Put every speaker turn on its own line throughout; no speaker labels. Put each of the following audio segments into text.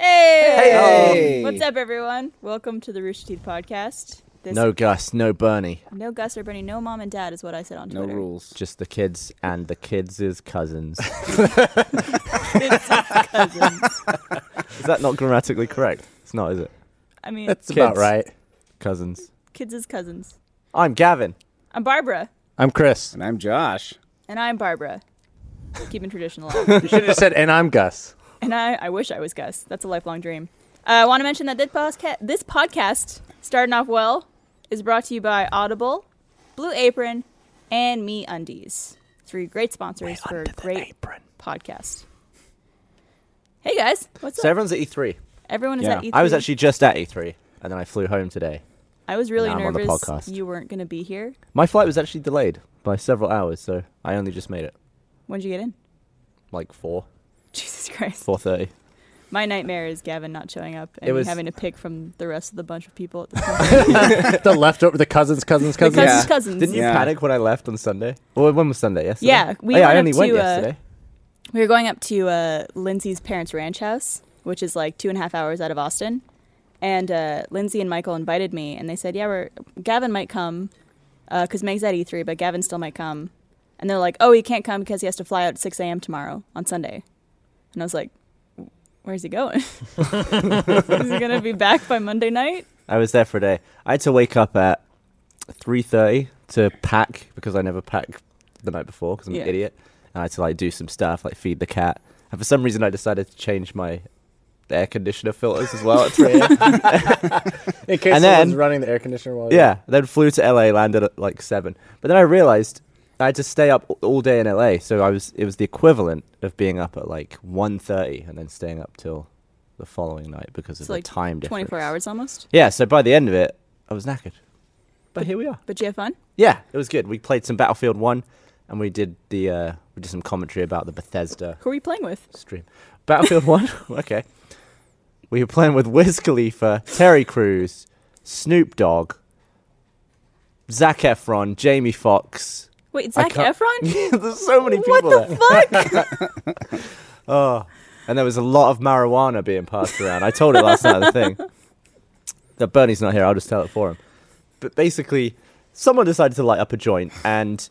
Hey!
Hey!
What's up, everyone? Welcome to the Rooster Teeth podcast. This
No Gus, no Bernie,
no Gus or Bernie, no mom and dad is what I said on
No
Twitter.
rules.
just the kids and the kids' cousins.
It's just cousins.
is that not grammatically correct? It's not, is it?
I mean,
That's
Kids.
about right.
Cousins.
kids is cousins.
I'm Gavin.
I'm Barbara,
I'm Chris.
And I'm Josh.
and I'm Barbara. Keeping tradition alive.
You should have said, and I'm Gus.
and I, I wish I was Gus. That's a lifelong dream. Uh, I want to mention that this podcast, this podcast, starting off well, is brought to you by Audible, Blue Apron, and Me Undies. Three great sponsors for great
apron.
podcast. Hey guys, what's
So
up?
everyone's at
E
E3.
Everyone is
Yeah.
at E3.
I was actually just at E3, and then I flew home today.
I was really
Now I'm on the
nervous
podcast.
you weren't going to be here.
My flight was actually delayed by several hours, so I only just made it,
When'd you get in?
like four,
Jesus Christ!
four thirty.
My nightmare is Gavin not showing up and
It
me
was-
having to pick from the rest of the bunch of people. At the company.
The leftover, the cousins, cousins,
the cousins,
cousins.
Yeah.
cousins.
Didn't you
Yeah.
panic when I left on Sunday? Well, when was Sunday? Yesterday.
Yeah, we
Oh, yeah,
went
I
up
only went
to, uh,
yesterday.
We were going up to uh, Lindsay's parents' ranch house, which is like two and a half hours out of Austin. And uh, Lindsay and Michael invited me, and they said, "Yeah, we're Gavin might come because Meg's at E3, but Gavin still might come." And they're like, "Oh, he can't come because he has to fly out at 6 a.m. tomorrow on Sunday." And I was like, "Where's he going? is he gonna be back by Monday night?"
I was there for a day. I had to wake up at three thirty to pack because I never pack the night before because I'm
Yeah.
an idiot, and I had to like do some stuff like feed the cat. And for some reason, I decided to change my air conditioner filters as well at three. a.m.
In case
And
someone's
then-
running the air conditioner while
yeah, then flew to LA, landed at like seven. But then I realized I had to stay up a- all day in LA, so I was it was the equivalent of being up at like 1.30 and then staying up till the following night because of
It's
the
like
time difference.
24 hours almost.
Yeah, so by the end of it, I was knackered. But here we are.
But you have fun.
Yeah, it was good. We played some Battlefield One, and we did the uh, we did some commentary about the Bethesda
Who are you playing with?
stream. Battlefield One, okay. We were playing with Wiz Khalifa, Terry Crews, Snoop Dogg, Zac Efron, Jamie Foxx.
Wait,
I
Zach
can't-
Efron?
There's so many people.
What the
there.
fuck?
Oh, and there was a lot of marijuana being passed around. I told it last night. at The thing that Bernie's not here. I'll just tell it for him. But basically, someone decided to light up a joint, and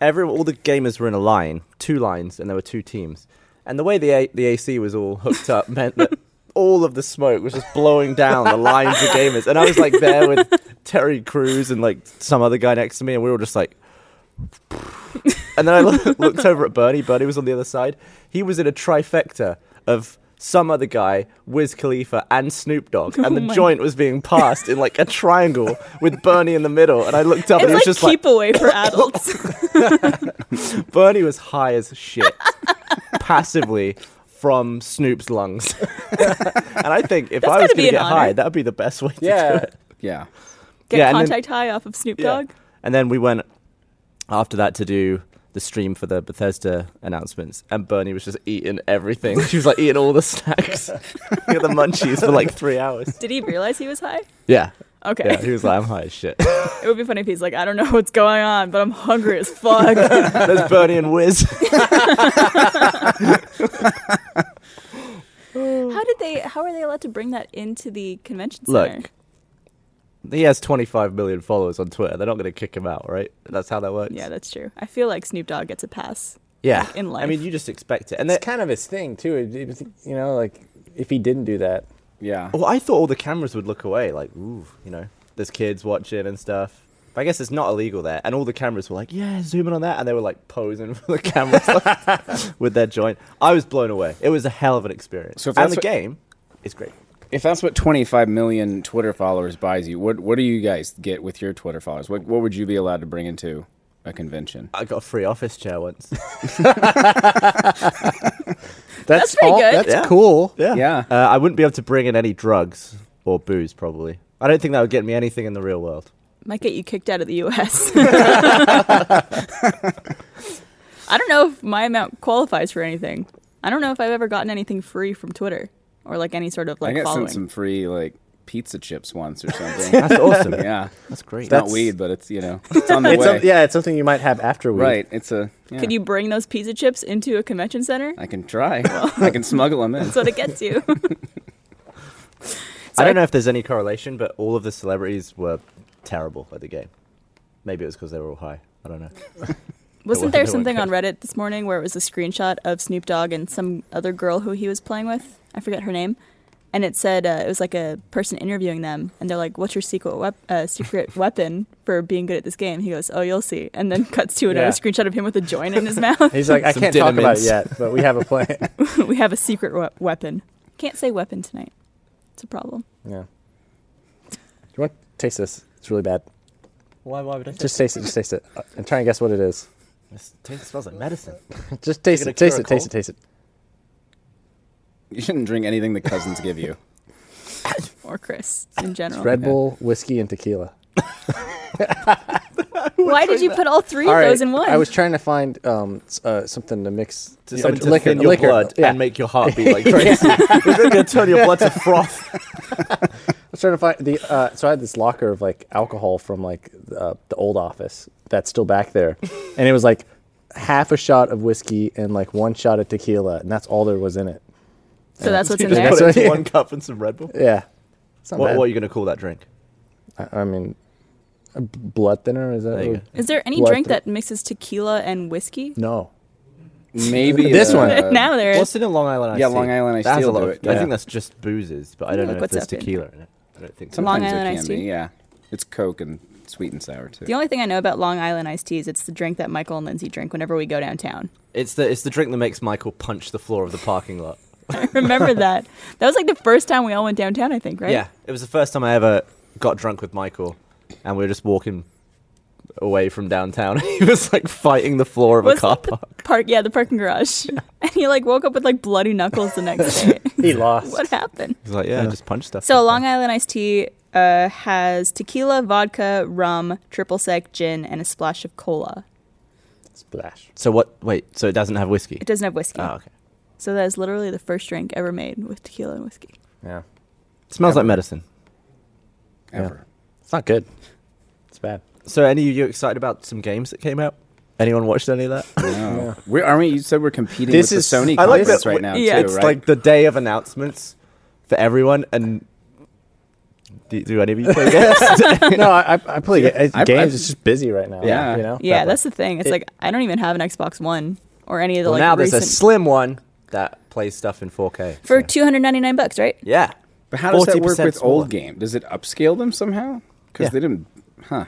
every all the gamers were in a line, two lines, and there were two teams. And the way the a- the AC was all hooked up meant that all of the smoke was just blowing down the lines of gamers. And I was like there with Terry Crews and like some other guy next to me, and we were all just like. And then I loo- looked over at Bernie. Bernie was on the other side. He was in a trifecta of some other guy, Wiz Khalifa, and Snoop Dogg. And the
Oh my-
joint was being passed in like a triangle with Bernie in the middle. And I looked up and it
It's
was
like
just
keep away for adults.
like Bernie was high as shit passively from Snoop's lungs. and I think if I was
gotta be
going to
an
get
honor.
high, that would be the best way to do
Yeah.
it.
Yeah.
Get
Yeah, and then-
contact high off of Snoop
Yeah.
Dogg.
And then we went after that to do the stream for the Bethesda announcements, and Bernie was just eating everything. She was like eating all the snacks, He had the munchies for like three hours.
Did he realize he was high?
Yeah,
Okay.
yeah. He was like, "I'm high as shit."
It would be funny if he's like, I don't know what's going on, but I'm hungry as fuck.
There's Bernie and Wiz.
how did they? How are they allowed to bring that into the convention center?
Look, he has 25 million followers on Twitter. They're not going to kick him out, right? That's how that works.
Yeah, that's true. I feel like Snoop Dogg gets a pass.
yeah.
in life.
I mean, you just expect it. And
It's
then,
kind of his thing, too. It, it was, you know, like, if he didn't do that.
Yeah.
well, I thought all the cameras would look away, like, ooh, you know, there's kids watching and stuff. But I guess it's not illegal there. And all the cameras were like, yeah, zoom in on that. And they were like posing for the cameras like, with their joint. I was blown away. It was a hell of an experience.
So if
and
that's
the
what-
game is great.
If that's what 25 million Twitter followers buys you, what what do you guys get with your Twitter followers? What what would you be allowed to bring into a convention?
I got a free office chair once.
That's pretty good.
That's
Yeah.
cool.
Yeah.
Yeah.
Uh, I wouldn't be able to bring in any drugs or booze, probably. I don't think that would get me anything in the real world.
Might get you kicked out of the U.S. I don't know if my amount qualifies for anything. I don't know if I've ever gotten anything free from Twitter or like any sort of
I
like
got
following.
sent some free like pizza chips once or something.
That's awesome.
yeah.
That's great.
It's not weed, but it's you know it's on the
It's
way.
some- yeah, it's something you might have after we.
Right. It's a. yeah.
Could you bring those pizza chips into a convention center?
I can try. I can smuggle them in.
That's what it gets you.
I
Sorry.
don't know if there's any correlation, but all of the celebrities were terrible at the game. Maybe it was because they were all high. I don't know.
Wasn't
one-
there
the one
something on Reddit this morning where it was a screenshot of Snoop Dogg and some other girl who he was playing with? I forget her name. And it said uh, it was like a person interviewing them, and they're like, "What's your secret wep- uh, secret weapon for being good at this game?" He goes, "Oh, you'll see." And then cuts to another
Yeah.
screenshot of him with a joint in his mouth.
He's like, I
Some
can't talk about
Dinamins.
it yet, but we have a plan.
we have a secret we- weapon. Can't say weapon tonight. It's a problem.
yeah. Do you want to taste this? It's really bad.
Why? Why would I?
Just taste it. Just taste it. Uh, And try and guess what it is.
This taste smells like medicine.
Just taste
gonna
it. Taste
cure a
it. Taste
cold?
it. Taste it.
You shouldn't drink anything the cousins give you.
Or Chris in
Oh,
general.
Red Bull, whiskey, and tequila.
Why did you put all three of those in one?
I was trying to find um, s- uh, something to mix.
To,
yeah,
something to
liquor-
thin your
liquor,
blood
yeah.
and make your heart beat like crazy. Is it gonna turn your blood to froth?
I was trying to find the. Uh, so I had this locker of like alcohol from like uh, the old office that's still back there, and it was like half a shot of whiskey and like one shot of tequila, and that's all there was in it.
so that's what's
You
in
just
there.
put it
That's
in
what-
one cup and some Red Bull.
Yeah, it's not
What,
bad.
what are you gonna call that drink?
I, I mean, a b- blood thinner is that?
There you
what-
go.
Is there any
Blood
drink
through-
that mixes tequila and whiskey?
No,
Maybe
This
uh,
one.
now there is.
What's in a Long Island? Iced
Yeah,
Tea?
Long Island Iced
That has
Tea
a
will
lot
do
of-
it,
I
yeah.
think that's just boozes, but I don't
Look,
know if
what's
there's
up in it?
tequila in it. I don't think so.
Long
Sometimes it
Island
can
iced
be,
tea?
Yeah, it's Coke and sweet and sour too.
The only thing I know about Long Island iced tea is it's the drink that Michael and Lindsay drink whenever we go downtown.
It's the it's the drink that makes Michael punch the floor of the parking lot.
I remember that. That was like the first time we all went downtown, I think, right?
Yeah, it was the first time I ever got drunk with Michael, and we were just walking away from downtown. he was like fighting the floor of a
Was
car
that the
park.
park? Yeah, the parking garage. And he like woke up with like bloody knuckles the next day.
he lost.
what happened?
He's like, yeah, I just punch stuff.
So Long Island iced tea uh, has tequila, vodka, rum, triple sec, gin, and a splash of cola.
Splash.
So what? Wait, so it doesn't have whiskey?
It doesn't have whiskey.
Oh, okay.
So that is literally the first drink ever made with tequila and whiskey.
Yeah,
It smells like medicine.
Ever.
it's not good. It's bad.
So any of you excited about some games that came out? Anyone watched any of that?
No. We're, aren't we? You said we're competing
This
with
is-
the Sony
I like
conference
that-
right now
yeah,
too,
it's
right?
like the day of announcements for everyone. And do, do any of you play games?
no, I, I- I play ga-
I-
games.
I-
it's just busy right now.
Yeah.
you know.
Yeah,
That way.
that's the thing. It's
It-
like I don't even have an Xbox One or any of the
well,
like
now
recent
there's a slim one that plays stuff in 4K.
for
so-
299 bucks, right?
yeah.
but how does that work
40%
with
smaller.
old game? Does it upscale them somehow? Because
Yeah.
they didn't. Huh?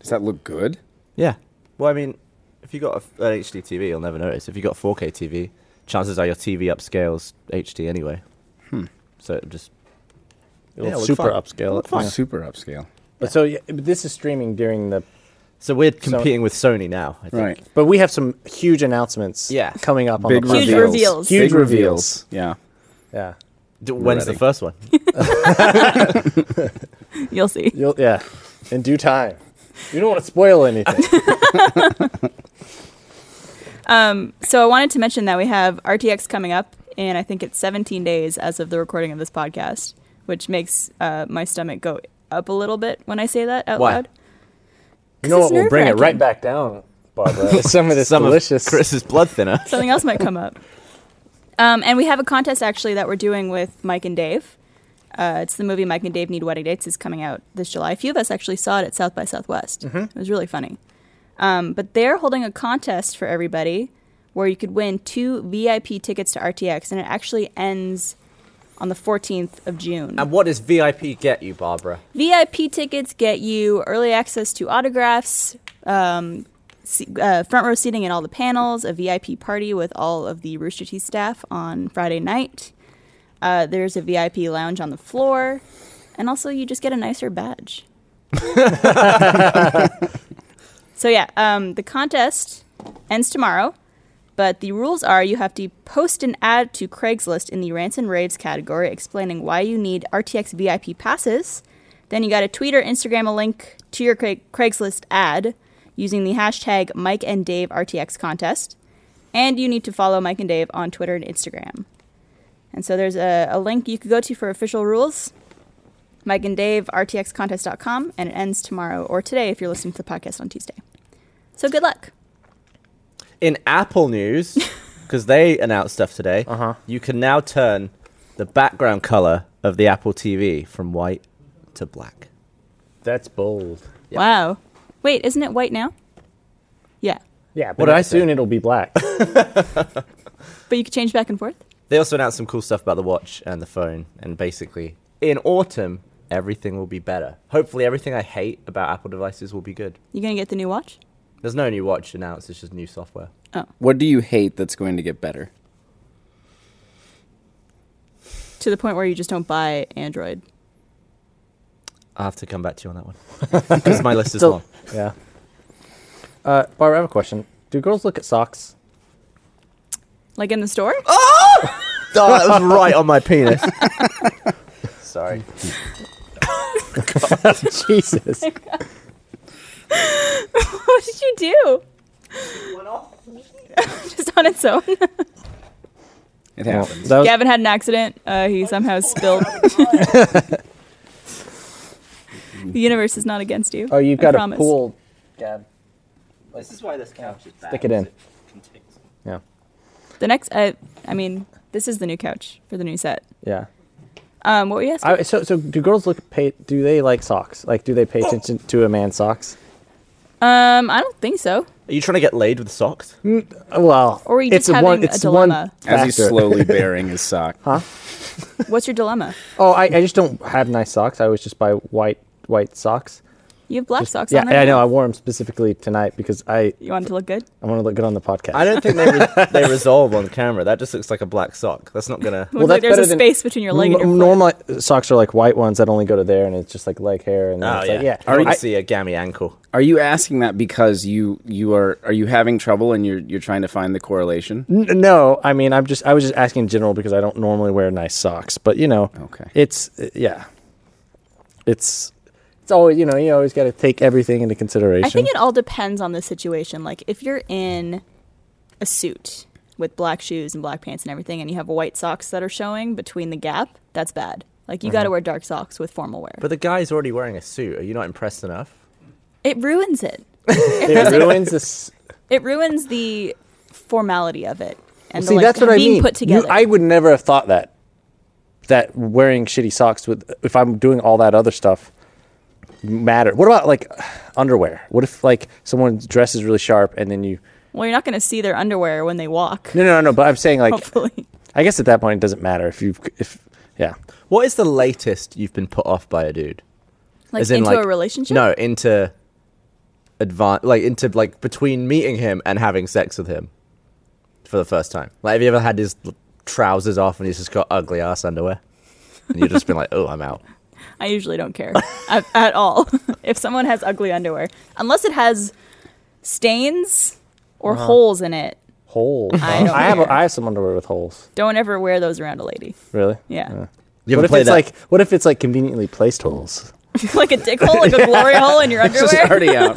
Does that look good?
Yeah. Well, I mean, if you got a, an HD TV, you'll never notice. If you got 4K TV, chances are your TV upscales HD anyway. Hmm. So it'll just
It'll
Yeah, it looks
super
fun.
upscale. it. Yeah.
Super upscale.
But so yeah, but this is streaming during the
so we're competing with Sony now. I think.
Right.
But we have some huge announcements
Yeah.
coming up on
Big
the podcast.
Huge
reveals.
reveals.
Huge
Big
reveals.
Yeah.
Yeah.
D- when's
ready.
the first one?
You'll see.
You'll, yeah. In due time. You don't want to spoil anything.
Um, So I wanted to mention that we have RTX coming up in I think it's 17 days as of the recording of this podcast, which makes uh, my stomach go up a little bit when I say that out
Why?
loud.
you know
it's
what? We'll bring it right
nerve-wracking.
back down, Barbara. Some of this
Some
delicious.
of Chris's blood thinner.
Something else might come up. Um, and we have a contest actually that we're doing with Mike and Dave. Uh, it's the movie Mike and Dave Need Wedding Dates is coming out this July. A few of us actually saw it at South by Southwest. It was really funny. Um, but they're holding a contest for everybody where you could win two VIP tickets to RTX, and it actually ends on the 14th of June.
and what does VIP get you, Barbara?
VIP tickets get you early access to autographs, um, se- uh, front row seating in all the panels, a VIP party with all of the Rooster Teeth staff on Friday night. Uh, there's a VIP lounge on the floor, and also you just get a nicer badge. so yeah, um, the contest ends tomorrow, but the rules are you have to post an ad to Craigslist in the rants and raves category explaining why you need RTX VIP passes. Then you got to tweet or Instagram a link to your Craig- Craigslist ad using the hashtag Mike and Dave RTX contest. And you need to follow Mike and Dave on Twitter and Instagram. And so there's a, a link you could go to for official rules. Mike and Dave, RTXcontest.com, and it ends tomorrow or today if you're listening to the podcast on Tuesday. So good luck.
Uh-huh. In Apple news, because they announced stuff today, you can now turn the background color of the Apple TV from white to black.
That's bold.
Wow. Wait, isn't it white now? Yeah.
Yeah,
What
but
did I
soon
say?
it'll be black.
But you could change back and forth?
They also announced some cool stuff about the watch and the phone, and basically, in autumn, everything will be better. Hopefully, everything I hate about Apple devices will be good.
You gonna get the new watch?
There's no new watch announced, it's just new software.
What do you hate that's going to get better?
To the point where you just don't buy Android.
I'll have to come back to you on that one because my list is
So-
long.
yeah. Uh, Barbara, I have a question. Do girls look at socks?
Like in the store?
Oh, that was right on my penis. Sorry.
Jesus.
what did you do? just on its own.
It
Well,
happens.
that was-
Gavin had an accident. Uh, he somehow spilled. the universe is not against you.
oh, you've
I
got a
promise.
pool, Gab.
This is why this couch is bad.
Stick it in. Yeah.
The next, uh, I mean, this is the new couch for the new set.
Yeah.
Um, what were you asking?
I, so, so do girls look pay? Do they like socks? Like, do they pay attention to a man's socks?
um, I don't think so.
Are you trying to get laid with socks?
Well,
Or are you
it's
just having
one.
a
It's one
dilemma?
As
factor.
he's slowly bearing his sock.
What's your dilemma?
Oh, I, I just don't have nice socks. I always just buy white white socks.
You have black socks
yeah,
on. right
I
now.
know. I wore them specifically tonight because I
You want it to look good?
I want to look good on the podcast.
I don't think they re- they resolve on camera. That just looks like a black sock. That's not gonna.
Looks like
that's
there's a
better than-
space between your leg and your
N-
foot.
normal uh, socks are like white ones that only go to there, and it's just like leg hair, and then
Oh
it's
yeah.
like yeah.
I don't
I-
see a gammy ankle.
Are you asking that because you you are are you having trouble and you're you're trying to find the correlation?
N- no, I mean I'm just I was just asking in general because I don't normally wear nice socks, but you know,
Okay.
it's uh, yeah, it's it's always you know you always got to take everything into consideration.
I think it all depends on the situation. Like if you're in a suit with black shoes and black pants and everything, and you have white socks that are showing between the gap, that's bad. Like you got to
Mm-hmm.
wear dark socks with formal wear.
But the guy's already wearing a suit. Are you not impressed enough?
it ruins it.
it ruins this.
It ruins the formality of it. And the,
See,
like,
that's what I
being
mean.
Put
You-
together.
I would never have thought that that wearing shitty socks with if I'm doing all that other stuff matter. What about like underwear? What if like someone dresses really sharp and then you
well, you're not going to see their underwear when they walk.
no no no no. But I'm saying like
Hopefully,
I guess at that point it doesn't matter if you if yeah.
What is the latest you've been put off by a dude?
like
As in,
into
like-
a relationship.
No, into advanced, like into like between meeting him and having sex with him for the first time. Like, have you ever had his l- trousers off and he's just got ugly ass underwear, and you've just been like, "Oh, I'm out."
I usually don't care at, at all if someone has ugly underwear, unless it has stains or
Uh-huh.
holes in it.
Holes.
I don't
have
care.
I have some underwear with holes.
Don't ever wear those around a lady.
Really?
Yeah,
You ever
What if
play
it's
that?
like what if it's like conveniently placed holes?
like a dick hole, like a glory hole in your
It's
underwear.
already out.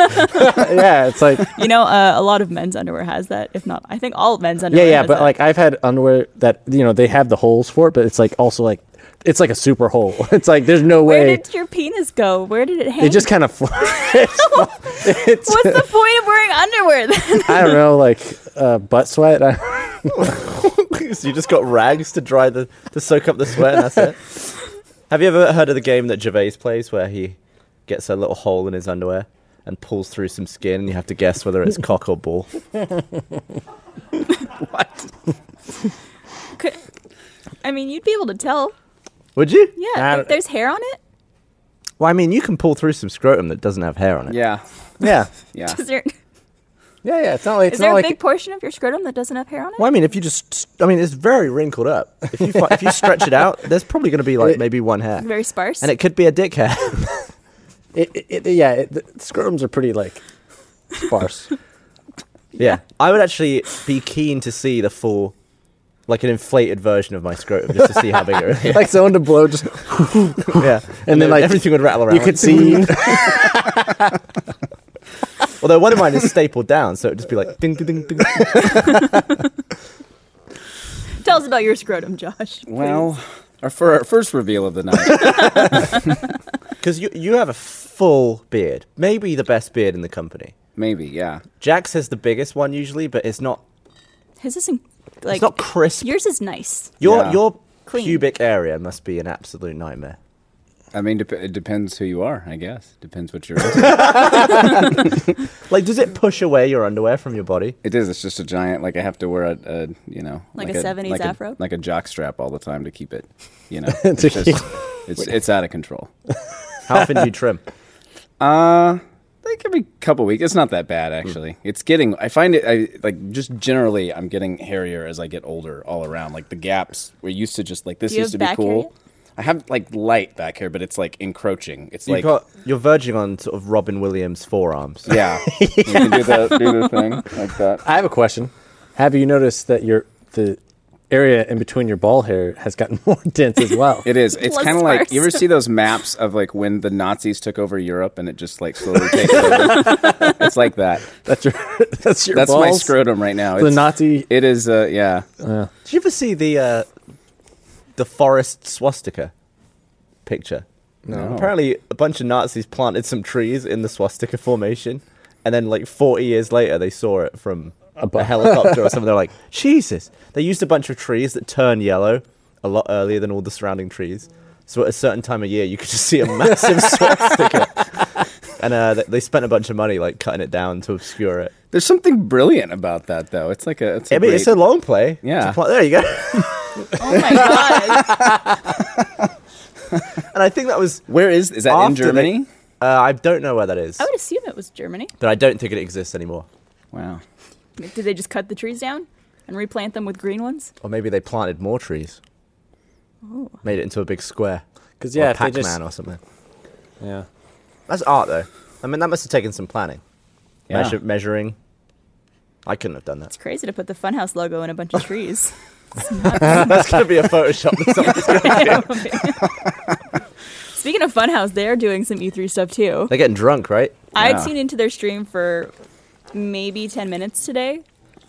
yeah, it's like
You know, uh, a lot of men's underwear has that. If not, I think all men's
yeah,
underwear.
yeah,
has
but
that.
like I've had underwear that you know they have the holes for it, but it's like also like it's like a super hole. It's like there's no
where
way
did your penis go? Where did it hang?
it just kind of fl- it's
What's the point of wearing underwear? Then?
I don't know like uh, butt sweat.
so you just got rags to dry the to soak up the sweat, and that's it. Have you ever heard of the game that Gervais plays, where he gets a little hole in his underwear and pulls through some skin, and you have to guess whether it's cock or ball?
Could- I mean, you'd be able to tell.
Would you?
Yeah,
don't-
if there's hair on it.
Well, I mean, you can pull through some scrotum that doesn't have hair on it.
Yeah.
yeah,
Yeah.
Is there,
yeah, yeah. It's not like
is
it's
there
not
a
like
big portion of your scrotum that doesn't have hair on it?
Well, I mean, if you just, I mean, it's very wrinkled up. If you fi- if you stretch it out, there's probably going to be like maybe one hair,
Very sparse.
and it could be a dick hair.
it, it, it- yeah. It, the scrotums are pretty like sparse.
yeah, I would actually be keen to see the full, like an inflated version of my scrotum just to see how big it really is.
like someone to blow just
yeah, and,
then, like,
everything would rattle around.
you could see.
Although one of mine is stapled down, so it'd just be like ding ding ding. ding.
Tell us about your scrotum, Josh.
Well, our, for our first reveal of the night.
Because you you have a full beard, maybe the best beard in the company.
Maybe, yeah.
Jax has the biggest one usually, but it's not
His isn't like
it's not crisp.
yours is nice.
Your
Yeah.
your
clean.
pubic area must be an absolute nightmare.
I mean, dep it depends who you are, I guess. Depends what you're into.
Like, does it push away your underwear from your body?
it is. It's just a giant, like, I have to wear a, a you know,
Like a 70s
like
afro?
A, like a jock strap all the time to keep it, you know.
To
it's, just,
keep-
it's, it's out of control.
How often do you trim?
Uh, like every couple weeks. It's not that bad actually. It's getting. I find it. I like just generally. I'm getting hairier as I get older. All around, like the gaps were used to just like this
Do you
used to
have
be
back hair
cool.
yet?
I have like light back hair, but it's like encroaching. It's
You
like
got, you're verging on sort of Robin Williams forearms.
yeah. You can do the do the thing like that.
I have a question. Have you noticed that your the area in between your ball hair has gotten more dense as well?
It is. It's
Plus
kind of like you ever
first.
see those maps of like when the Nazis took over Europe and it just like slowly takes over. it's like that.
that's your that's your
That's my
balls?
scrotum right now.
The
It's-
Nazi
It is. Uh, yeah.
Did you ever see the uh, the forest swastika picture?
No.
Apparently, a bunch of Nazis planted some trees in the swastika formation, and then like 40 years later, they saw it from a helicopter or something. They're like, Jesus! They used a bunch of trees that turn yellow a lot earlier than all the surrounding trees. So at a certain time of year, you could just see a massive swastika. and uh, they, they spent a bunch of money like cutting it down to obscure it.
There's something brilliant about that though. It's like a. It's a
I mean, it's
great-
a long play.
Yeah.
To pla- there you go.
Oh my god!
and I think that was
Where is is that in
after they-
Germany?
Uh, I don't know where that is,
I would assume it was Germany.
but I don't think it exists anymore.
Wow.
Did they just cut the trees down and replant them with green ones?
Or maybe they planted more trees, made it into a big square,
because
or
yeah, if they
Pac-Man
just
or something.
yeah.
That's art, though. I mean, that must have taken some planning,
Yeah.
Measure, measuring. I couldn't have done that.
It's crazy to put the Funhouse logo in a bunch of trees.
That's gonna be a Photoshop. Or something.
Speaking of Funhouse, they're doing some E3 stuff too.
They're getting drunk, right?
I'd
Yeah.
seen into their stream for maybe 10 minutes today,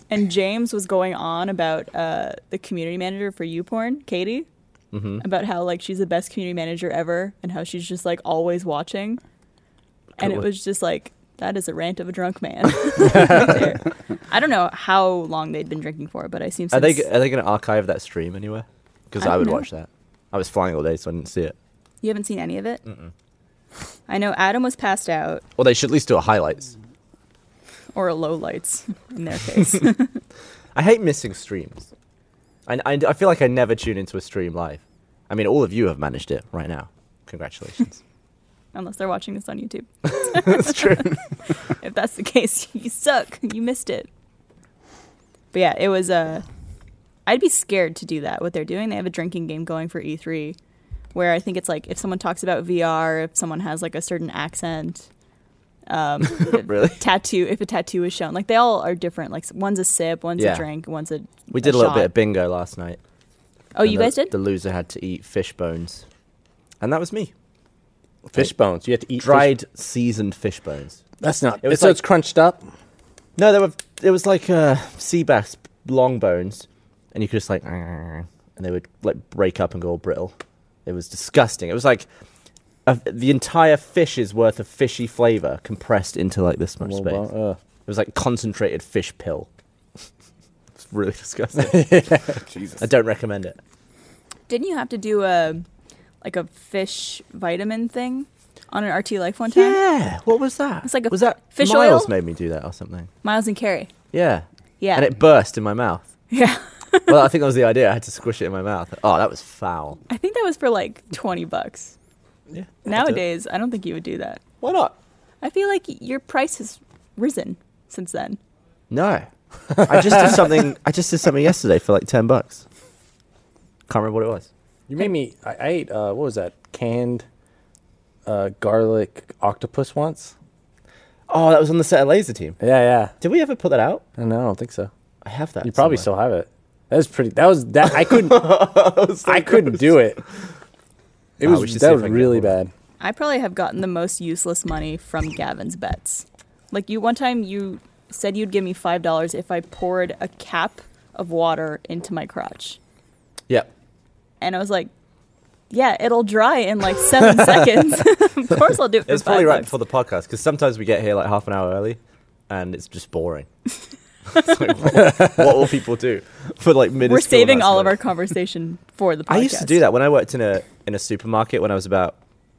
and James was going on about uh, the community manager for YouPorn, Katie, about how like she's the best community manager ever and how she's just like always watching. And it
Cool.
was just like, that is a rant of a drunk man. Right there. I don't know how long they'd been drinking for, but I seem since
Are they g- are they gonna archive that stream anywhere? Because
I
I,
don't
would
know.
watch that. I was flying all day, so I didn't see it.
you haven't seen any of it. I know Adam was passed out
Well, they should at least do a highlights.
or low lights in their case.
I hate missing streams. I, I, I feel like I never tune into a stream live. I mean, all of you have managed it right now. Congratulations.
unless they're watching this on YouTube.
That's true.
If that's the case, you suck. You missed it. But yeah, it was Uh, I'd be scared to do that. What they're doing, they have a drinking game going for E3, where I think it's like if someone talks about VR, if someone has like a certain accent, um, if
Really?
tattoo, if a tattoo is shown, like they all are different. Like one's a sip, one's
Yeah.
a drink, one's a.
We did a,
a
little
shot.
bit of bingo last night.
Oh,
And
you
the-
guys did.
The loser had to eat fish bones, and that was me.
fish bones. You have to eat
Dried, seasoned fish bones.
fish- That's not.
It was
so
like-
it's crunched up.
No, they were. It was like uh, sea bass long bones, and you could just like, and they would like break up and go all brittle. It was disgusting. It was like a, the entire fish's worth of fishy flavor compressed into like this much
Well,
space. It
well, uh,
was like concentrated fish pill. it's really disgusting.
Jesus.
I don't recommend it.
Didn't you have to do a like a fish vitamin thing on an RT Life one time?
Yeah, what was that?
It's like a
was that
fish
Miles
oil?
made me do that or something.
Miles and Carrie.
Yeah.
Yeah.
And it burst in my mouth.
yeah.
Well, I think that was the idea. I had to squish it in my mouth. Oh, that was foul.
I think that was for like 20 bucks.
Yeah.
Nowadays, I don't think you would do that.
Why not?
I feel like your price has risen since then.
No. I just did something. I just did something yesterday for like ten bucks. Can't remember what it was.
you made me. I, I ate. Uh, what was that? Canned uh, garlic octopus once.
Oh, that was on the set of Laser Team.
Yeah, yeah.
Did we ever put that out?
I don't know. I don't think so.
I have that.
You probably
somewhere.
still have it. That was pretty. That was that. I couldn't. I couldn't do it. It
Ah, we
was
should see
that
if
was
I can get
really
hold of
bad.
I probably have gotten the most useless money from Gavin's bets. Like you one time you said you'd give me $5 if I poured a cap of water into my crotch.
Yep.
And I was like, yeah, it'll dry in like 7 seconds. of course I'll do it
It
for
was probably
5
right
bucks.
before the podcast because sometimes we get here like half an hour early, and it's just boring. It's like, what, what will people do for like minutes?
We're saving all of our conversation for the podcast.
I used to do that when I worked in a in a supermarket when I was about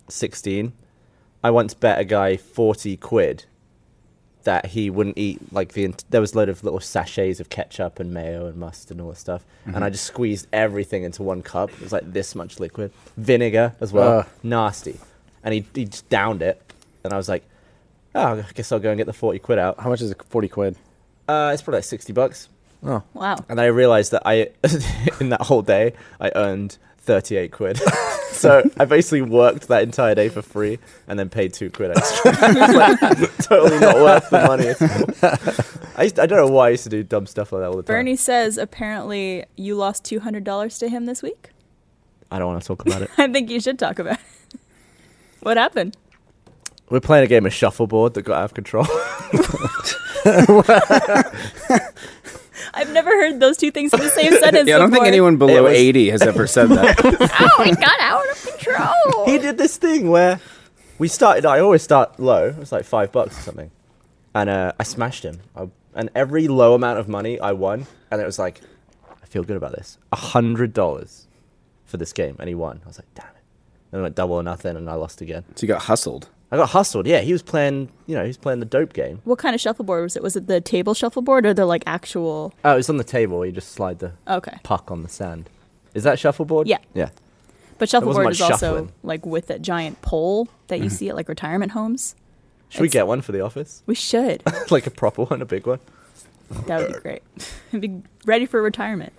sixteen. I once bet a guy forty quid that he wouldn't eat like the ent- there was a load of little sachets of ketchup and mayo and mustard and all that stuff, and I just squeezed everything into one cup. It was like this much liquid, vinegar as well,
Ugh.
nasty, and he he just downed it, and I was like, oh, I guess I'll go and get the forty quid out.
How much is it? Forty quid.
Uh, it's probably like sixty bucks.
Oh,
Wow.
And I realized that I, in that whole day, I earned 38 quid. so I basically worked that entire day for free and then paid two quid extra. It's like, totally not worth the money at all. I, used I don't know why I used to do dumb stuff like that all the time.
Bernie says apparently you lost two hundred dollars to him this week.
I don't want to talk about it.
I think you should talk about. it. what happened?
We're playing a game of shuffleboard that got out of control.
I've never heard those two things in the same sentence.
Yeah, I don't think
before.
anyone below
was-
80 has ever said that.
Oh, it got out of control.
he did this thing where we started. I always start low. It was like five bucks or something, and uh, I smashed him. I, and every low amount of money I won, and it was like, I feel good about this. A hundred dollars for this game, and he won. I was like, damn it. And I went double or nothing, and I lost again.
so you got hustled.
I got hustled. Yeah, he was playing. You know, he was playing the dope game.
What kind of shuffleboard was it? Was it the table shuffleboard or the like actual?
Oh, it was on the table. You just slide the
Okay,
puck on the sand. Is that shuffleboard?
Yeah.
Yeah.
but shuffleboard
much
is also
shuffling. Mm-hmm.
like with that giant pole that you see at like retirement homes.
Should we
It's-
get one for the office?
We should.
like a proper one, a big one.
That would be great. be ready for retirement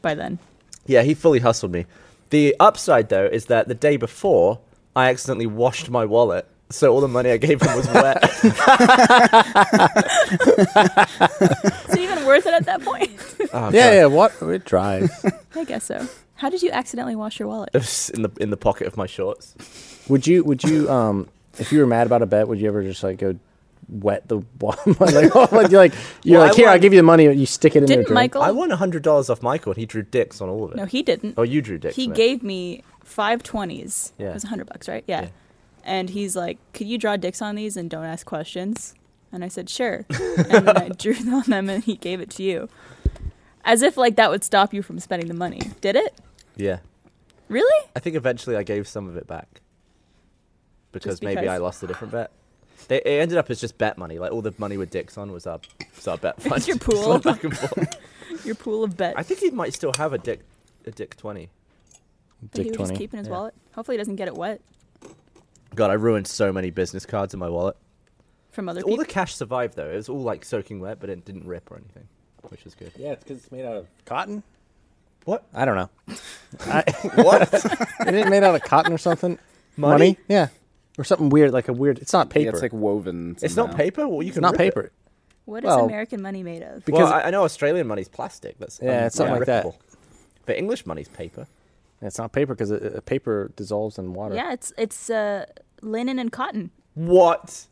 by then.
Yeah, he fully hustled me. The upside, though, is that the day before, I accidentally washed my wallet, so all the money I gave him was wet.
Is it even worth it at that point?
yeah, yeah. What? Oh, It dries.
I guess so. How did you accidentally wash your wallet?
It was in the in the pocket of my shorts.
would you? Would you? Um, if you were mad about a bet, would you ever just like go wet the wall? like, oh, like, you're like, you're
Well,
like
I
here, I'll
won-
give you the money. You stick it in
Didn't
there.
Michael?
I won hundred dollars off Michael, and he drew dicks on all of it.
no, he didn't.
oh, you drew dicks.
he
mate.
gave me five twenties.
Yeah.
It was a hundred bucks, right? Yeah.
Yeah.
And he's like, Could you draw dicks on these and don't ask questions? And I said, Sure. and then I drew on them and he gave it to you. As if like that would stop you from spending the money. Did it?
Yeah,
Really?
I think eventually I gave some of it back because,
Just because.
maybe I lost a different bet. They, it ended up as just bet money. Like all the money with dicks on was our, was our bet fund.
your
Just went
pool.
back and forth.
Your pool of
I
bets
think he might still have a dick a dick twenty.
that he was just
20.
keeping his
Yeah.
wallet. Hopefully he doesn't get it wet
God, I ruined so many business cards in my wallet.
from other
All
people.
the cash survived though. It was all like soaking wet, but it didn't rip or anything, which was good.
Yeah, it's because it's made out of cotton.
What?
I don't know. I,
What?
isn't it made out of cotton or something?
Money?
Yeah, or something weird like a weird. It's not paper.
Yeah, it's like woven.
it's
somehow.
not paper. Well, you
It's
can
not
rip it.
paper.
What is
well-
American money made of?
Be-
Well,
Because-
I, I know Australian money's plastic. That's
Yeah,
un-
it's something like that.
unrippable. But English money's paper.
It's not paper because paper dissolves in water.
Yeah, it's it's uh, linen and cotton.
What?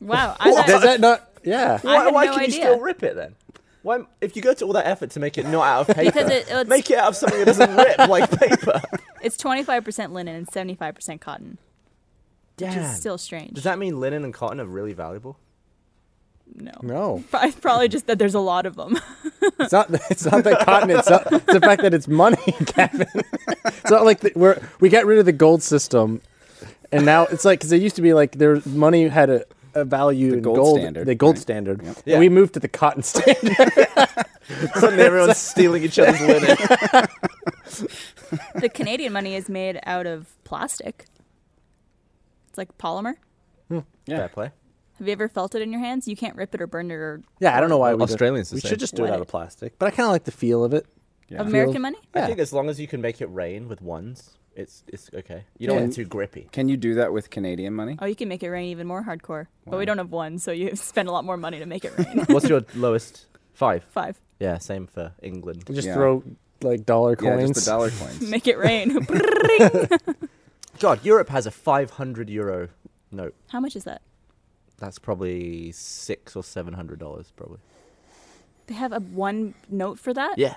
Wow. I
Does
thought,
that not? Yeah.
I
Why,
had
why
no
can you
idea.
still rip it then? Why, if you go to all that effort to make it not out of paper,
Because it- it's-
make it out of something that doesn't rip like paper.
it's twenty five percent linen and seventy five percent cotton, which
Damn.
is still strange.
Does that mean linen and cotton are really valuable?
no.
No,
Pro- It's probably just that there's a lot of them.
it's not. It's not that cotton. It's, not, it's the fact that it's money, Kevin. It's not like the, we're we got rid of the gold system, and now it's like because it used to be like their money had a, a value in
gold
gold,
standard,
the gold
right?
standard. And
Yeah.
we moved to the cotton standard.
Suddenly everyone's stealing each other's linen.
the Canadian money is made out of plastic. It's like polymer.
Yeah.
Fair play.
Have you ever felt it in your hands? You can't rip it or burn it or
yeah, I don't know why we don't-
Australians the
We
same.
should just do
Why
it out
not?
of plastic, but I kind of like the feel of it.
Yeah.
of American money.
I
Yeah.
think as long as you can make it rain with ones, it's it's okay. You don't
Yeah.
want it too grippy.
Can you do that with Canadian money?
Oh, you can make it rain even more hardcore. But we don't have one, so you spend a lot more money to make it rain.
What's your lowest? Five.
Five.
Yeah, same for England.
Just
Yeah.
throw like dollar
Yeah,
coins.
just the dollar coins.
Make it rain.
God, Europe has a 500 euro note.
How much is that?
That's probably six or seven hundred dollars, probably.
They have a one note for that?
Yeah.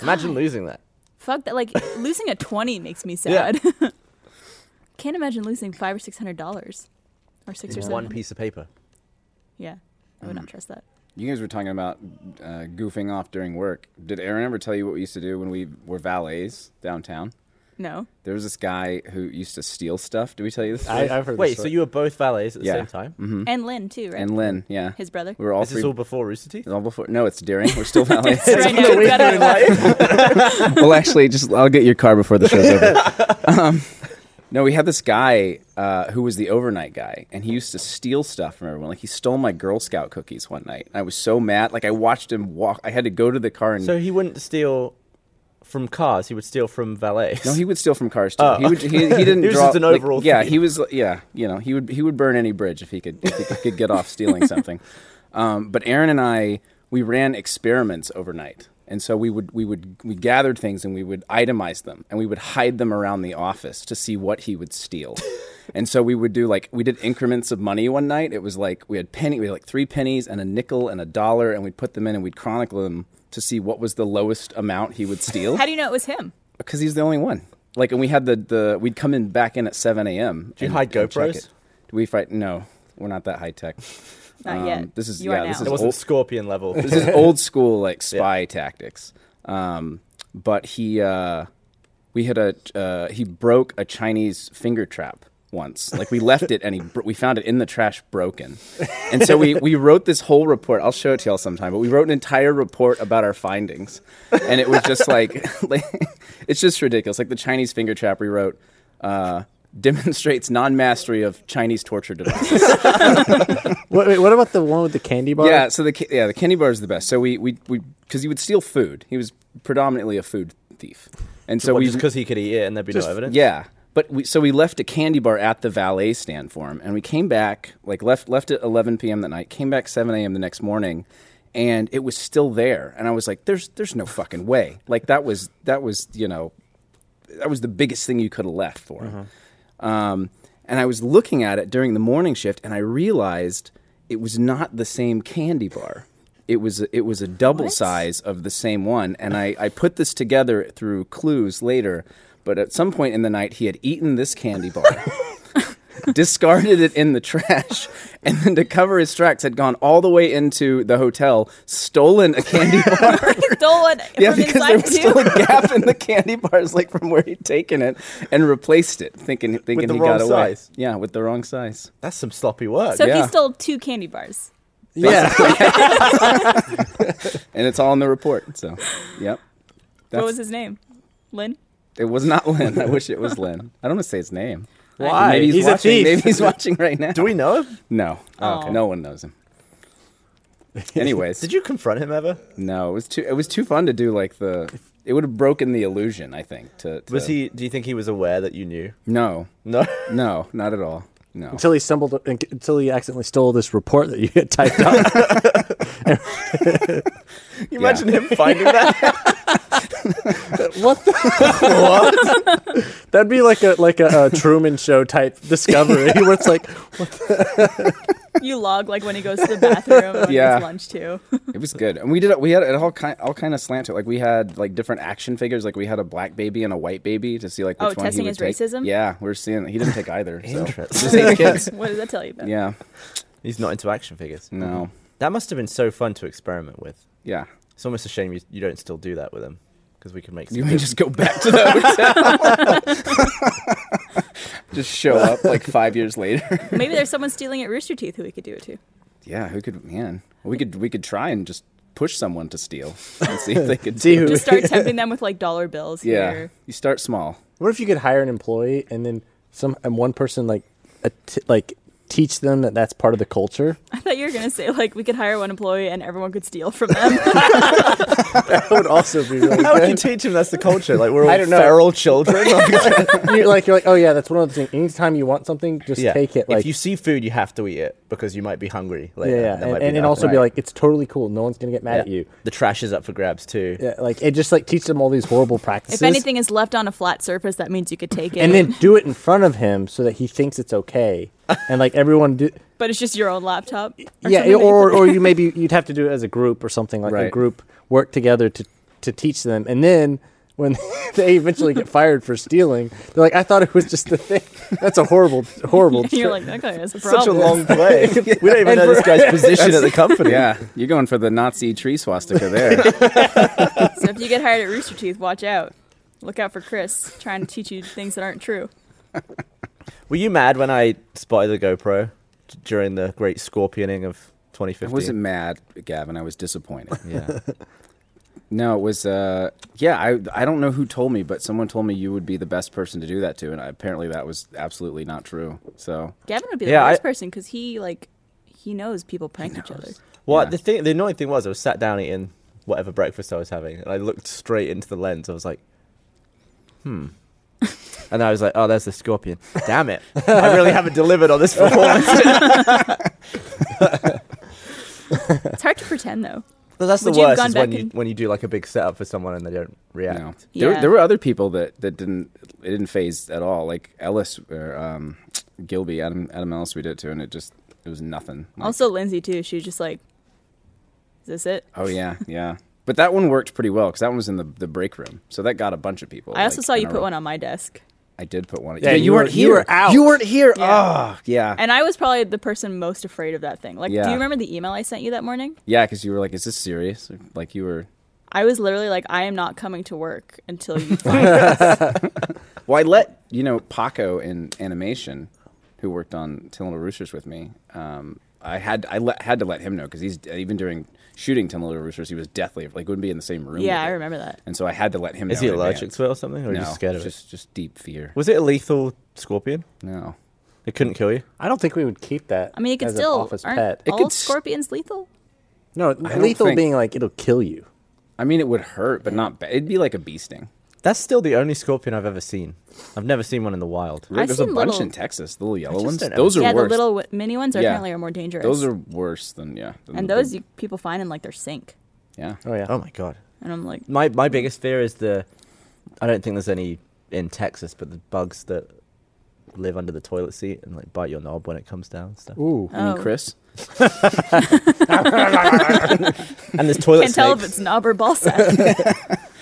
Imagine losing that.
Fuck that. Like, losing a 20 makes me
Yeah.
sad. Can't imagine losing five or six hundred dollars. Or six or
It's
seven.
one piece of paper.
Mm.
Yeah. I would not trust that.
You guys were talking about uh, goofing off during work. Did Aaron ever tell you what we used to do when we were valets downtown?
No.
There was this guy who used to steal stuff. Did we tell you this?
I,
story?
I've heard.
Wait,
this
so
story.
you were both valets at the
Yeah.
same time?
And Lynn too, right?
Mm. and Lynn, yeah,
His brother?
We were all
Is this
three. Mm-hmm.
all before Rooster Teeth?
all before? No, it's during. We're still valets.
Right now, we've got it all.
well, actually, just I'll get your car before the show's over. Um, no, we had this guy uh, who was the overnight guy, and he used to steal stuff from everyone. Like he stole my Girl Scout cookies one night. I was so mad. Like I watched him walk. I had to go to the car and.
So he wouldn't steal from cars; he would steal from valets.
no, he would steal from cars too.
Oh.
he, would, he, he didn't.
It was
draw,
just an
like,
overall
yeah,
theme.
he was. Yeah, you know, he would he would burn any bridge if he could if he could, could get off stealing something. Um, but Aaron and I we ran experiments overnight, and so we would we would we gathered things and we would itemize them and we would hide them around the office to see what he would steal. And so we would do like we did increments of money one night. It was like we had penny, we had like three pennies and a nickel and a dollar, and we'd put them in and we'd chronicle them to see what was the lowest amount he would steal
How do you know it was him?
because he's the only one. Like, and we had the, the we'd come in back in at seven a.m. Do
you hide GoPros?
Do we fight? No, we're not that high tech.
Not
Um,
yet.
this is-
you
yeah,
Are
this
now.
it
is-
wasn't
old-
scorpion level.
This is old school like spy tactics. Um, but he uh, we had a uh, he broke a Chinese finger trap once. Like we left it and he bro- we found it in the trash broken. And so we we wrote this whole report. I'll show it to y'all sometime. But we wrote an entire report about our findings, and it was just like, like it's just ridiculous. Like the Chinese finger trap we wrote. Uh, demonstrates non-mastery of Chinese torture devices.
Wait, wait, what about the one with the candy bar?
Yeah, so the ca- yeah the candy bar is the best. So we we we because he would steal food. He was predominantly a food thief, and so
Well,
we
just because he could eat it and there'd be no evidence.
yeah. But we so we left a candy bar at the valet stand for him, and we came back like left left at 11 p.m. that night. Came back 7 a.m. the next morning, and it was still there. And I was like, "There's there's no fucking way. Like that was that was you know that was the biggest thing you could have left for him." Um, and I was looking at it during the morning shift, and I realized it was not the same candy bar. It was it was a double
What?
size of the same one, and I, I put this together through clues later. But at some point in the night, he had eaten this candy bar, discarded it in the trash, and then to cover his tracks, had gone all the way into the hotel, stolen a candy bar.
Stolen
Yeah,
from
because
inside
there was
too.
still a gap in the candy bars, like from where he'd taken it and replaced it, thinking thinking
the
he
wrong
got away.
size.
Yeah, with the wrong size.
That's some sloppy work.
so
yeah.
he stole two candy bars.
Yeah, and it's all in the report. So, yep. That's-
what was his name? Lynn.
It was not Lynn. I wish it was Lynn. I don't want to say his name.
Why?
Maybe he's,
He's a
watching.
thief.
Maybe he's watching right now.
Do we know him?
No.
Oh, okay.
No one knows him. Anyways,
Did you confront him ever?
No, it was too. It was too fun to do like the. It would have broken the illusion. I think. To, to
Was he? Do you think he was aware that you knew?
No.
No.
No. Not at all. No.
Until he stumbled, until he accidentally stole this report that you had typed up.
Can you imagine him finding that?
what? The? That'd be like a like a, a Truman Show type discovery where it's like,
You log like when he goes to the bathroom and when
Yeah.
it's lunch too.
It was good, and we did. it- We had it all kind. All kind of slant to it. Like we had like different action figures. Like we had a black baby and a white baby to see like
Oh,
which one he
testing
would
his
take.
racism?
Yeah, we are seeing. He didn't take either. so.
Interesting.
Just ate kids.
what does that tell you about?
Yeah.
He's not into action figures.
No.
That must have been so fun to experiment with.
Yeah.
It's almost a shame you, you don't still do that with him because we could make. Some
You mean just go back to the hotel? just show up like five years later.
Maybe there's someone stealing at Rooster Teeth who we could do it to.
Yeah, who could man? We could we could try and just push someone to steal and see if they could
See
do
who-
it.
Just start tempting them with like dollar bills
Yeah,
here.
you start small.
what if you could hire an employee and then some and one person like, a t- like teach them that that's part of the culture?
I thought you were gonna say like we could hire one employee and everyone could steal from them.
That would also be really
How would
good.
you teach him that's the culture? Like we're all
I don't know.
feral children.
you're like you're like, oh yeah, that's one of the things. Anytime you want something, just take it. Like
if you see food, you have to eat it because you might be hungry
yeah,
later.
yeah.
There
and,
might
and,
be
and
that.
also be
Right.
like, it's totally cool. No one's gonna get mad at
Yeah.
you.
The trash is up for grabs too.
Yeah, like it just like teach them all these horrible practices.
if anything is left on a flat surface, that means you could take it.
and then do it in front of him so that he thinks it's okay, and like everyone do.
but it's just your own laptop. Or
yeah,
something that you
or or you maybe you'd have to do it as a group or something like a
Right.
group work together to to teach them, and then when they eventually get fired for stealing, they're like, I thought it was just the thing. That's a horrible, horrible.
You're like,
trick.
that guy has a problem.
Such a long play. We don't even
And
know this
for-
guy's position at the company.
Yeah, you're going for the Nazi tree swastika there.
so if you get hired at Rooster Teeth, watch out. Look out for Chris trying to teach you things that aren't true.
Were you mad when I spotted the GoPro d- during the great scorpioning of 2015?
I wasn't mad, Gavin. I was disappointed.
Yeah.
No, it was. Uh, yeah, I I don't know who told me, but someone told me you would be the best person to do that to, and I, apparently that was absolutely not true. So
Gavin would be the
Yeah,
worst
I-
person because he like he knows people prank each other.
Well,
Yeah.
the thing, the annoying thing was, I was sat down eating whatever breakfast I was having, and I looked straight into the lens. I was like, hmm. And I was like, "Oh, there's the scorpion! Damn it! I really haven't delivered on this performance."
It's hard to pretend though.
But that's the
Would you have
worst
gone
is when
back
you
and-
when you do like a big setup for someone and they don't react.
No.
Yeah.
There, there were other people that, that didn't it didn't phase at all. Like Ellis or um, Gilby, Adam Adam Ellis, we did it too, and it just it was nothing. Like,
Also, Lindsay too. She was just like, "Is this it?"
oh yeah, yeah. But that one worked pretty well because that one was in the, the break room, so that got a bunch of people.
I also
like,
saw
in
you
a
put
row.
one on my desk,
I did put one.
Yeah, you were- you were out.
You weren't here.
Yeah.
Oh, yeah,
and I was probably the person most afraid of that thing. Like, do
Yeah.
you remember the email I sent you that morning?
yeah. Because you were like, "Is this serious?" Or, Like you were.
I was literally like, "I am not coming to work until you." find
Well, I let you know Paco in animation, who worked on Tin Little Roosters with me. Um, I had I let, had to let him know because he's even during shooting Tin Little Roosters, he was deathly like wouldn't be in the same room.
yeah,
with
I
it.
remember that.
And so I had to let him.
Is
know
he
in
allergic
advance.
to it or something, or are
no,
you just scared of
just just deep fear.
it? Was it a lethal scorpion?
No,
It couldn't kill you.
I don't think we would keep that.
I mean, you can
as
still
an office
aren't
pet.
all
could s-
scorpions lethal?
no,
don't
lethal
think-
being like it'll kill you.
I mean it would hurt, but not. Ba- it'd be like a bee sting.
That's still the only scorpion I've ever seen. I've never seen one in the wild.
I've
There's a
seen
bunch
little-
in Texas, the little yellow
just
ones.
don't know.
Those are
yeah,
worse.
the little w- mini ones are
Yeah.
apparently are more dangerous.
Those are worse than yeah. than
and
the
those
big-
you, people find in like their sink,
yeah.
Oh yeah.
Oh my god.
and I'm like,
My my biggest fear is the. I don't think there's any in Texas, but the bugs that live under the toilet seat and like bite your knob when it comes down and stuff.
Ooh.
I mean,
Oh.
Chris.
And there's toilet
can't tell if
snakes.
it's knob or ball sack.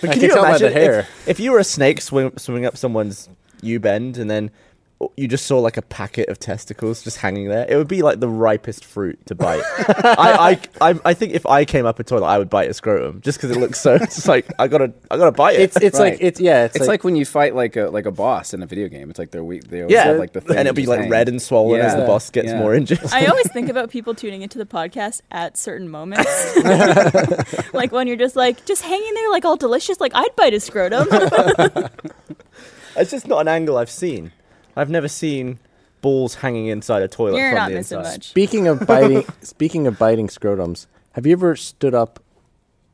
But
I can tell by the
if-
hair.
If, you were a snake swim, swimming up someone's U bend and then you just saw like a packet of testicles just hanging there, it would be like the ripest fruit to bite. I, I, I I think if I came up a toilet, I would bite a scrotum just because it looks so. It's like I gotta I gotta bite it.
It's it's
Right.
like it's yeah. It's,
It's
like,
like, when you fight like a like a boss in a video game. It's like they're weak. They always
yeah,
have, like the thing
and it'll
that
be
just
like
hangs.
red and swollen as the
Yeah.
boss gets
Yeah.
more injured.
I always think about people tuning into the podcast at certain moments. like when you're just like, just hanging there, like all delicious. Like, I'd bite a scrotum.
It's just not an angle I've seen. I've never seen balls hanging inside a toilet
you're
from
not
the
missing
inside.
much.
speaking of biting. speaking of biting scrotums, have you ever stood up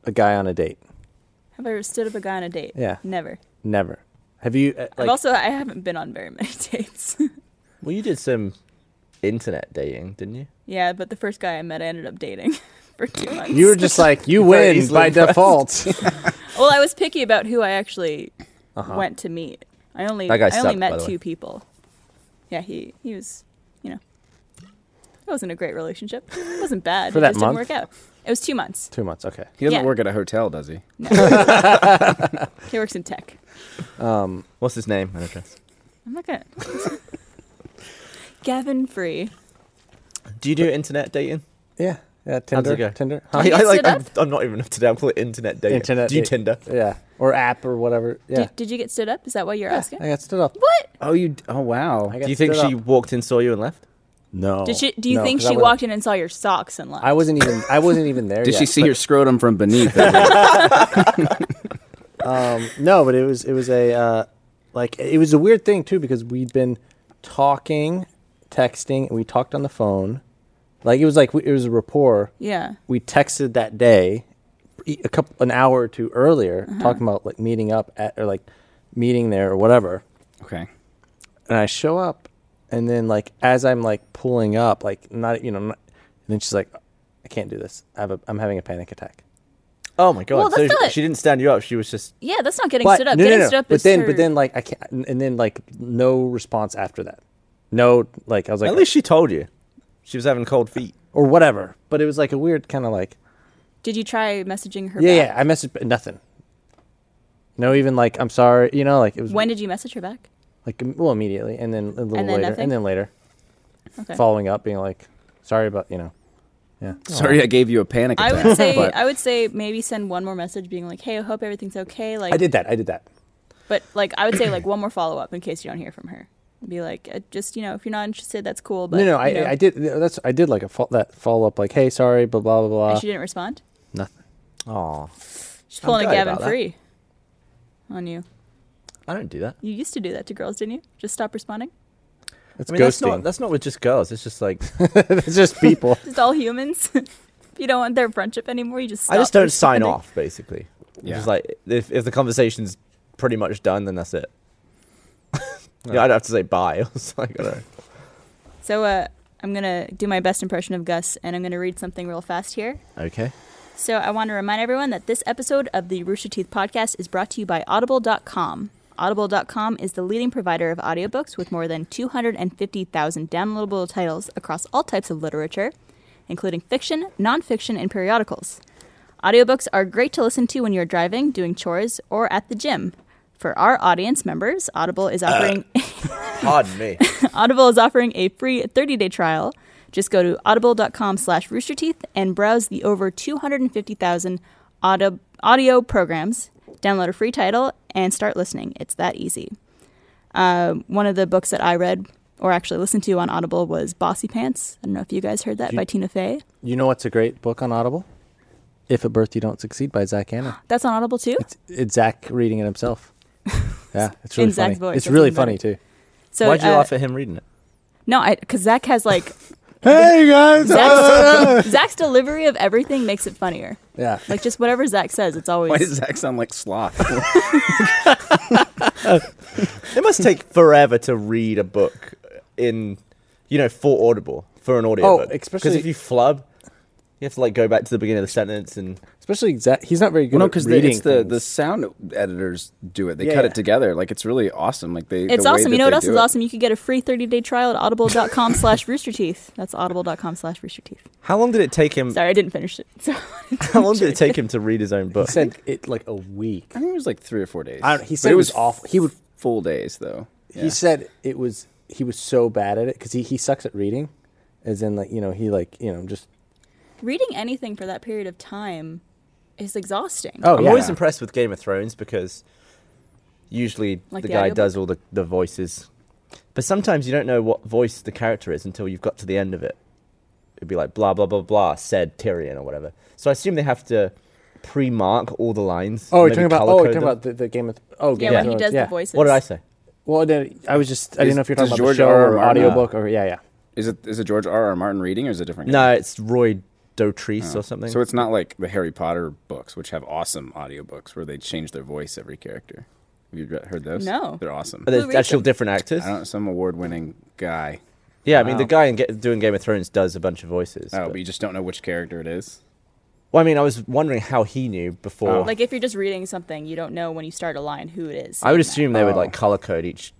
a guy on a date?
Have I ever stood up a guy on a date?
Yeah.
Never.
Never. Have you? uh,
I've
Like,
also, I haven't been on very many dates.
Well, you did some internet dating, didn't you?
yeah, but the first guy I met, I ended up dating for two months.
you were just like you win
easily
by
impressed.
default.
well, I was picky about who I actually
Uh-huh.
went to meet. I only,
That guy
I
sucked,
only
by
met
the way.
two people. Yeah, he, he was, you know, it wasn't a great relationship. It wasn't bad.
For
it
that
just
month?
didn't work out. It was two months.
Two months. Okay.
He doesn't
Yeah.
work at a hotel, does he?
He works in tech.
Um,
What's his name and address?
I'm not gonna. Gavin Free.
Do you do internet dating?
Yeah. Yeah. Tinder.
go?
Tinder.
Do you
I, I like.
sit
I'm,
up?
I'm not even up to date. I'm calling it internet dating.
Internet
do you
date.
Tinder?
Yeah. Or app or whatever. Yeah.
Did, did you get stood up? Is that what you're asking?
I got stood up.
what?
Oh, you. Oh, wow.
I got
Do you think
stood
she
up.
walked in, saw you, and left?
No.
Did she? Do you
Oh, No,
think
'cause I
she
wasn't-
walked in and saw your socks and left?
I wasn't even. I wasn't even there.
Did
yet,
she see
but-
your scrotum from beneath?
Um, no, but it was it was a uh, like it was a weird thing too because we'd been talking, texting, and we talked on the phone. Like it was like we, it was a rapport.
yeah.
We texted that day, e- a couple an hour or two earlier,
Uh-huh.
talking about like meeting up at or like meeting there or whatever.
okay.
And I show up, and then like as I'm like pulling up, like not you know, not, and then she's like, I can't do this. I have a, I'm having a panic attack.
Oh my god!
Well,
so
that's
she,
not-
she didn't stand you up. She was just.
Yeah, that's not getting
but
stood up.
no,
getting
no, no.
stood up
but
is
then,
her-
but then, like I can't, and- and then like no response after that. No, like I was like,
At least she told you. She was having cold feet.
or whatever. But it was like a weird kind of like,
did you try messaging her?
yeah,
back?
yeah. I messaged but nothing. No, even like I'm sorry. You know, like it was
When did you message her back?
like im- well immediately, and then a little
And then
later,
nothing?
and then later,
Okay.
following up, being like, sorry about you know, yeah.
Sorry, I gave you a panic
I
attack.
would say
but-
I would say maybe send one more message being like, "Hey, I hope everything's okay." Like
I did that. I did that.
But like I would say like one more follow up in case you don't hear from her. Be like, uh, just you know, if you're not interested, that's cool. But
no, no,
you know.
I, I did. That's I did like a fo- that follow up, like, hey, sorry, blah blah blah
And
blah.
she didn't respond.
Nothing.
Oh,
She's pulling a
good
Gavin
about that.
free on you.
I don't do that.
You used to do that to girls, didn't you? Just stop responding.
It's
I mean, that's not
ghosting.
that's not with just girls. It's just like
it's just people.
Just all humans. if you don't want their friendship anymore, you just. Stop
I just don't sign
responding.
off. Basically, I'm
Yeah.
just like if if the conversation's pretty much done, then that's it. yeah, I'd have to say bye. or something, I don't know.
So uh, I'm gonna do my best impression of Gus, and I'm gonna read something real fast here.
Okay.
So I want to remind everyone that this episode of the Rooster Teeth podcast is brought to you by audible.com. Audible.com is the leading provider of audiobooks with more than 250,000 downloadable titles across all types of literature, including fiction, nonfiction, and periodicals. Audiobooks are great to listen to when you're driving, doing chores, or at the gym. For our audience members, Audible is offering
Pardon me.
Audible is offering a free 30-day trial. Just go to audible.com slash roosterteeth and browse the over 250,000 audio, audio programs. Download a free title and start listening. It's that easy. Um, one of the books that I read or actually listened to on Audible was Bossy Pants. I don't know if you guys heard that by Tina Fey.
You know what's a great book on Audible? If at birth you don't succeed by Zach Anna.
That's on Audible too?
It's, it's Zach reading it himself. Yeah, it's
In
really funny.
Zach's voice,
it's
that's
really
even better.
funny too.
So,
Why'd you
uh,
laugh at him reading it?
No, because Zach has like,
Hey guys.
Zach's, Zach's delivery of everything makes it funnier.
yeah.
Like just whatever Zach says, it's always...
Why does Zach sound like sloth?
It must take forever to read a book in, you know, for Audible for an audio.
Oh, especially-
because if you flub, you have to like go back to the beginning of the sentence and
Especially Zach. He's not very good
no,
at
because
reading.
it's the,
things.
the sound editors do it. They
Yeah,
cut
yeah.
it together. Like it's really awesome. Like they.
It's
the way
awesome. You
that
know
they
what else
do
is
it.
awesome? You can get a free 30 day trial at audible.com slash roosterteeth. That's audible.com slash roosterteeth.
how long did it take him?
Sorry, I didn't finish it. So
How long did it take him to read his own book?
he said it like a week.
I think it was like three or four days.
I don't- he
But
said it was awful. He would-
full days though.
He said it was he was so bad at it because he, he sucks at reading, as in like you know he like you know just
reading anything for that period of time is exhausting.
oh
I'm
yeah.
always impressed with Game of Thrones because usually
Like
the,
the
guy
audiobook?
does all the, the voices. But sometimes you don't know what voice the character is until you've got to the end of it. It'd be like blah blah blah blah said Tyrion or whatever. So I assume they have to pre-mark all the lines.
oh you're
maybe
talking about
colour
oh you're
code
talking
them.
about the, the game of oh
yeah,
game
when
of
he
Thrones,
does
yeah.
the voices.
What did I say?
Well, then I was just I
Is-
didn't know if you're
does
talking
George
about the show
R. R.
or
Martin,
audiobook or yeah yeah.
Is it is it George R. R. Martin reading or is it a different? guy?
No, it's Roy
Oh.
Dotrice or something.
Oh. So it's not like the Harry Potter books, which have awesome audiobooks where they change their voice every character. Have you re- heard those?
No.
They're awesome.
who
Are they
reads
actual
them?
different actors?
I don't some award winning guy.
Yeah, I mean the
Wow.
guy in, Ga- doing Game of Thrones does a bunch of voices.
Oh,
but-
but you just don't know which character it is.
Well, I mean, I was wondering how he knew before.
Oh.
Like if you're just reading something, you don't know when you start a line who it is.
I would assume they would like
Oh.
color code each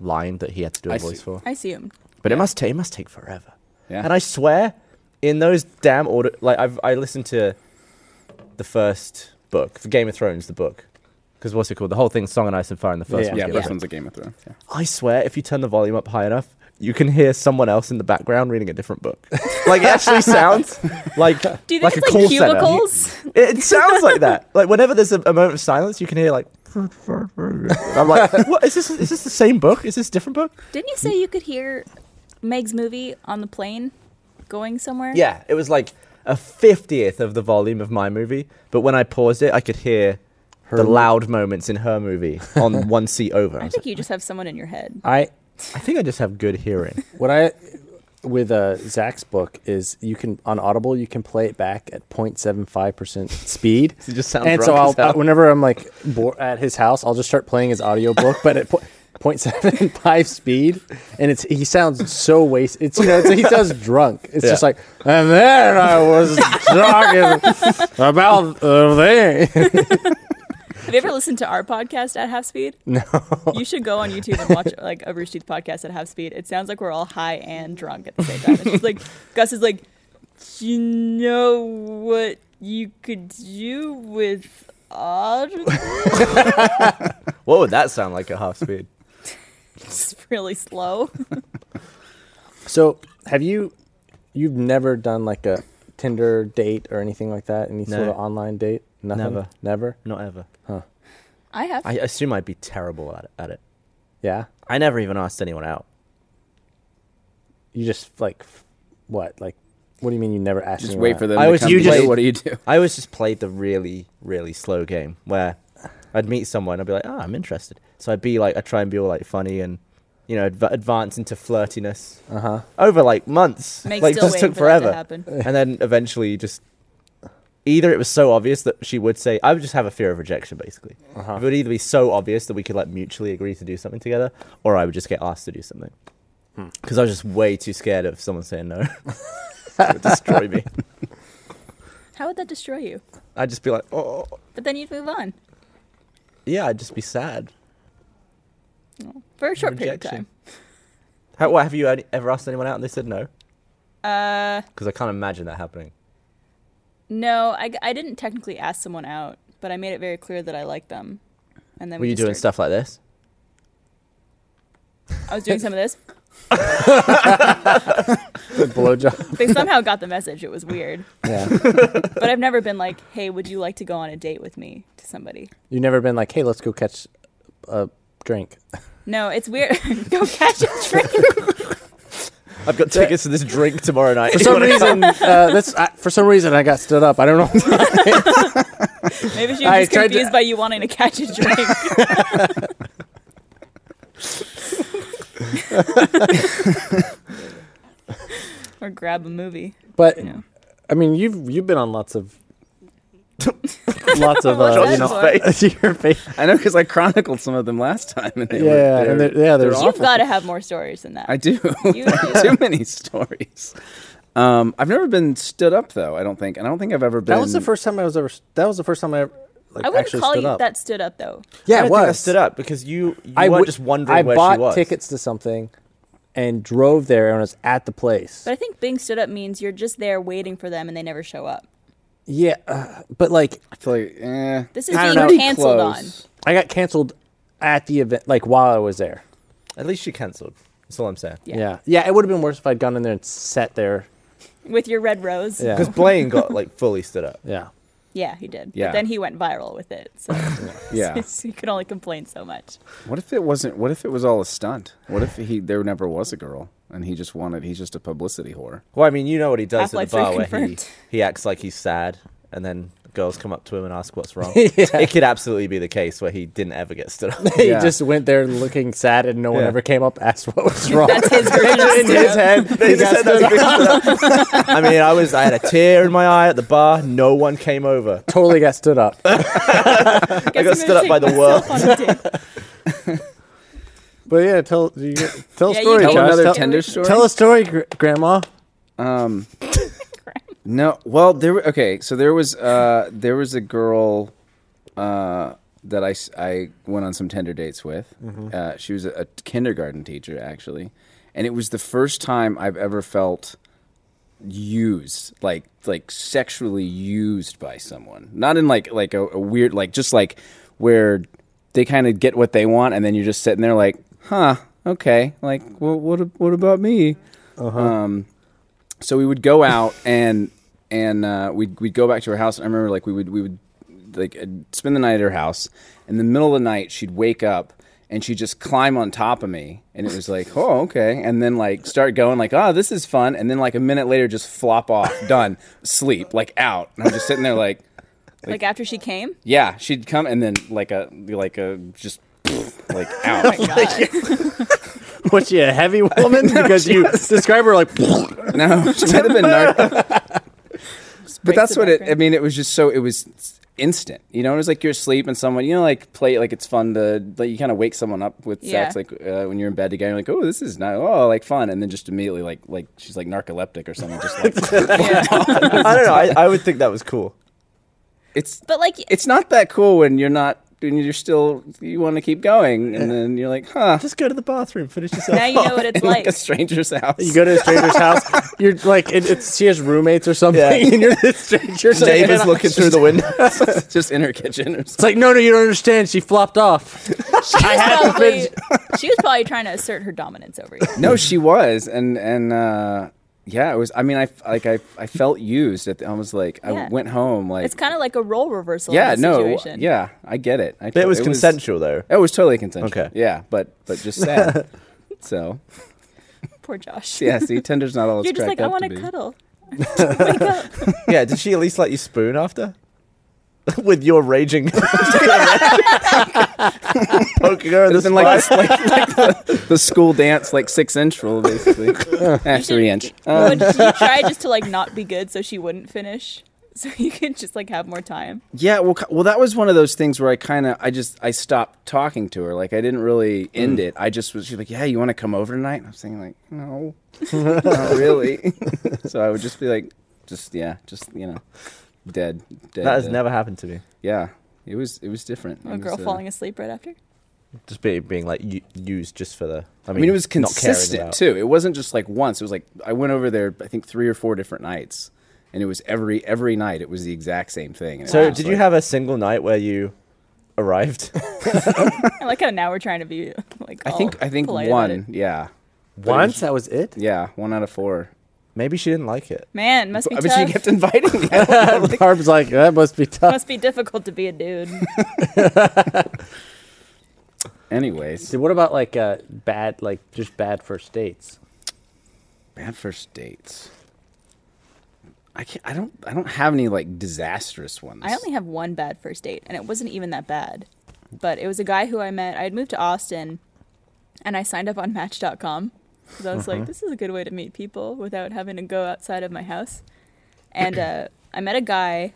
line that he had to do a
I
voice
see.
for.
I assumed.
But it must take it must take forever.
Yeah.
And I swear, in those damn order, like I've I listened to the first book, the Game of Thrones, the book, because what's it called? The whole thing, Song and Ice and Fire, and the first
Yeah.
one.
yeah,
Game of
first
Thrones.
one's a Game of Thrones. Yeah.
I swear, if you turn the volume up high enough, you can hear someone else in the background reading a different book. like it actually sounds like
Do you think
like a
it's
call
like
center.
cubicles?
It, it sounds like that. Like whenever there's a, a moment of silence, you can hear like. I'm like, what is this? Is this the same book? Is this a different book?
Didn't you say you could hear Meg's movie on the plane going somewhere?
Yeah, it was like a fiftieth of the volume of my movie, but when I paused it, I could hear the loud moments in her movie on one seat over. I,
I
was
think
like,
you just have someone in your head.
I
I think I just have good hearing.
what I with uh, Zach's book is you can on Audible you can play it back at 0.75 percent speed.
So you just sound
and so
drunk
I'll
as hell.
uh, whenever I'm like bo- at his house, I'll just start playing his audiobook, but at po- 0.75 speed, and it's he sounds so wasted. It's you know it's, he sounds drunk. It's
Yeah.
just like and then I was talking about the thing.
Have you ever listened to our podcast at half speed? No. You should go on YouTube and watch like a Rooster Teeth podcast at half speed. It sounds like we're all high and drunk at the same time. It's just like Gus is like, you know what you could do with odd.
What would that sound like at half speed?
It's really slow.
So, have you? You've never done like a Tinder date or anything like that? Any sort
No.
of online date? Nothing.
Never.
Never.
Not ever.
I have.
I assume I'd be terrible at, at it.
Yeah.
I never even asked anyone out.
You just like, f- what? Like, what do you mean you never asked?
Just
anyone
wait
out?
for them
I
to
was-
come
you
to you.
just-
What do you do?
I always just played the really, really slow game where I'd meet someone, I'd be like, oh, I'm interested. So I'd be like, I'd try and be all like funny and, you know, adv- advance into flirtiness
Uh huh.
over like months.
Meg's
like,
still
just
waiting
took
for that to
forever.
happen.
And then eventually just either it was so obvious that she would say, I would just have a fear of rejection basically.
Uh-huh.
It would either be so obvious that we could like mutually agree to do something together or I would just get asked to do something. Because I was just way too scared of someone saying no. it would destroy me.
How would that destroy you?
I'd just be like, oh.
But then you'd move on
Yeah, I'd just be sad.
for a short period of
Rejection.
time.
How, what, have you any- ever asked anyone out and they said no?
Uh,
Because I can't imagine that happening.
no, I, I didn't technically ask someone out, but I made it very clear that I liked them. And then
Were
we
you
just
doing
started-
stuff like this?
I was doing some of this.
Blowjob.
They somehow got the message. It was weird,
yeah.
but I've never been like, "Hey, would you like to go on a date with me?" To somebody.
You've never been like, hey, let's go catch a drink.
No, it's weird. go catch a drink.
I've got tickets to this drink tomorrow night.
For some reason, uh, that's I, for some reason I got stood up. I don't know.
Maybe she
I
was just
tried to-
confused by you wanting to catch a drink. or grab a movie.
But
Yeah.
I mean, you've you've been on lots of lots of uh,
What's
you
that
know your face.
I know because I chronicled some of them last time, and they were
Yeah,
they're-
and they're- yeah,
they're
there's-
You've
awful.
got to have more stories than that.
I do.
You-
Too many stories. Um, I've never been stood up though. I don't think, and I don't think I've ever been.
That was the first time I was ever. That was the first time I ever like
I wouldn't
actually
call
stood
you
up.
that stood up though.
I
yeah, it
don't think I
was.
stood up because you, you
I
weren't
would-
just wondering
I
where
bought
she was.
tickets to something and drove there and was at the place.
But I think being stood up means you're just there waiting for them and they never show up.
yeah, uh, but like
I feel like, eh.
This is
I don't
being
know.
Pretty
canceled
close.
I got canceled at the event, like while I was there.
At least she cancelled. That's all I'm saying.
Yeah.
Yeah, yeah, it would have been worse if I'd gone in there and sat there.
on with your red rose.
Yeah,
Because Blaine got like fully stood up.
yeah.
Yeah, he did.
Yeah.
But then he went viral with it. So
Yeah.
you could only complain so much.
What if it wasn't? What if it was all a stunt? What if he there never was a girl, and he just wanted? He's just a publicity whore.
Well, I mean, you know what he does
Half-Life
at the bar
3
where he,
confirmed.
he acts like he's sad and then girls come up to him and ask what's wrong. It could absolutely be the case where he didn't ever get stood up.
He
Yeah.
just went there looking sad, and no one
Yeah.
ever came up asked what was wrong.
That's his version of
in
stood
his
up.
head. They just said those things. I mean, I was I had a tear in my eye at the bar. No one came over.
totally got stood up.
Guess
got
I'm gonna
stood up
take
by the
myself on a date.
But yeah, tell you, tell a
Yeah, you can-
story. Josh.
Tell another
tell,
tender story.
tell a story, gr- Grandma.
Um, no. Well, there. were- Okay, so there was uh, there was a girl uh, that I, s- I went on some Tinder dates with. Uh, she was a, a kindergarten teacher actually, and it was the first time I've ever felt used, like like sexually used by someone. Not in like like a, a weird like just like where they kind of get what they want, and then you're just sitting there like, huh, okay, like well, what a- what about me? Um, so we would go out and and uh, we'd we'd go back to her house. And I remember like we would we would like uh, spend the night at her house. In the middle of the night, she'd wake up and she'd just climb on top of me, and it was like, oh okay, and then like start going like, oh this is fun, and then like a minute later, just flop off, done, sleep, like out, and I'm just sitting there like.
Like after she came?
Yeah, she'd come and then like a like a just like
Oh
out.
Was she a heavy woman? because you describe her like
no, she might have been narc. but that's
the
what it. I
background.
mean, it was just so it was instant. You know, it was like you're asleep and someone you know like play like it's fun to like you kind of wake someone up with
Yeah.
sex like uh, when you're in bed together. You're like, oh, this is not oh like fun, and then just immediately like like she's like narcoleptic or something. Just like
I don't know. I, I would think that was cool.
it's
But like
it's not that cool when you're not and you're still you want to keep going, and then you're like, huh?
Just go to the bathroom, finish yourself.
Now you know what it's
in,
like.
a stranger's house.
You go to a stranger's house. You're like, it, it's she has roommates or something,
Yeah.
and you're this stranger.
Dave
It's
is looking through the window.
just in her kitchen. Or something.
like, no, no, you don't understand. She flopped off.
She was,
had to
probably, she was probably trying to assert her dominance over you.
No, she was, and and uh, yeah, it was. I mean, I like I I felt used. At the, I was like, I
Yeah.
went home like
It's kind of like a role reversal.
yeah,
in this
no,
situation.
yeah, I get it. I,
But it was consensual, though.
It was totally consensual.
Okay.
Yeah, but but just sad. so
Poor Josh.
yeah, see, Tinder's not all. it's
You're just like,
cracked
I
up
want to
be.
cuddle. Oh Wake up.
Yeah, did she at least let you spoon after? With your raging poking her in the
It's been like,
spine.
this, like, like the, the school dance, like six inch rule, basically. Eh, three inch. Uh,
Would you try just to like not be good so she wouldn't finish? So you could just like have more time.
yeah, well, ki- well, that was one of those things where I kind of, I just, I stopped talking to her. Like, I didn't really end it. I just was, she's like, yeah, you want to come over tonight? And I was thinking, like, no, not really. so I would just be like, just, yeah, just, you know, dead. dead
That has
dead.
never happened to me.
Yeah. It was, it was uh, different.
A Oh, girl falling asleep right after.
Just be, being like u- used just for the. I mean,
I mean, it was
not caring
consistent
about-
too. It wasn't just like once. It was like I went over there, I think three or four different nights, and it was every every night. It was the exact same thing. And it
So,
was just
did you
like-
have a single night where you arrived?
I like how now we're trying to be like.
I
all
think I think
polite about
one.
it.
Yeah,
Once that was it.
yeah, one out of four.
Maybe she didn't like it.
Man, must be
But,
tough.
she kept inviting me. I don't know, like-
Harb's like, that must be tough.
Must be difficult to be a dude.
Anyways,
Dude, what about like uh, bad, like just bad first dates?
bad first dates. I can't. I don't. I don't have any like disastrous ones.
I only have one bad first date, and it wasn't even that bad. But it was a guy who I met. I had moved to Austin, and I signed up on Match.com because I was like, this is a good way to meet people without having to go outside of my house. And uh, I met a guy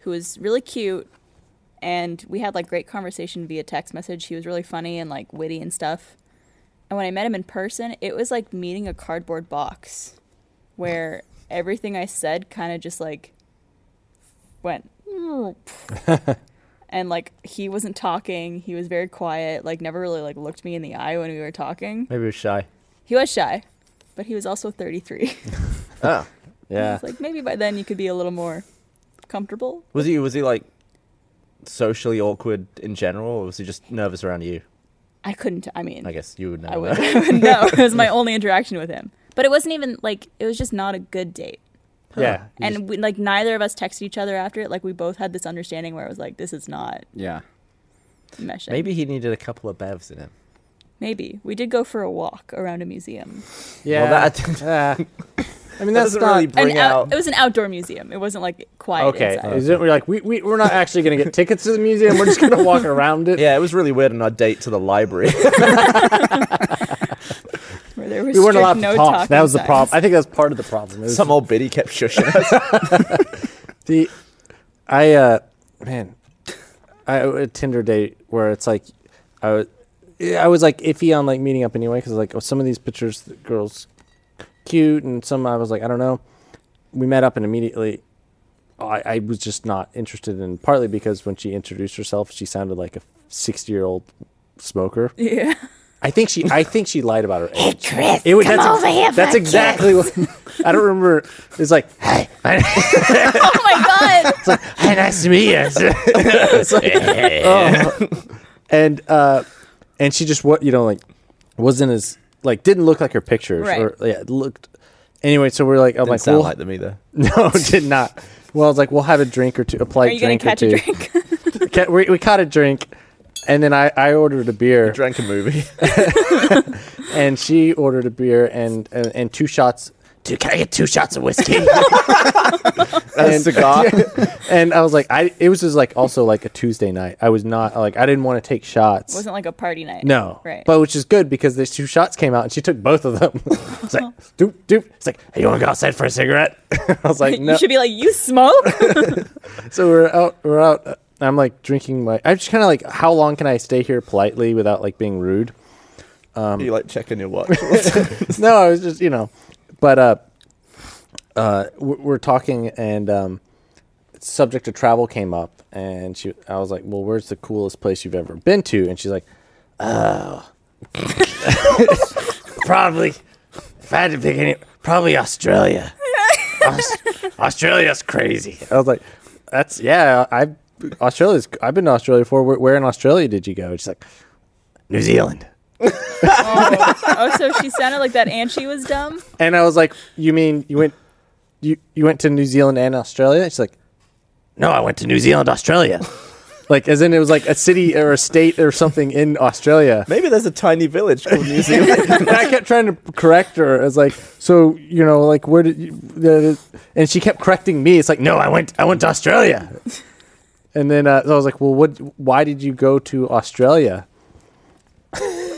who was really cute, and we had like great conversation via text message. He was really funny and like witty and stuff. And when I met him in person, it was like meeting a cardboard box where everything I said kind of just like went and like he wasn't talking he was very quiet like never really like looked me in the eye when we were talking
Maybe it was shy.
he was shy but he was also 33
Oh,
Yeah.
It's like maybe by then you could be a little more comfortable
was he? Was he like socially awkward in general, or was he just nervous around you?
i couldn't i mean
I guess you would know.
i would
that.
no it was my only interaction with him but it wasn't even like it was just not a good date
Yeah. You
and we, like neither of us texted each other after it like we both had this understanding where it was like this is not
Yeah.
meshing
Maybe he needed a couple of bevs in him.
maybe we did go for a walk around a museum
just- yeah.
that-
Yeah. I mean,
That
that's
doesn't
not.
really
And
bring
out,
out.
it was an outdoor museum. It wasn't like quiet
Okay,
inside.
is it, we're like we we we are not actually gonna get tickets to the museum. We're just gonna walk around it.
Yeah, it was really weird on our date to the library.
Where there was
we
strict
weren't allowed to
no
talk.
talking
That was the
signs.
problem. I think that's part of the problem. It was
Some old biddy kept shushing us.
The, I uh, man, I a Tinder date where it's like, I was, I was like iffy on like meeting up anyway because like oh, some of these pictures the girls cute and some I was like I don't know. We met up and immediately, I, I was just not interested in partly because when she introduced herself she sounded like a sixty year old smoker.
Yeah.
I think she. I think she lied about her age. it was, that's over here. That's exactly what. I don't remember. It was like, hey,
oh my god.
hey, nice to meet you. It's like, oh. And uh, and she just what you know like wasn't as like didn't look like her pictures
Right.
or yeah it looked. Anyway, so we're like, I'm
Didn't
like,
sound
well,
like them either.
no, did not. Well, I was like, we'll have a drink or two, a
Are
polite
you gonna
drink
catch
or
a
two.
drink?
Ca- we, we caught a drink, and then I, I ordered a beer,
Drank a movie.
and she ordered a beer and and, and two shots. Dude, can I get two shots of whiskey?
and a cigar.
and I was like, I it was just like also like a Tuesday night. I was not like I didn't want to take shots.
It wasn't like a party night.
no,
Right.
But which is good because these two shots came out and she took both of them. it's like doop doop. It's like, hey, you want to go outside for a cigarette? I was like, no.
You should be like, you smoke?
so we're out. We're out. uh, I'm like drinking my. I'm just kind of like, how long can I stay here politely without like being rude? Um,
you like checking your watch.
no, I was just you know, but uh, uh, we're, we're talking and um, subject of travel came up, and she, I was like, "Well, where's the coolest place you've ever been to?" And she's like, "Oh, probably. If I had to pick any, probably Australia. Aus- Australia's crazy." I was like, "That's yeah. I Australia's. I've been to Australia before. Where, where in Australia did you go?" And she's like, "New Zealand."
Oh, so she sounded like that, and she was dumb.
And I was like, "You mean you went you you went to New Zealand and Australia?" She's like, "No, I went to New Zealand, Australia." like as in it was like a city or a state or something in Australia.
Maybe there's a tiny village called New Zealand.
and I kept trying to correct her. I was like, "So, you know, like where did you the, and she kept correcting me. It's like, "No, I went I went to Australia." and then uh, so I was like, "Well, what why did you go to Australia?"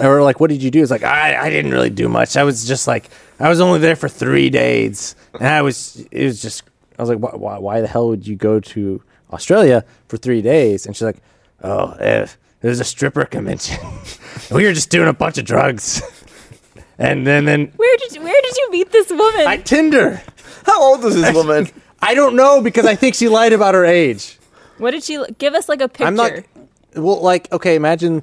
or like, what did you do? It's like, I, I didn't really do much. I was just like, I was only there for three days, and I was, it was just, I was like, why, why, why the hell would you go to Australia for three days? And she's like, oh, eh, it was a stripper convention. we were just doing a bunch of drugs, and then then
Where did you, where did you meet this woman?
I Tinder.
How old is this woman?
I don't know because I think she lied about her age.
what did she give us? Like a picture?
I'm not. Well, like, okay, imagine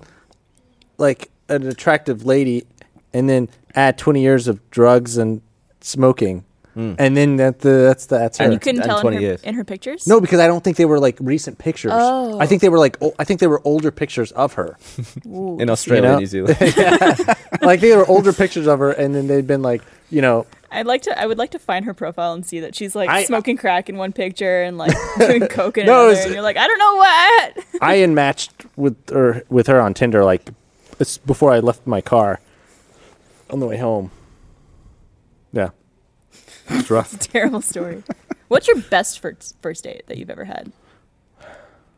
like an attractive lady, and then add 20 years of drugs and smoking, and then that the, that's the, that's her.
you couldn't
and
tell in
20
her,
years.
in her pictures.
no, because I don't think they were like recent pictures.
Oh.
I think they were like o- I think they were older pictures of her.
In Australia,
You know?
New Zealand.
like they were older pictures of her, and then they'd been like, you know,
I'd like to. I would like to find her profile and see that she's like
I- uh
smoking crack in one picture and like doing coke in
No,
another.
it's-
And you're like, I don't know what.
I unmatched with her with her on Tinder like it's before I left my car on the way home. Yeah. It's rough.
Terrible story. What's your best first first date that you've ever had?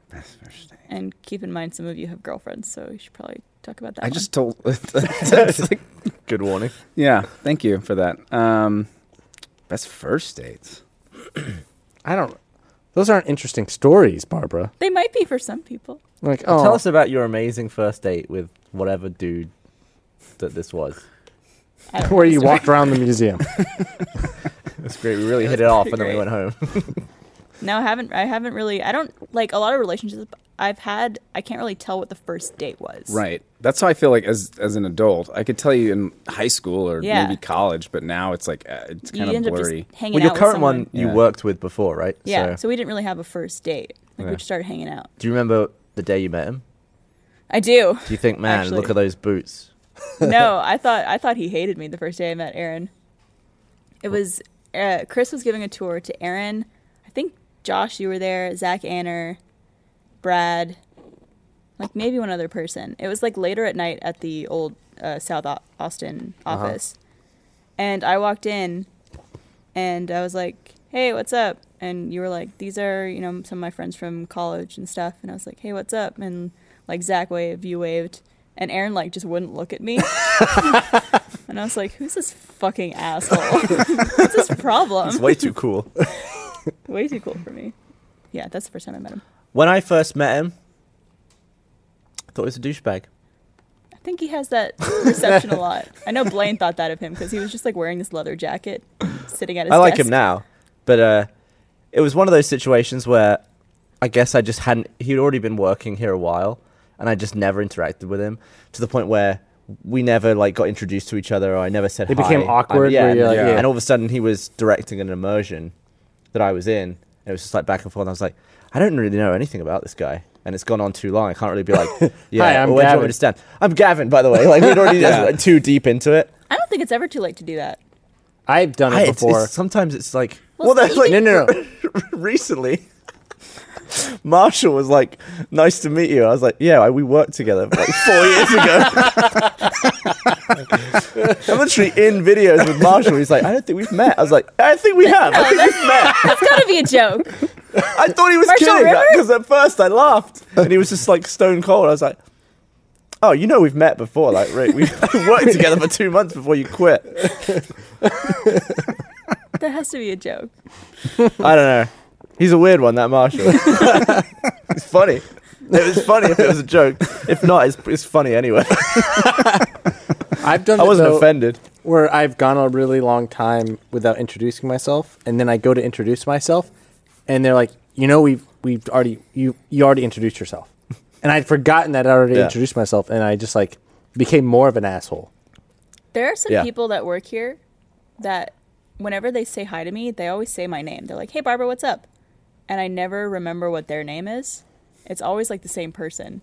That's interesting.
And keep in mind, some of you have girlfriends, so you should probably talk about that.
I
one.
just told.
Good warning.
yeah, thank you for that. Um, best first dates.
I don't. Those aren't interesting stories, Barbara.
they might be for some people.
Like, oh,
Tell us about your amazing first date with whatever dude that this was.
I don't know
where
the
you
story.
walked around the museum.
It's great. We really hit it off,
pretty
and then we
great.
went home.
No, I haven't. I haven't really. I don't like a lot of relationships I've had. I can't really tell what the first date was.
Right. That's how I feel like as as an adult. I could tell you in high school or
Yeah.
maybe college, but now it's like uh, it's
You
kind of
end
blurry.
up just hanging
well,
out.
your current
with someone.
one you
Yeah.
worked with before, right?
Yeah.
So,
So we didn't really have a first date. Like we just started hanging out.
do you remember the day you met him?
I do.
Do you think, man,
Actually-
look at those boots?
no, I thought I thought he hated me the first day I met Aaron. It was uh, Chris was giving a tour to Aaron. I think Josh, you were there. Zach Anner, Brad, like maybe one other person. It was like later at night at the old uh, South Au- Austin office, and I walked in, and I was like, "Hey, what's up?" And you were like, "These are you know some of my friends from college and stuff." And I was like, "Hey, what's up?" And like Zach waved, you waved, and Aaron like just wouldn't look at me. And I was like, who's this fucking asshole? What's his
It's
problem?
way too cool.
Way too cool for me. Yeah, that's the first time I met him.
when I first met him, I thought he was a douchebag.
I think he has that perception a lot. I know Blaine thought that of him because he was just like wearing this leather jacket, sitting at his
I like
desk.
him now, but uh, it was one of those situations where I guess I just hadn't. He'd already been working here a while, and I just never interacted with him to the point where we never like got introduced to each other, or I never said.
It became
hi.
awkward
And- yeah,
where
and,
you're
like, Yeah.
and all of a sudden he was directing an immersion that I was in, and it was just like back and forth. And I was like, I don't really know anything about this guy. And it's gone on too long. I can't really be like, yeah,
Hi, I'm
well, where do you want me
Gavin.
to stand? I'm Gavin, by the way. Like, we're already
Yeah.
like, too deep into it.
I don't think it's ever too late to do that.
I've done
I-
it
it's-
before.
it's- sometimes it's like,
Well,
well, that's
you
like,
can-
no, no, no.
recently. Marshall was like, "Nice to meet you." I was like, "Yeah, I- we worked together like four years ago." I'm literally in videos with Marshall. He's like, "I don't think we've met." I was like, "I think we have. I think we've met."
That's gotta be a joke.
I thought he was
Marshall
kidding
River?
because at first I laughed, and he was just like stone cold. I was like, "Oh, you know we've met before, like Rick. We worked together for two months before you quit."
That has to be a joke.
I don't know. He's a weird one, that Marshall. it's funny. It was funny if it was a joke. If not, it's, it's funny anyway.
I've done.
I
it,
wasn't
though,
offended.
Where I've gone a really long time without introducing myself, and then I go to introduce myself, and they're like, you know we've we've already you you already introduced yourself, and I'd forgotten that I already
Yeah.
introduced myself, and I just like became more of an asshole.
There are some
Yeah.
people that work here that whenever they say hi to me, they always say my name. They're like, "Hey Barbara, what's up?" And I never remember what their name is. It's always like the same person.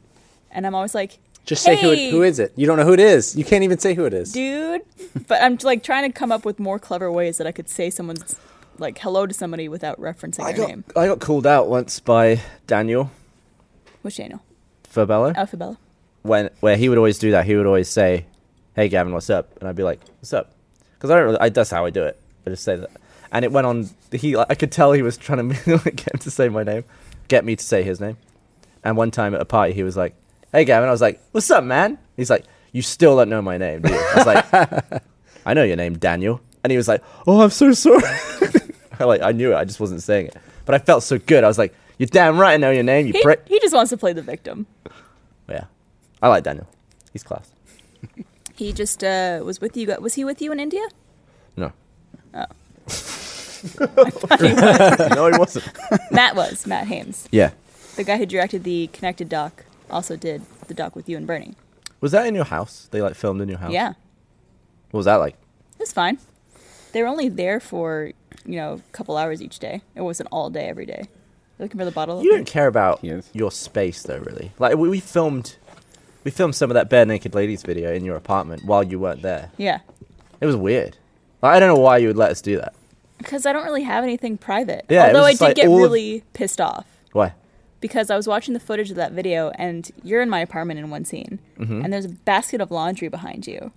And I'm always like,
Just say who
Hey.
it, who is it? You don't know who it is. You can't even say who it is.
"Dude," but I'm like trying to come up with more clever ways that I could say someone's like hello to somebody without referencing
I
their
got
name.
I got called out once by Daniel
Which Daniel?
Fabello
Alphabella.
when where he would always do that. He would always say, "Hey Gavin, what's up?" And I'd be like, "What's up?" Because I don't. Really, I, that's how I do it. I just say that, and it went on. He like, I could tell he was trying to get him to say my name, get me to say his name. And one time at a party, he was like, "Hey Gavin," I was like, "What's up, man?" He's like, "You still don't know my name." Do you? I was like, "I know your name, Daniel." And he was like, "Oh, I'm so sorry." I like I knew it. I just wasn't saying it, but I felt so good. I was like, "You're damn right. I know your name. You
He,
prick."
he just wants to play the victim.
Yeah, I like Daniel. He's class.
He just uh, was with you. gu- Was he with you in India?
No.
Oh.
no, he wasn't.
Matt was Matt Hames,
Yeah.
the guy who directed the Connected Doc. Also did the doc with you and Bernie.
Was that in your house? They like filmed in your house.
Yeah.
What was that like?
It's fine. They were only there for, you know, a couple hours each day. It wasn't all day every day. You're looking for the bottle?
You don't care about
Yes.
your space though, really. Like we, we filmed, we filmed some of that bare naked ladies video in your apartment while you weren't there.
Yeah.
It was weird. Like, I don't know why you would let us do that.
Because I don't really have anything private.
Yeah, it
Although
was
I
just
did
like
get
all of-
really pissed off
Why?
because I was watching the footage of that video and you're in my apartment in one scene
Mm-hmm.
and there's a basket of laundry behind you.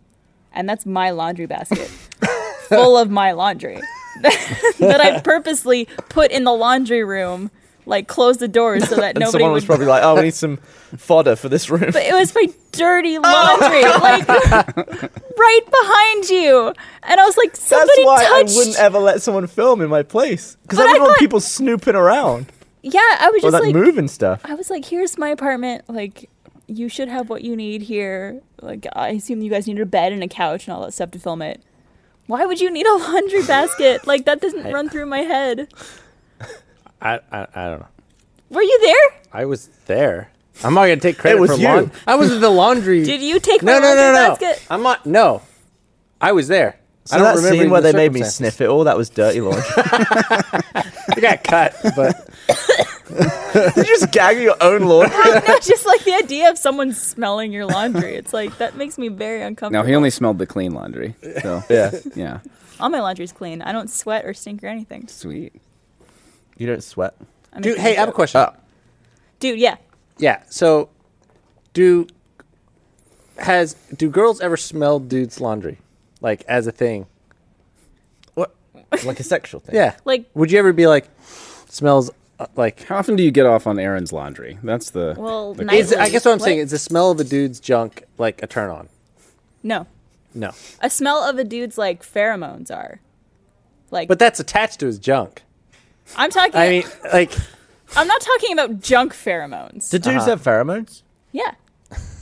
And that's my laundry basket full of my laundry that I purposely put in the laundry room, like close the doors so that
And
nobody
someone
would
was probably like, "Oh, we need some fodder for this room."
but it was my dirty laundry, like right behind you. And I was like,
That's
somebody
why
touched.
I wouldn't ever let someone film in my place because
But
I
I
wouldn't want
thought-
people snooping around
yeah, I was just
or that
like,
moving stuff.
I was like, here's my apartment. Like, you should have what you need here. Like, I assume you guys needed a bed and a couch and all that stuff to film it. Why would you need a laundry basket? Like, that doesn't run through my head.
I, I I don't know.
Were you there?
I was there. I'm not gonna take credit
was
for
you.
laun- I was at the laundry.
Did you take my
No, no,
laundry
no, no.
basket?
I'm not. No, I was there.
So
I don't
that
remember
scene
even
where
the
they made me
circumstances.
sniff it all, that was dirty laundry.
It got cut, but
you just gag your own laundry.
no, just like the idea of someone smelling your laundry. It's like, that makes me very
Now
uncomfortable.
he only smelled the clean laundry. So
yeah.
yeah,
All my laundry's clean. I don't sweat or stink or anything.
sweet.
You don't sweat.
I'm
dude,
making
hey, I have a
joke.
question.
Dude, yeah.
Yeah. So, do has do girls ever smell dudes' laundry, like as a thing?
What? Like a sexual thing.
Yeah.
Like-
would you ever be like, smells uh, like?
How often do you get off on Aaron's laundry? That's the
Well,
the
night-
Is I guess what I'm
What?
saying is the smell of a dude's junk like a turn on?
No.
No,
A smell of a dude's like pheromones are. Like
but that's attached to his junk.
I'm talking
I mean, like,
I'm not talking about junk pheromones.
Do dudes have pheromones?
yeah.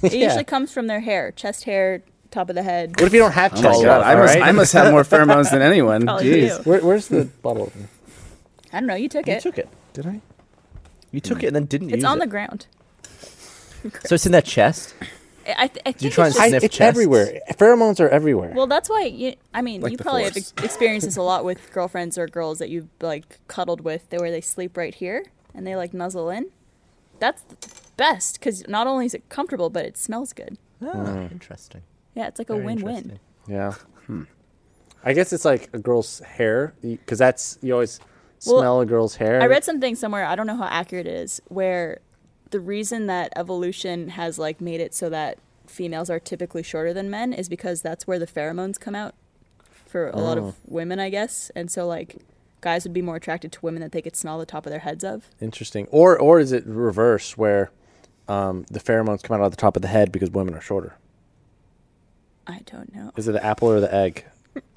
It
Yeah.
usually comes from their hair, chest hair, top of the head.
what if you don't have
Oh my
chest?
god! I must, I must have more pheromones than anyone.
Probably
Jeez.
do.
Where, where's the bottle?
I don't know, you took
You
it.
took it.
Did I?
You took it and then didn't
it's
use
on
it.
the ground.
so it's in their chest.
I, I, th- I think
try
it's
and
just-
sniff
it's
chests?
everywhere. Pheromones are everywhere.
Well, that's why you. I mean,
Like
you
the
probably have
force.
ex- experienced this a lot with girlfriends or girls that you've like cuddled with, that where they sleep right here and they like nuzzle in. That's the best because not only is it comfortable, but it smells good.
Ah, Interesting.
Yeah, it's like a
Very
win-win.
interesting.
Yeah. I guess it's like a girl's hair because that's you always
Well,
smell a girl's hair.
I read something somewhere. I don't know how accurate it is, where the reason that evolution has like made it so that females are typically shorter than men is because that's where the pheromones come out for a lot of women, I guess. And so like guys would be more attracted to women that they could smell the top of their heads of.
Interesting. Or or is it reverse where um, the pheromones come out of the top of the head because women are shorter?
I don't know.
Is it the apple or the egg?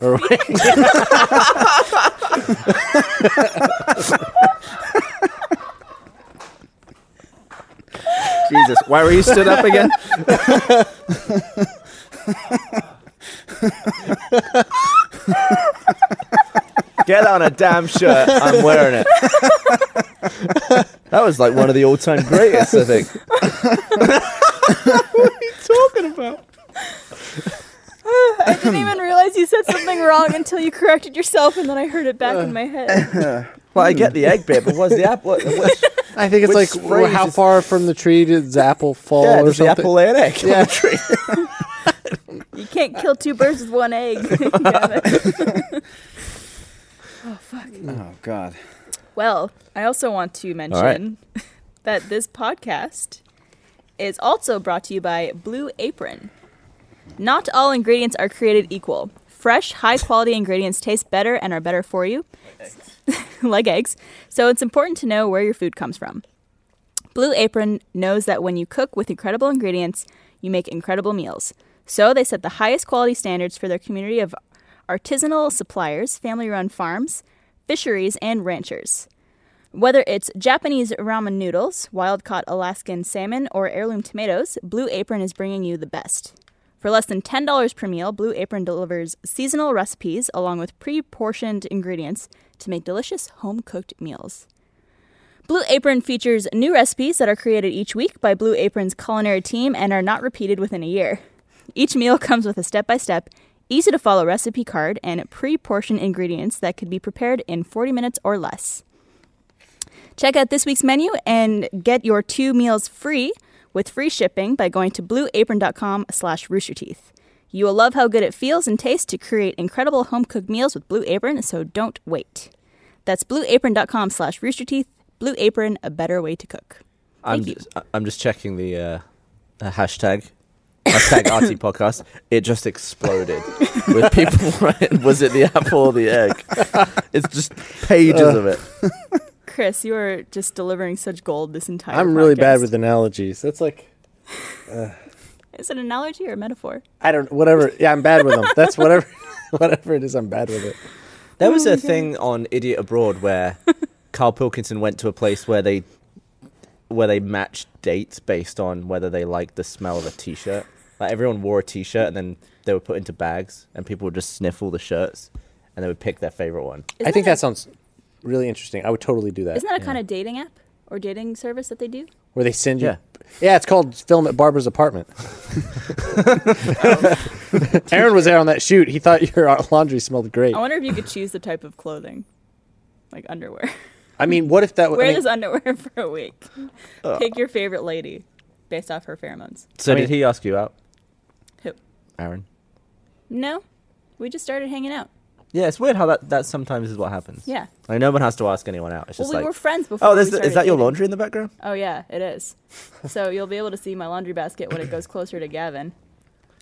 Or
Jesus, why were you stood up again?
Get on a damn shirt. I'm wearing it. That was like one of the all-time greatest, I think.
talking about?
I didn't even realize you said something wrong until you corrected yourself, and then I heard it back in my head.
Well, I
Hmm.
get the egg bit, but what's the apple? What, what,
I think it's
Which
like well,
phrase
how
is-
far from the tree does the apple fall
yeah,
or
does the
something?
apple lay an egg?
yeah,
You can't kill two birds with one egg. Damn it.
Oh God.
well, I also want to mention that this podcast is also brought to you by Blue Apron. Not all ingredients are created equal. Fresh, high quality ingredients taste better and are better for you, like eggs. So it's important to know where your food comes from. Blue Apron knows that when you cook with incredible ingredients, you make incredible meals. So they set the highest quality standards for their community of artisanal suppliers, family run farms, fisheries, and ranchers. Whether it's Japanese ramen noodles, wild caught Alaskan salmon, or heirloom tomatoes, Blue Apron is bringing you the best. For less than $10 per meal, Blue Apron delivers seasonal recipes along with pre portioned ingredients to make delicious home cooked meals. Blue Apron features new recipes that are created each week by Blue Apron's culinary team and are not repeated within a year. Each meal comes with a step by step, easy to follow recipe card and pre portioned ingredients that could be prepared in 40 minutes or less. Check out this week's menu and get your two meals free with free shipping by going to blueapron.com slash roosterteeth. You will love how good it feels and tastes to create incredible home-cooked meals with Blue Apron, so don't wait. That's blueapron.com slash roosterteeth. Blue Apron, a better way to cook.
I'm
Thank you.
just, I'm just checking the uh, uh, hashtag hashtag RT podcast. It just exploded with people writing, was it the apple or the egg? It's just pages
Uh,
of it.
Chris, you are just delivering such gold this entire
I'm really bad
podcast.
with analogies. That's like
Is it an analogy or a metaphor?
I don't whatever. Yeah, I'm bad with them. That's whatever, whatever it is. I'm bad with it.
There was
Oh
a thing on Idiot Abroad where Carl Pilkinson went to a place where they where they matched dates based on whether they liked the smell of a t-shirt. Like everyone wore a t-shirt and then they were put into bags and people would just sniff all the shirts and they would pick their favorite one.
Isn't
I think
that
that sounds really interesting. I would totally do that.
Isn't that a kind of dating app or dating service that they do?
Where they send you?
Yeah.
Yeah, it's called film at Barbara's apartment. Aaron was there on that shoot. He thought your laundry smelled great.
I wonder if you could choose the type of clothing, like underwear.
I mean, what if that? was I
Wear
mean,
this underwear for a week. Pick your favorite lady based off her pheromones.
So
I mean-
did he ask you out,
Who?
Aaron?
No, we just started hanging out.
Yeah, it's weird how that, that sometimes is what happens.
Yeah.
Like no one has to ask anyone out. It's
Well,
just
we
like,
were friends before.
oh, there's
we
the, is
started
that your
dating.
laundry in the background?
Oh yeah, it is. So you'll be able to see my laundry basket when it goes closer to Gavin.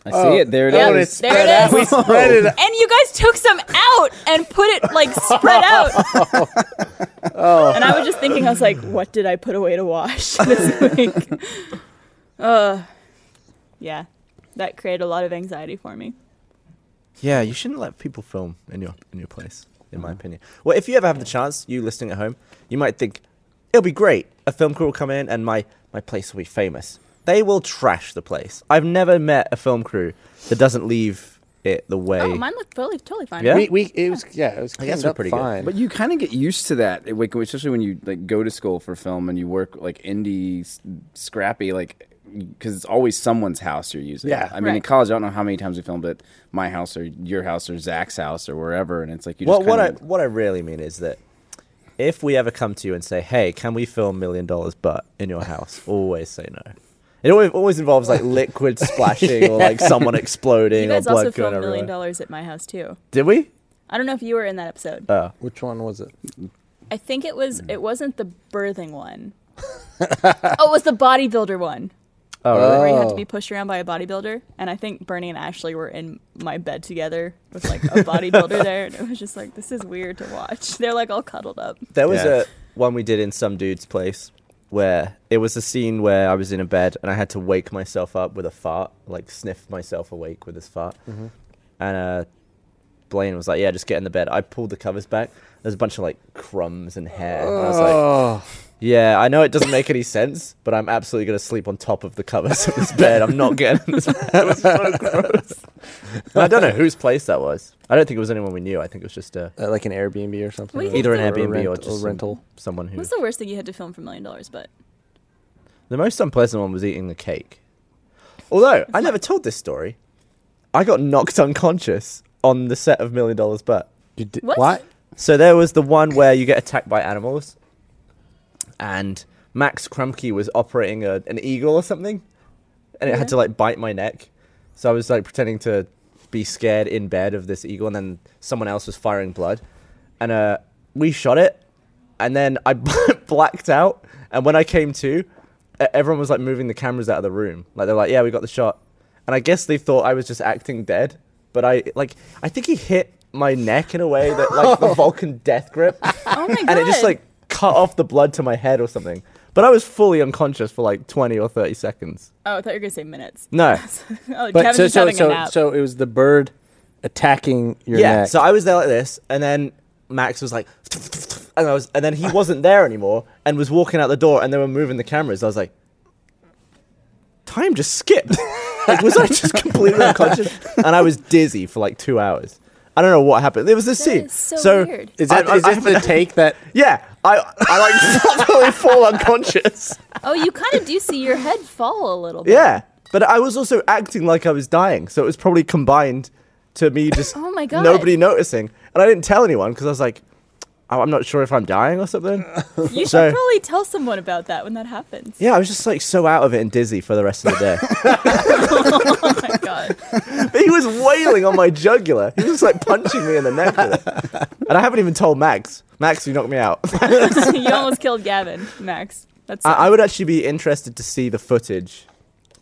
I see it. There it
Yeah,
Oh,
is.
it's
there
spread
it
out.
is.
We spread it. out.
And you guys took some out and put it like spread out.
Oh.
And I was just thinking, I was like, what did I put away to wash this week? uh, yeah, that created a lot of anxiety for me.
Yeah, you shouldn't let people film in your in your place, in
Mm-hmm.
my opinion. Well, if you ever have the chance, you listening at home, you might think it'll be great. A film crew will come in, and my my place will be famous. They will trash the place. I've never met a film crew that doesn't leave it the way.
Oh, mine looked totally, totally fine.
Yeah?
We, we it was yeah it was
I guess
cleaned
we're
up
pretty good.
fine.
But you kind of get used to that, it- like, especially when you like go to school for film and you work like indie, s- scrappy, like because it's always someone's house you're using.
Yeah.
I mean, in
Right.
college, I don't know how many times we filmed at my house or your house or Zach's house or wherever, and it's like you just
what what I
kinda,
what I really mean is that if we ever come to you and say, "Hey, can we film Million Dollars Butt in your house?" always say no. It always, always involves like liquid splashing or like someone exploding
You
or
guys
blood
also
going
filmed Million
everywhere.
Dollars at my house too.
Did we?
I don't know if you were in that episode.
Oh.
Which one was it?
I think it was. It wasn't the birthing one. oh, it was the bodybuilder one.
Oh, really?
where you had to
Oh.
be pushed around by a bodybuilder. And I think Bernie and Ashley were in my bed together with like a bodybuilder there, and it was just like this is weird to watch. They're like all cuddled up.
There was
Yeah.
a one we did in some dude's place where it was a scene where I was in a bed and I had to wake Mm-hmm. myself up with a fart, like sniff myself awake with this fart. And uh, Blaine was like, "Yeah, just get in the bed." I pulled the covers back. There's a bunch of like crumbs and hair. And I was like, "Yeah, I know it doesn't make any sense, but I'm absolutely gonna sleep on top of the covers of this bed. I'm not getting in this bed." It was so gross. And I don't know whose place that was. I don't think it was anyone we knew. I think it was just uh,
Uh, like an Airbnb or something.
What do you
or-
think
either an
Or
Airbnb or,
rent-
just some-
rental.
someone who.
What's the worst thing you had to film for Million Dollars? But
The most unpleasant one was eating the cake. Although I never told this story, I got knocked unconscious on the set of Million Dollars Butt.
You did-
What?
So there was the one where you get attacked by animals, and Max Krumke was operating a, an eagle or something, and it had to like bite my neck. So I was like pretending to be scared in bed of this eagle, and then someone else was firing blood, and uh, we shot it, and then I blacked out, and when I came to, e- everyone was like moving the cameras out of the room, like they're like, yeah, we got the shot, and I guess they thought I was just acting dead, but I like I think he hit my neck in a way that like the Vulcan death grip
oh my god!
and it just like cut off the blood to my head or something. But I was fully unconscious for like 20 or 30 seconds.
oh, I thought you were gonna say minutes.
No.
Oh,
But
Kevin's
so
just
so
having a
so,
nap.
so it was the bird attacking your
yeah.
neck.
So I was there like this, and then Max was like, and I was, and then he wasn't there anymore, and was walking out the door, and they were moving the cameras. I was like, time just skipped. like, was I just completely unconscious? And I was dizzy for like two hours. I don't know what happened. There was this
That
scene.
is so weird.
is that
I- I-
is
I
this the take that?
Yeah, I I like totally fall unconscious.
oh, you kind of do see your head fall a little bit.
Yeah, but I was also acting like I was dying, so it was probably combined to me just
Oh my God.
nobody noticing, and I didn't tell anyone because I was like, "Oh, I'm not sure if I'm dying or something.
You should
So-
probably tell someone about that when that happens.
yeah, I was just like so out of it and dizzy for the rest of the day.
Oh my god!
but he was wailing on my jugular. He was like punching me in the neck with it, and I haven't even told Max. Max, you knocked me out.
you almost killed Gavin, Max. That's
I, I would actually be interested to see the footage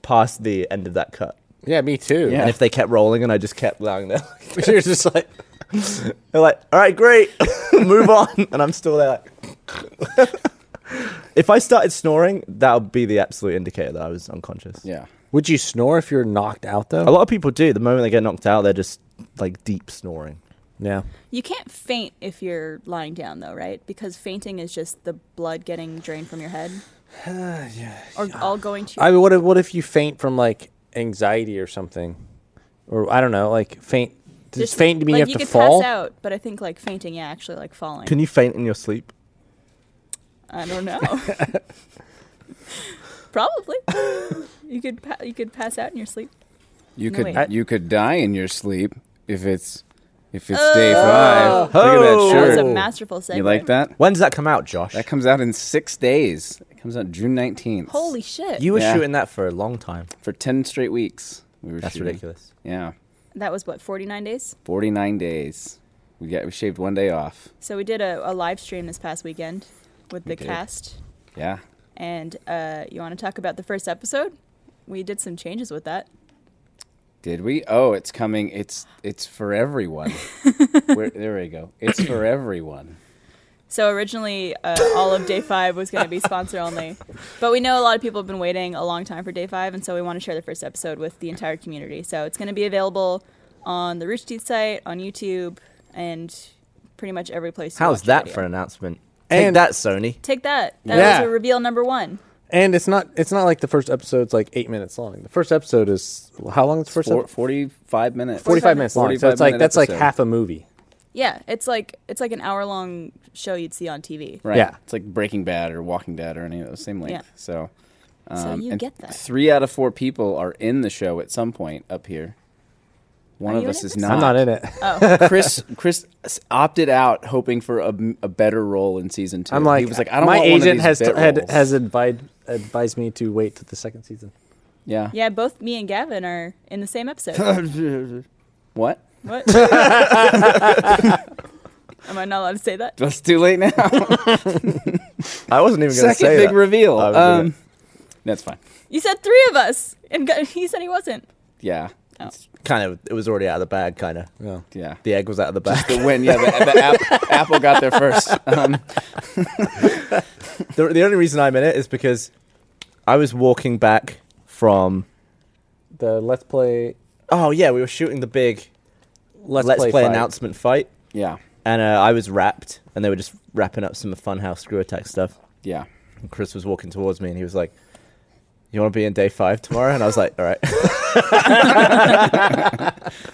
past the end of that cut,
Yeah, me too.
Yeah.
and if they kept rolling and I just kept lying there.
You're just like
They're like, all right, great, move on. And I'm still there. if I started snoring, that would be the absolute indicator that I was unconscious.
Yeah.
Would you snore if you're knocked out
A
though?
lot of people do. The moment they get knocked out, they're just like deep snoring.
Yeah.
You can't faint if you're lying down, though, right? Because fainting is just the blood getting drained from your head. Or all going to.
I mean, what if what if you faint from like anxiety or something, or I don't know, like faint. Does
Just-
faint mean
like,
you have to
could
fall?
pass out, but I think like fainting, yeah, actually like falling.
Can you faint in your sleep?
I don't know. Probably. You could pa- you could pass out in your sleep.
You
No,
could
wait.
you could die in your sleep if it's if it's day
Oh.
five. Look at that
That was
shirt.
Oh. a
Sure.
masterful segue.
You like that?
When does that come out, Josh?
That comes out in six days. It comes out June nineteenth.
Holy shit!
you were
Yeah.
shooting that for a long time.
For ten straight weeks. We were
That's
shooting.
ridiculous.
Yeah,
that was what 49 days.
forty nine days. We got we shaved one day off.
So we did a, a live stream this past weekend with the
did.
cast,
Yeah.
and uh, you want to talk about the first episode? We did some changes with that.
Did we? Oh, it's coming. It's it's for everyone. Where, there we go. It's for everyone.
So originally, uh, all of day five was going to be sponsor only, but we know a lot of people have been waiting a long time for day five, and so we want to share the first episode with the entire community. So it's going to be available on the Rooster Teeth site, on YouTube, and pretty much every place. you
How's
watch
that
video.
for an announcement? Take
And-
that, Sony.
Take that. That
Yeah.
was a reveal number one.
and it's not it's not like the first episode's like eight minutes long. The first episode is how long? Is the first
Four,
episode?
45 minutes.
Forty
45
five minutes long. so
45
it's like
minute
that's like
episode.
half a movie.
Yeah, it's like it's like an hour long show you'd see on TV.
Right.
Yeah.
It's like Breaking Bad or Walking Dead or any of those same length.
Yeah.
So, um,
So you
and
get that.
Three out of four people are in the show at some point up here. One
Are
of
you
us
in it
is
this
not.
I'm not in it.
Oh.
Chris Chris opted out, hoping for a, a better role in season two.
I'm like
he was like, I don't.
My
want
agent
one of these
has
bit
had,
roles.
has advised advised me to wait to the second season.
yeah.
Yeah, both me and Gavin are in the same episode.
What?
what? Am I not allowed to say that?
It's too late now.
I wasn't even going to
Second
say
big
that.
reveal.
I was gonna-
Um, that's fine.
You said three of us, and Ga- he said he wasn't.
Yeah.
Oh.
It's-
kind of, it was already out of the bag, kind of.
Yeah.
Yeah.
The egg was out of the bag.
The win. Yeah. The, the app, Apple got there first. Um,
the, the only reason I'm in it is because I was walking back from
The let's play.
Oh yeah, we were shooting the big
let's,
let's play,
fight.
announcement fight,
Yeah.
and uh, I was wrapped, and they were just wrapping up some Funhouse Screw Attack stuff.
Yeah.
And Chris was walking towards me, and he was like, "You want to be in day five tomorrow?" And I was like, "All right."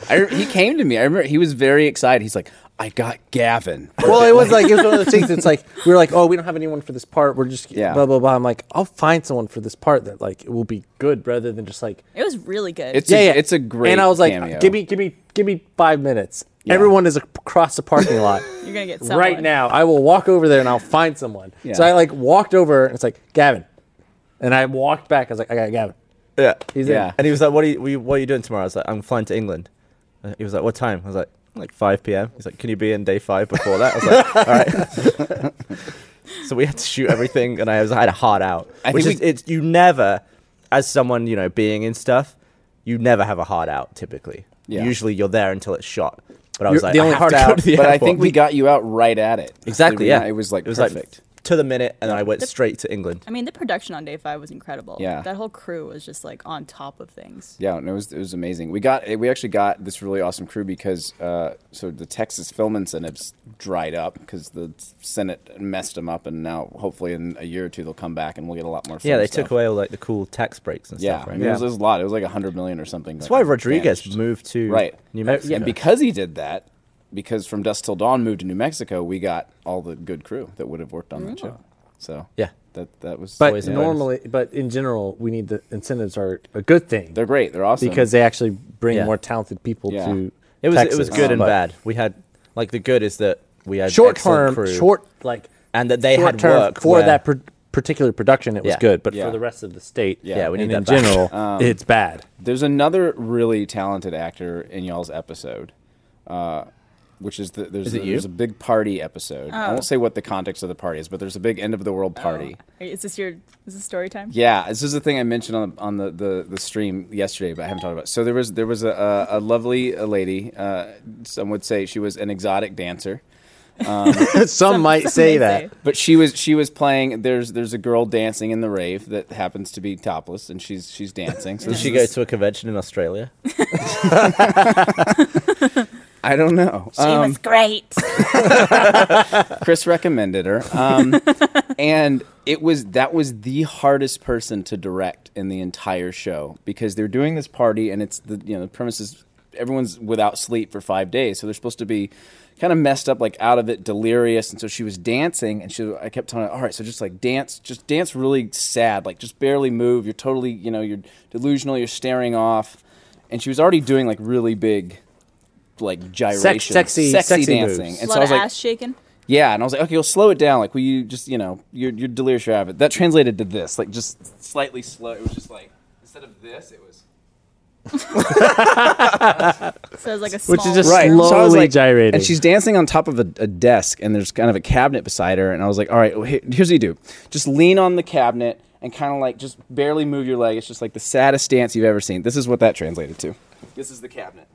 I, re- he came to me. I remember he was very excited. He's like, I got Gavin.
Well, it was like it was one of those things. It's like we were like, oh, we don't have anyone for this part. We're just
Yeah.
blah blah blah. I'm like, I'll find someone for this part that like it will be good rather than just like
It was really good.
It's
yeah,
a,
yeah.
It's a great.
And I was like,
cameo.
give me, give me, give me five minutes.
Yeah.
Everyone is across the parking lot.
You're gonna get someone.
right now. I will walk over there and I'll find someone.
Yeah.
So I like walked over and it's like Gavin, and I walked back. I was like, I got Gavin.
yeah.
He's
Yeah.
in.
And he was like, "What are you? what are you- What are you doing tomorrow?" I was like, "I'm flying to England." Uh, He was like, "What time?" I was like, "Like 5 p.m." He's like, "Can you be in day five before that?" I was like, "All right." so we had to shoot everything, and I was I had a heart out,
I
which
think
is
we-
it's you never, as someone you know being in stuff, you never have a heart out typically.
Yeah.
Usually you're there until it's shot. But I was
You're-
like,
the
I
only
have
heart
to go
out-
to the
but I
airport.
think we got you out right at it.
exactly
We-
yeah.
It was like perfect.
to the minute, and then I went straight to England.
I mean, the production on day five was incredible.
Yeah.
That whole crew was just like on top of things.
Yeah, and it was it was amazing. We got we actually got this really awesome crew because uh, so the Texas film incentives dried up because the Senate messed them up, and now hopefully in a year or two they'll come back and we'll get a lot more. Film
Yeah, they
stuff.
took away all like the cool tax breaks and
Yeah,
stuff.
I
Right?
mean, It, was, it was a lot. It was like hundred million or something.
That's why Rodriguez moved to
right
New Mexico.
and because he did that, because from Dust Till Dawn moved to New Mexico, we got all the good crew that would have worked on that show. So
Yeah.
that that was
But
Always in
normally, but in general, we need the incentives are a good thing
they're great. They're awesome
because they actually bring
Yeah.
more talented people
Yeah.
to.
It was
Texas,
it was good and
but
bad. We had like the good is that we had
Short
excellent
term,
crew,
short like
and that they
short
had
term
work
for
where-
that pr- particular production. It was
Yeah.
good, but
Yeah.
for the rest of the state,
Yeah, we
and
need
in
that back.
general, it's bad.
There's another really talented actor in y'all's episode, uh, which is the, there's,
Is
a,
it you?
there's a big party episode. I won't say what the context of the party is, but there's a big end of the world party.
Oh. Is this your? Is this story time?
Yeah, this is the thing I mentioned on on the, the, the stream yesterday, but I haven't talked about. It. So there was there was a, a, a lovely a lady. Uh, some would say she was an exotic dancer.
some, might
some
say
may
that.
say.
But she was she was playing. There's there's a girl dancing in the rave that happens to be topless, and she's she's dancing. So
Did
this
she
is-
go to a convention in Australia?
I don't know.
She was great.
Chris recommended her, um, and it was that was the hardest person to direct in the entire show because they're doing this party and it's the you know the premise is everyone's without sleep for five days, so they're supposed to be kind of messed up, like out of it, delirious. And so she was dancing, and she I kept telling her, all right, so just like dance, just dance really sad, like just barely move. You're totally you know you're delusional, you're staring off, and she was already doing like really big. Like gyrations,
sexy- sexy
dancing,
moves.
a
and
lot
so I was
of
like,
ass shaking.
yeah, and I was like, okay, well, slow it down. Like, will you just, you know, you're, you're delirious, you're out of it. That translated to this, like, just slightly slow. It was just like, instead of this, it was.
So it was like a small.
Which is just
Right.
slowly
so I was like,
gyrating.
And she's dancing on top of a, a desk, and there's kind of a cabinet beside her. And I was like, all right, well, he- here's what you do just lean on the cabinet and kind of like just barely move your leg. It's just like the saddest dance you've ever seen. This is what that translated to. This is the cabinet.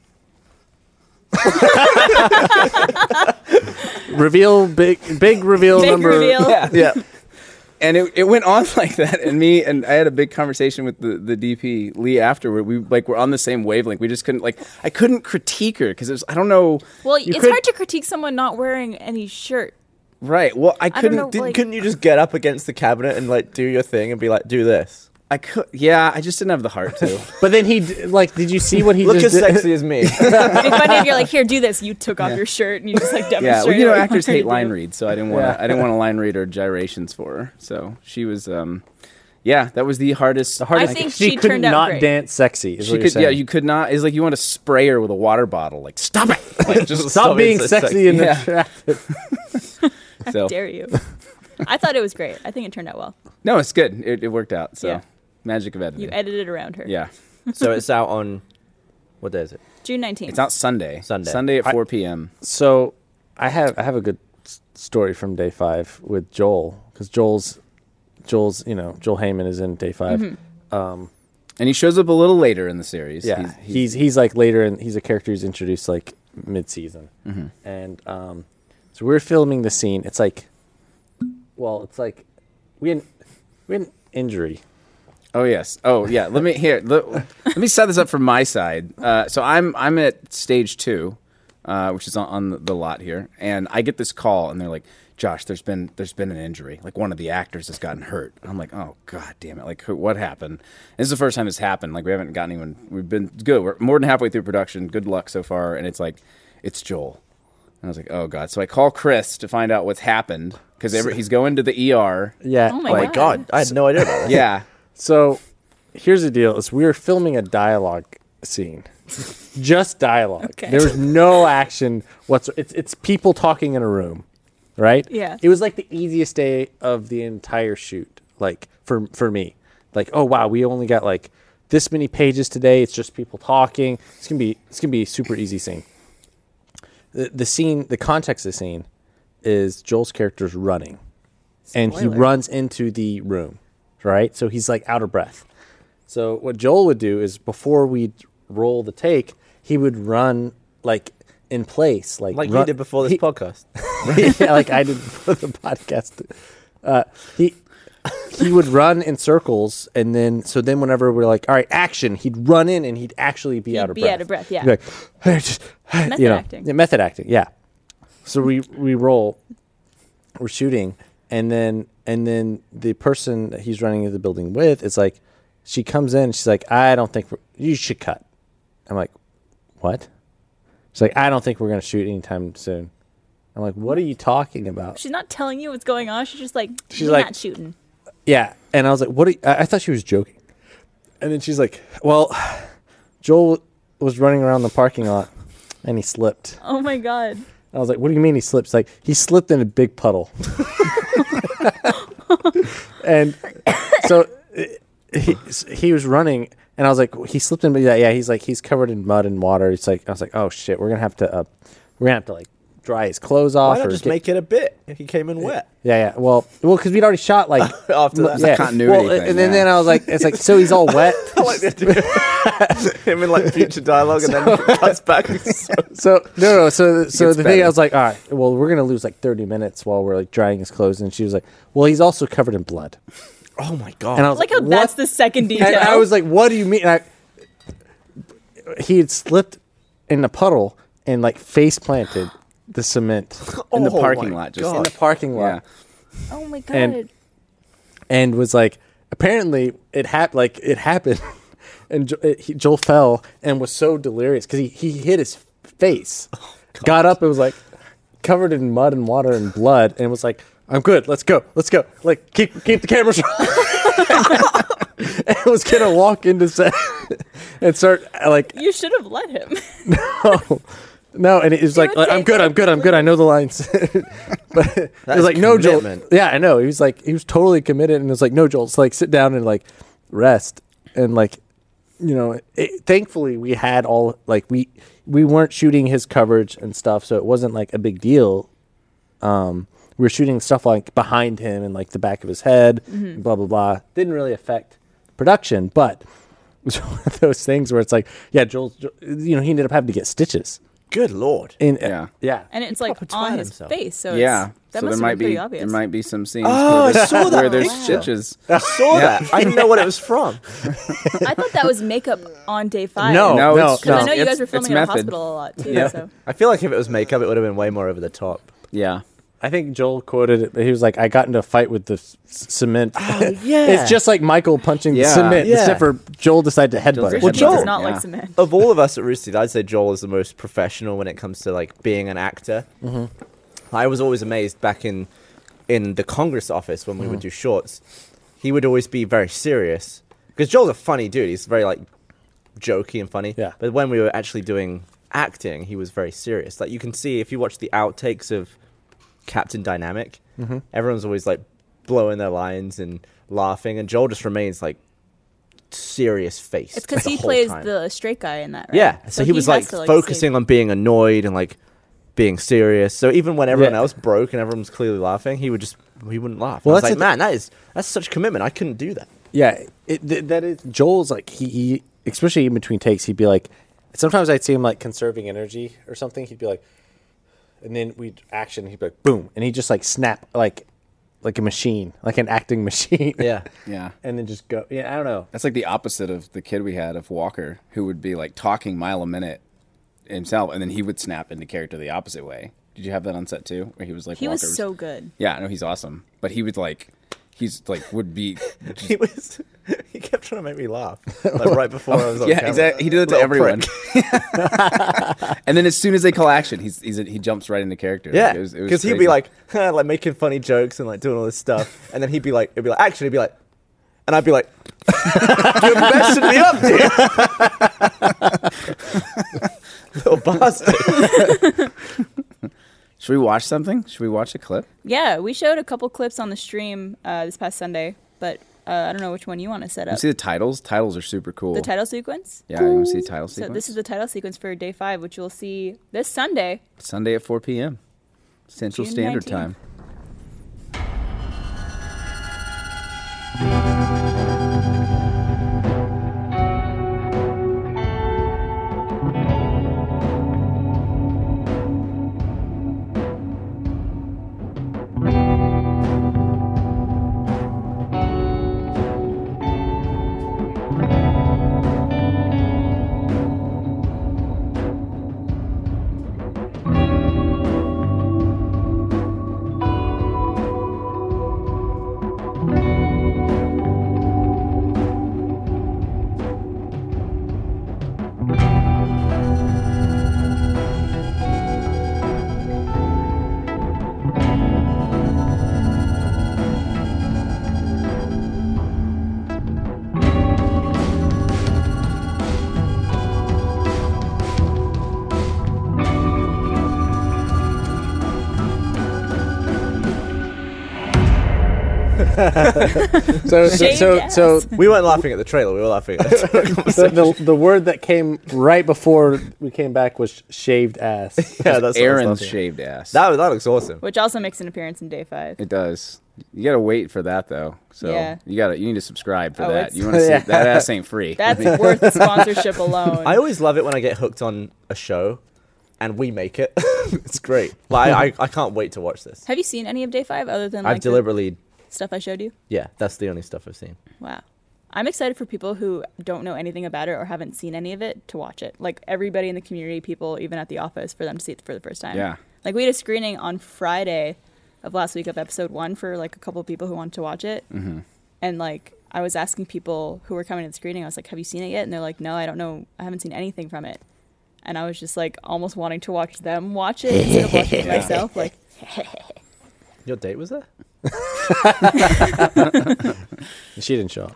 reveal big big reveal
Big
number
reveal.
Yeah.
Yeah,
and it, it went on like that and me and i had a big conversation with the, the dp lee afterward we like were on the same wavelength we just couldn't like i couldn't critique her because it was i don't know
Well,
You
it's
could-
hard to critique someone not wearing any shirt.
right well i
don't
couldn't
know.
did-
Like-
couldn't you just get up against the cabinet and like do your thing and be like, do this?
i could yeah i just didn't have the heart to
but then he d- like did you see what he
Look
just
as
did?
sexy as me.
It'd be funny if you're like, here, do this. You took off your shirt and you just like demonstrated.
yeah well, you know
what
actors
wanted
hate
to
line
do.
reads so i didn't want to i didn't want to line read or gyrations for her so she was um yeah that was the hardest the
hardest- I think she
could
turned out
not
great.
dance sexy is
she
what you're
could yeah
saying.
you could not it's like you want to spray her with a water bottle like stop it like just
stop,
stop
being
being so
sexy,
sexy.
and
Yeah.
attractive
so
Dare you? I thought it was great. I think it turned out well.
no it's good it, it worked out so
Yeah.
magic of editing
You edited around her.
Yeah.
so it's out on what day is it?
June nineteenth.
It's out Sunday.
Sunday.
Sunday at
I-
4 p.m.
so i have i have a good s- story from day five with joel because joel's joel's you know joel Heyman is in day 5
Mm-hmm.
And he shows up a little later in the series.
Yeah,
He's-
he's,
he's-
he's like later, and he's a character who's introduced like mid-season, and um, so we're filming the scene. It's like, well, it's like we had we had an injury.
oh yes. Oh yeah. Let me here. Let, let me set this up from my side. Uh, so I'm I'm at stage two, uh, which is on, on the- the lot here. And I get this call, and they're like, "Josh, there's been there's been an injury. Like one of the actors has gotten hurt." And I'm like, "Oh god damn it! Like who, what happened?" And this is the first time this happened. Like we haven't gotten anyone. We've been good. We're more than halfway through production. Good luck so far. And it's like, it's Joel. And I was like, "Oh god!" So I call Chris to find out what's happened because he's going to the ER.
Yeah.
Oh my
my
God.
God, I had no idea about that.
Yeah.
So here's the deal: is we were filming a dialogue scene, just dialogue.
Okay.
There was no action whatsoever. It's it's people talking in a room, right?
Yeah.
It was like the easiest day of the entire shoot, like for for me. Like, oh wow, we only got like this many pages today. It's just people talking. It's gonna be it's gonna be a super easy scene. The the scene, the context of the scene, is Joel's character's running and he
Spoiler.
runs into the room, right? So he's like out of breath. So what Joel would do is before we'd roll the take, he would run like in place, like
Like
run-
you did before this
he-
podcast.
yeah, like I did for the podcast. Uh, he he would run in circles, and then so then whenever we're like, all right, action, he'd run in and he'd actually be
He'd
out of
be
breath.
out of breath, yeah.
He'd be like, "Hey, just- hey,"
Method
you know.
acting.
Yeah, method acting. Yeah. So we we roll, we're shooting, and then and then the person that he's running into the building with is like, she comes in, she's like, I don't think we're, you should cut. I'm like, what? She's like, I don't think we're gonna shoot anytime soon. I'm like, what are you talking about?
She's not telling you what's going on. She's just like,
She's
we're
like-
not shooting.
Yeah, and I was like, what? Are you, I, I thought she was joking. And then she's like, well, Joel was running around the parking lot, and he slipped.
Oh my god.
I was like, "What do you mean he slipped?" She's like he slipped in a big puddle, and so uh, he he was running, and I was like, "He slipped in." But yeah, yeah, he's like he's covered in mud and water. It's like I was like, "Oh shit, we're gonna have to uh, we're gonna have to like dry his clothes off."
Why not
or
just
get-
make it a bit if he came in wet?
yeah, yeah. Well, well, because we'd already shot like
After that. It's a
continuity
Well,
thing,
and then,
yeah.
then I was like, "It's like so he's all wet."
like they do him in like future dialogue and then it cuts back. It's so-
so no, no. So so
gets
the thing I
better.
was like, all right, well, we're gonna lose like thirty minutes while we're like drying his clothes, and she was like, well, he's also covered in blood,
oh my god!
and I was
Like
like,
how
what?
that's the second detail.
and I was like, what do you mean? And I, he had slipped in the puddle and like face planted the cement
In the
Oh
parking
my
lot, just
God.
in the parking lot.
yeah.
oh my god.
and- and was like, apparently it happened. Like it happened, and jo- it, he, Joel fell and was so delirious because he he hit his face, got up and was like covered in mud and water and blood, and was like, "I'm good. Let's go. Let's go. Like keep keep the cameras." rolling." and was gonna walk into set and start like
you should have let him.
no. No, and it was like,
would
I'm
take
good, I'm good, I'm good. I know the lines, but it was
is
like, no, Joel.
commitment.
Yeah, I know. He was like, he was totally committed, and it was like, no, Joel. It's like, sit down and like rest, and like, you know. It, thankfully, we had all like we we weren't shooting his coverage and stuff, so it wasn't like a big deal. Um, we were shooting stuff like behind him and like the back of his head, blah blah blah. Didn't really affect production, but. It was one of those things where it's like, yeah, Joel's, Joel, you know, he ended up having to get stitches.
Good lord!
In,
Yeah.
yeah.
And it's like
proper
on
twat
his
himself.
face. So
Yeah.
It's, that
so there
must
might
have been pretty
be
obvious.
there might be some scenes
Oh, I
where there's,
saw that
where there's
picture.
stitches.
I saw that. I didn't know what it was from.
I thought that was makeup on day five.
No,
No,
no,
it's-
no.
Because I know you
It's-
guys were
it's
filming in a
method.
hospital a lot too.
Yeah.
So
I feel like if it was makeup, it would have been way more over the top.
Yeah.
I think Joel quoted it, but he was like, I got into a fight with the s- cement.
Oh, yeah.
it's just like Michael punching the
Yeah.
cement,
Yeah.
except for Joel decided to headbutt it.
Well,
he does
Joel-
not
Yeah.
like cement.
Of all of us at Roosted, I'd say Joel is the most professional when it comes to like being an actor. I was always amazed back in in the Congress office when we would do shorts. He would always be very serious because Joel's a funny dude. He's very like jokey and funny.
Yeah.
But when we were actually doing acting, he was very serious. Like you can see if you watch the outtakes of Captain Dynamic, everyone's always like blowing their lines and laughing, and Joel just remains like serious face.
It's because
the
he
whole
plays
time.
the straight guy in that. Right?
Yeah. So, he was
has
like,
to,
focusing
sing.
on being annoyed and like being serious. So even when everyone
Yeah.
else broke and everyone was clearly laughing, he would just he wouldn't laugh.
Well,
I was
that's
like,
the thi-
man, that is that's such commitment. I couldn't do that.
Yeah, it, th- that is Joel's like he, he, especially in between takes, he'd be like. Sometimes I'd see him like conserving energy or something. He'd be like, and then we'd action. He'd be like, boom, and he'd just like snap like, like a machine, like an acting machine.
Yeah.
Yeah.
and then just go. Yeah, I don't know.
That's like the opposite of the kid we had of Walker, who would be like talking mile a minute himself, and then he would snap into character the opposite way. Did you have that on set too, where he was like
He
Walker
was so good.
yeah, I know he's awesome, but he would like he's like would be
He was. He kept trying to make me laugh, like right before I was on
yeah
camera.
exactly he did it to
Little
everyone,
prick.
and then as soon as they call action, he's, he's he jumps right into character.
Yeah,
Like, it was- it was
because he'd be
crazy.
like, like making funny jokes and like doing all this stuff, and then he'd be like, it'd be like, actually, it'd be like, and I'd be like, you're messing me up, dude, little bastard.
should we watch something? Should we watch a clip?
Yeah, we showed a couple clips on the stream uh, this past Sunday, but uh, I don't know which one you want to set
You
up.
see the titles? Titles are super cool.
The title sequence?
yeah, you want to see the title
So
sequence?
this is the title sequence for day five, which you'll see this Sunday.
Sunday at 4 p.m. Central
June
Standard
19th.
Time.
So, so,
Shaved
so,
ass.
so
We weren't laughing at the trailer. We were laughing at
the, the the word that came right before we came back was shaved ass.
yeah, that's
Aaron's
shit.
shaved ass.
That that looks awesome.
Which also makes an appearance in day five.
it does. You gotta wait for that though. So
Yeah.
you gotta you need to subscribe for
Oh,
that.
it's-
You want to see
Yeah.
that ass ain't free.
That's worth sponsorship alone.
I always love it when I get hooked on a show, and we make it. it's great. Like I, I, I can't wait to watch this.
Have you seen any of day five other than like
I've
the
deliberately,
stuff I showed you?
yeah, that's the only stuff I've seen.
Wow. I'm excited for people who don't know anything about it or haven't seen any of it to watch it. Like everybody in the community, people even at the office, for them to see it for the first time.
Yeah.
Like we had a screening on Friday of last week of episode one for like a couple people who wanted to watch it. Mm-hmm. And like I was asking people who were coming to the screening, I was like, "Have you seen it yet?" And they're like, "No, I don't know. I haven't seen anything from it." And I was just like almost wanting to watch them watch it instead of watching it myself. Like
Your date was there?
she didn't show up.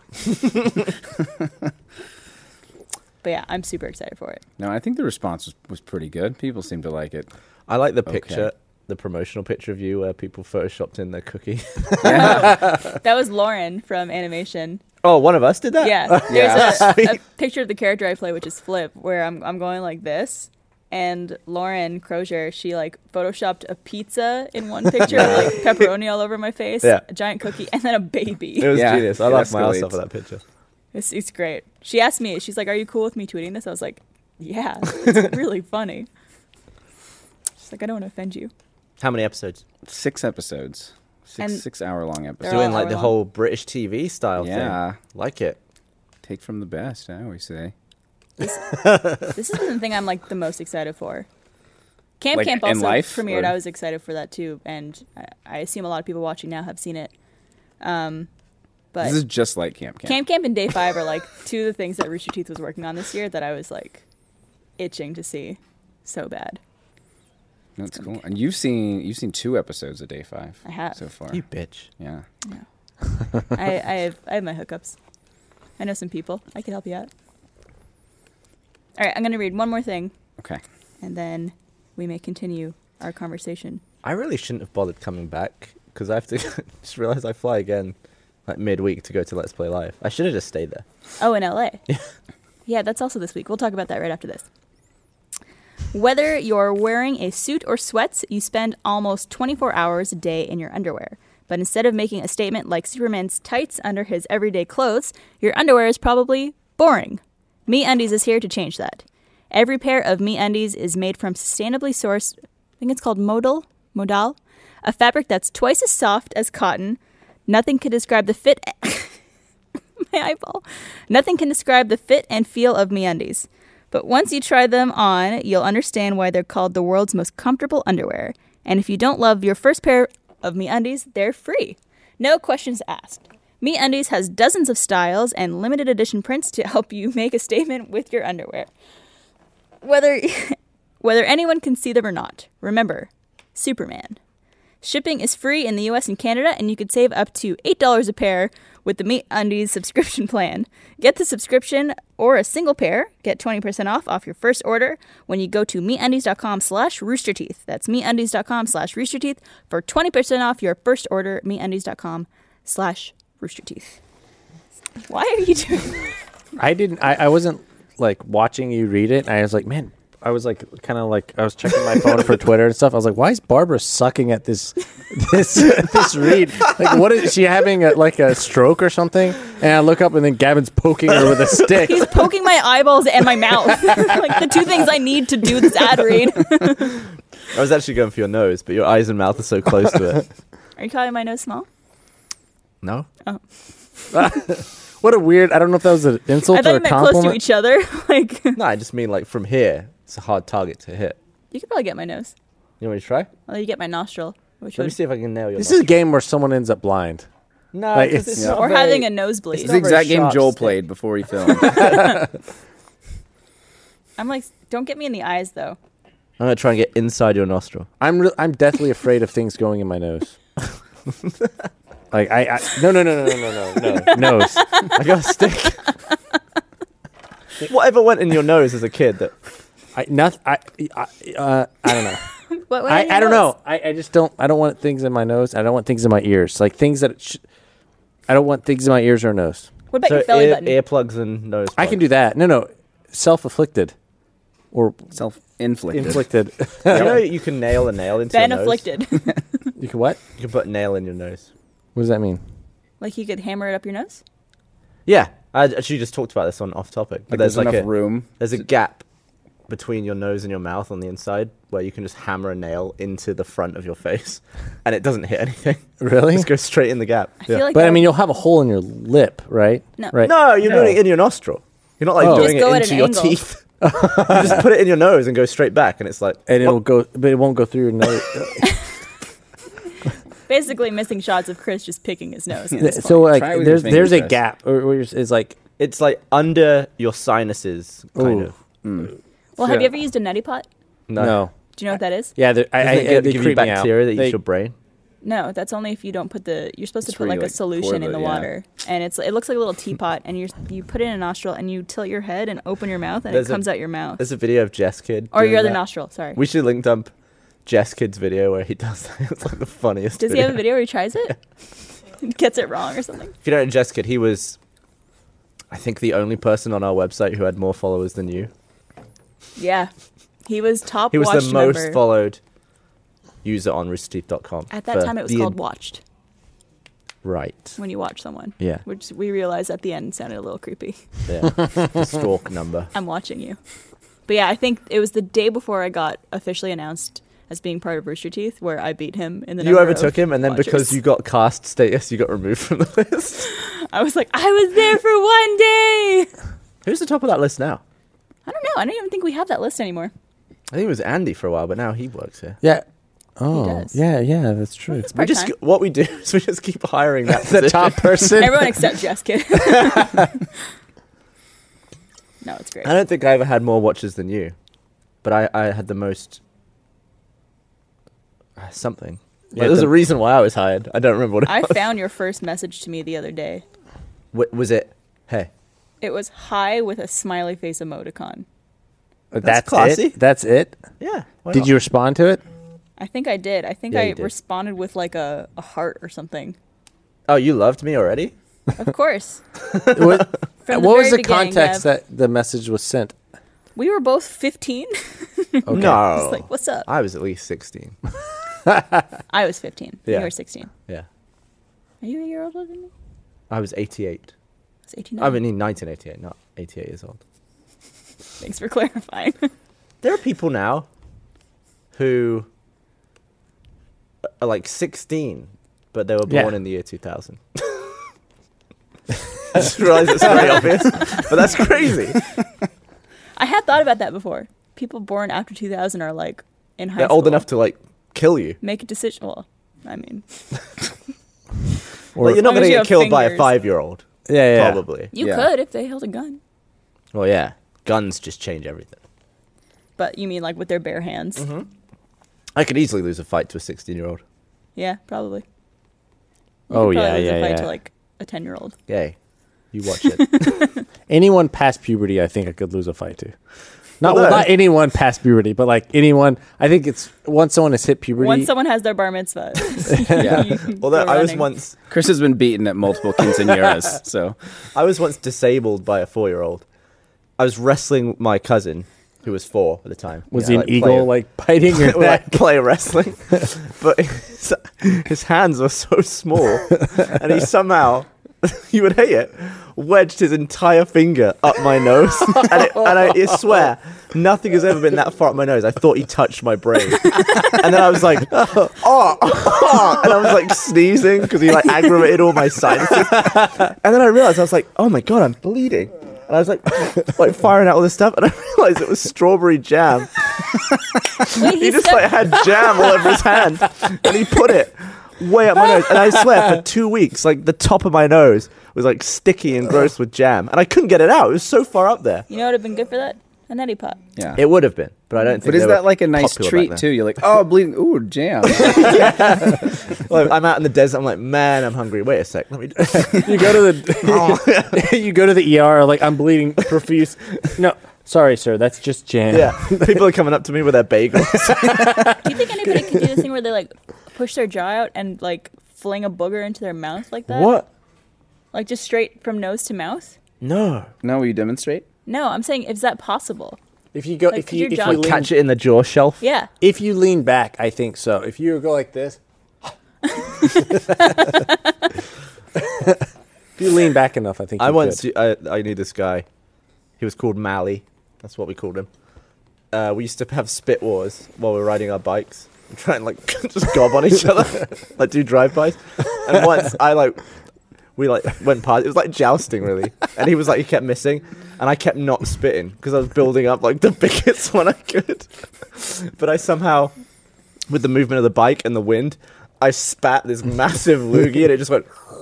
But yeah, I'm super excited for it.
no, I think the response was, was pretty good. People seem to like it.
I like the picture, the promotional picture of you where people photoshopped in their cookie.
Oh. That was Lauren from animation.
oh, one of us did that.
Yeah, there's
Yeah.
a, a picture of the character I play, which is Flip, where I'm I'm going like this, and Lauren Crozier, she like photoshopped a pizza in one picture, with, like pepperoni all over my face,
Yeah.
a giant cookie, and then a baby.
It was
Yeah,
genius. I
it
laughed my ass
escalates.
off at that picture.
It's, it's great. She asked me, she's like, "Are you cool with me tweeting this?" I was like, "Yeah, it's really funny." She's like, "I don't want to offend you."
How many episodes?
Six episodes. Six
And-
six hour long
They're all
Doing
episodes.
like
hour
the
long.
whole British TV style
Yeah.
thing. Like it.
Take from the best, I always say.
This is the thing I'm like the most excited for. Camp
Like,
Camp
in
also
life,
premiered.
or-
I was excited for that too, and I, I assume a lot of people watching now have seen it. Um, but
This is just like Camp Camp.
Camp Camp and Day Five are like two of the things that Rooster Teeth was working on this year that I was like itching to see so bad.
That's cool. And you've seen you've seen two episodes of day five.
I have.
so far.
You bitch.
Yeah.
I, I have I have my hookups. I know some people. I can help you out. All right, I'm gonna read one more thing,
Okay.
and then we may continue our conversation.
I really shouldn't have bothered coming back because I have to just realize I fly again like midweek to go to Let's Play Live. I should have just stayed there.
Oh, in LA. yeah, that's also this week. We'll talk about that right after this. Whether you're wearing a suit or sweats, you spend almost 24 hours a day in your underwear. But instead of making a statement like Superman's tights under his everyday clothes, your underwear is probably boring. Me Undies is here to change that. Every pair of Me Undies is made from sustainably sourced, I think it's called modal, modal, a fabric that's twice as soft as cotton. Nothing could describe the fit my eyeball. Nothing can describe the fit and feel of MeUndies. But once you try them on, you'll understand why they're called the world's most comfortable underwear. And if you don't love your first pair of Me Undies, they're free. No questions asked. Me Undies has dozens of styles and limited edition prints to help you make a statement with your underwear. Whether whether anyone can see them or not. Remember, Superman. Shipping is free in the US and Canada, and you could save up to $8 a pair with the Meat Undies subscription plan. Get the subscription or a single pair. Get 20% off off your first order when you go to meatundies.com slash roosterteeth. That's meatundies.com slash roosterteeth for 20% off your first order, meatundies.com slash roosterteeth. Why are you doing
I didn't. I, I wasn't like watching you read it. And I was like, man. I was like, kind of like, I was checking my phone for Twitter and stuff. I was like, why is Barbara sucking at this, this, this read? Like, what is she having? A, like a stroke or something? And I look up, and then Gavin's poking her with a stick.
He's poking my eyeballs and my mouth. like the two things I need to do this ad read.
I was actually going for your nose, but your eyes and mouth are so close to it.
Are you calling my nose small?
No?
What a weird. I don't know if that was an
I
insult
thought
or
you
a
meant close to
compliment.
each other. like
No, I just mean like from here, it's a hard target to hit.
you could probably get my nose.
You want me to try?
Well, you get my nostril, which
Let me
would
see if I can nail your
This
nose.
is a game where someone ends up blind.
No,
like,
'cause
it's-
it's not
or
very-
having a nosebleed.
it's
It's the
not very
exact game
sharp
Joel
stick.
played before he filmed.
I'm like, don't get me in the eyes though.
I'm going to try and get inside your nostril.
I'm re- I'm deathly afraid of things going in my nose. like I, I no no no no no no no nose.
I got a stick. Whatever went in your nose as a kid that
I nothing. I I, uh, I don't know.
What, what
I, I don't know. I, I just don't. I don't want things in my nose. I don't want things in my ears. Like things that. Sh- I don't want things in my ears or nose.
What about
so
your belly
ear-
button?
earplugs and nose.
I can do that. No no, self afflicted, or
Self-inflicted.
inflicted.
plugs. You know you can nail a nail into
ben
your nose?
afflicted.
you can what?
You can put a nail in your nose.
What does that mean?
like you could hammer it up your nose.
Yeah, I actually just talked about this on off topic. But
Like,
there's,
there's
like
enough
a,
room.
There's a gap between your nose and your mouth on the inside where you can just hammer a nail into the front of your face, and it doesn't hit anything.
Really?
just goes straight in the gap.
feel like
but
that
I mean,
would-
you'll have a hole in your lip, right?
No.
Right.
No, you're doing it in your nostril. You're not like
Oh. You
doing
just go
it
at
into
an
your
angle.
teeth. you just put it in your nose and go straight back, and it's like
And it'll go, but it won't go through your nose.
Basically, missing shots of Chris just picking his nose. at this
so
point.
like,
Try with
there's
your
there's a
fingers, guys.
gap, or, or it's like
it's like under your sinuses, kind
Ooh.
of.
well, have
Yeah.
you ever used a neti pot?
No,
no,
Do you know what that is?
yeah. they're- I, I,
Doesn't it
I,
give,
they
give you
creep me out.
bacteria that eats
They-
your brain?
No, that's only if you don't put the. You're supposed
It's
to put
where
like
you,
a
like, pour
solution
the-
in the
yeah.
water, and it's it looks like a little teapot, and you you put it in a nostril, and you tilt your head and open your mouth, and
There's
it
a-
comes out your mouth,
There's a video of Jess Kid.
or
doing
your other
that.
nostril. Sorry.
We should link dump Jess Kid's video where he does that. It's like the funniest.
Does he
video.
have a video where he tries it? Gets it wrong or something.
If you don't know Jess Kid, he was, I think, the only person on our website who had more followers than you.
Yeah, he was top.
He was
watched
the most
member.
followed user on roosterteeth.com.
At that
for
time, it was
the
called
en-
watched
Right.
when you watch someone.
Yeah.
which we realized at the end sounded a little creepy.
Yeah. the stalk number.
I'm watching you. But yeah, I think it was the day before I got officially announced as being part of Rooster Teeth, where I beat him in the.
You
number of
overtook him, and then because
watchers.
you got cast status, you got removed from the list.
I was like, I was there for one day.
Who's the top of that list now?
I don't know. I don't even think we have that list anymore.
I think it was Andy for a while, but now he works here.
Yeah. Oh,
does.
yeah, yeah. That's true.
It's
We
part
just
time.
what we do is we just keep hiring that position.
Top person.
Everyone except Jess Kid. no, it's great.
I don't think I ever had more watches than you, but I, I had the most uh, something.
Yeah,
Like, there's
the-
a reason why I was hired. I don't remember what it
I
was.
found your first message to me the other day.
Wa- was it? Hey,
It was hi with a smiley face emoticon.
That's,
classy.
it. That's it.
yeah. why
Did
not?
you respond to it?
I think I did. I think
Yeah,
I
you did.
responded with like a, a heart or something.
Oh, you loved me already.
Of course.
What,
From
what was
very
the
beginning, Gav,
context that the message was sent?
we were both 15?
Okay.
No,
It's like, what's up?
Oh. I was at least sixteen.
I was 15.
Yeah.
You were 16.
Yeah,
Are you a year older than me?
I was eighty-eight.
I was 18.
I mean, in nineteen eighty-eight, not eighty-eight years old.
Thanks for clarifying.
There are people now who are like sixteen, but they were
Yeah.
born in the year two thousand. I just realized it's very obvious, but that's crazy.
I I had thought about that before. People born after 2000 are like in high
They're
school.
old enough to like kill you.
make a decision. Well, I mean,
Like, you're
As
not
long
going
as
to
you
get
have
killed by a
fingers.
five-year-old,
yeah, yeah.
probably.
you
Yeah.
could if they held a gun,
Well, yeah, guns just change everything.
but you mean like with their bare
Mm-hmm.
hands?
I could easily lose a fight to a 16-year-old.
Yeah, probably. You
Oh,
could probably
yeah,
lose a
yeah,
fight
yeah.
To like a 10 year old.
Yay, you watch it.
Anyone past puberty, I think I could lose a fight to. Not
Well,
well,
no.
not anyone past puberty, but like anyone. I think it's once someone has hit puberty.
Once someone has their bar mitzvah,
Yeah.
you can
Although
go
I was
running.
once,
Chris has been beaten at multiple quinceañeras, so
I was once disabled by a four-year-old. I was wrestling my cousin, who was four at the time.
was
Yeah,
he an eagle
player-
like biting your
It was
back?
like play wrestling, but his, his hands were so small, and he somehow, you would hate it, wedged his entire finger up my nose, and, it, and I, I swear nothing has ever been that far up my nose. I thought he touched my brain, and then I was like, oh, oh," and I was like sneezing because he like aggravated all my sinuses, and then I realized I was like, oh my god, I'm bleeding. And I was like, like firing out all this stuff, and I realized it was strawberry jam
Wait,
he
he
just
stepped-
like had jam all over his hand, and he put it way up my nose. And I swear, for two weeks, like the top of my nose was like sticky and gross with jam, and I couldn't get it out. It was so far up there.
you know what would have been good for that? A neti pot.
yeah.
It would have been, but I don't. Think
but
they
is
were
that like a nice
popular back
treat
then.
too? You're like, oh, bleeding, ooh, jam.
Like, I'm out in the desert. I'm like, man, I'm hungry. Wait a sec. Let me.
you go to the
Oh.
you go to the ER like I'm bleeding profuse. No, sorry, sir. That's just jam.
yeah, people are coming up to me with their bagels.
Do you think anybody could do this thing where they like push their jaw out and like fling a booger into their mouth like that?
What?
Like just straight from nose to mouth?
No,
now will you demonstrate?
No, I'm saying is that possible?
If you go,
Like,
if
could
you
your
if
jaw-
you
Like,
lean,
catch it in the jaw shelf.
Yeah.
if you lean back, I think so. If you go like this, if you lean back enough, I think
I
you
once
could.
I, I knew this guy. He was called Mally. That's what we called him. Uh, we used to have spit wars while we were riding our bikes, and try and like just gob on each other, like do drive-bys. And once I like, we like went past. It was like jousting really, and he was like he kept missing, and I kept not spitting because I was building up like the biggest one I could. But I somehow, with the movement of the bike and the wind. I spat this massive loogie and it just went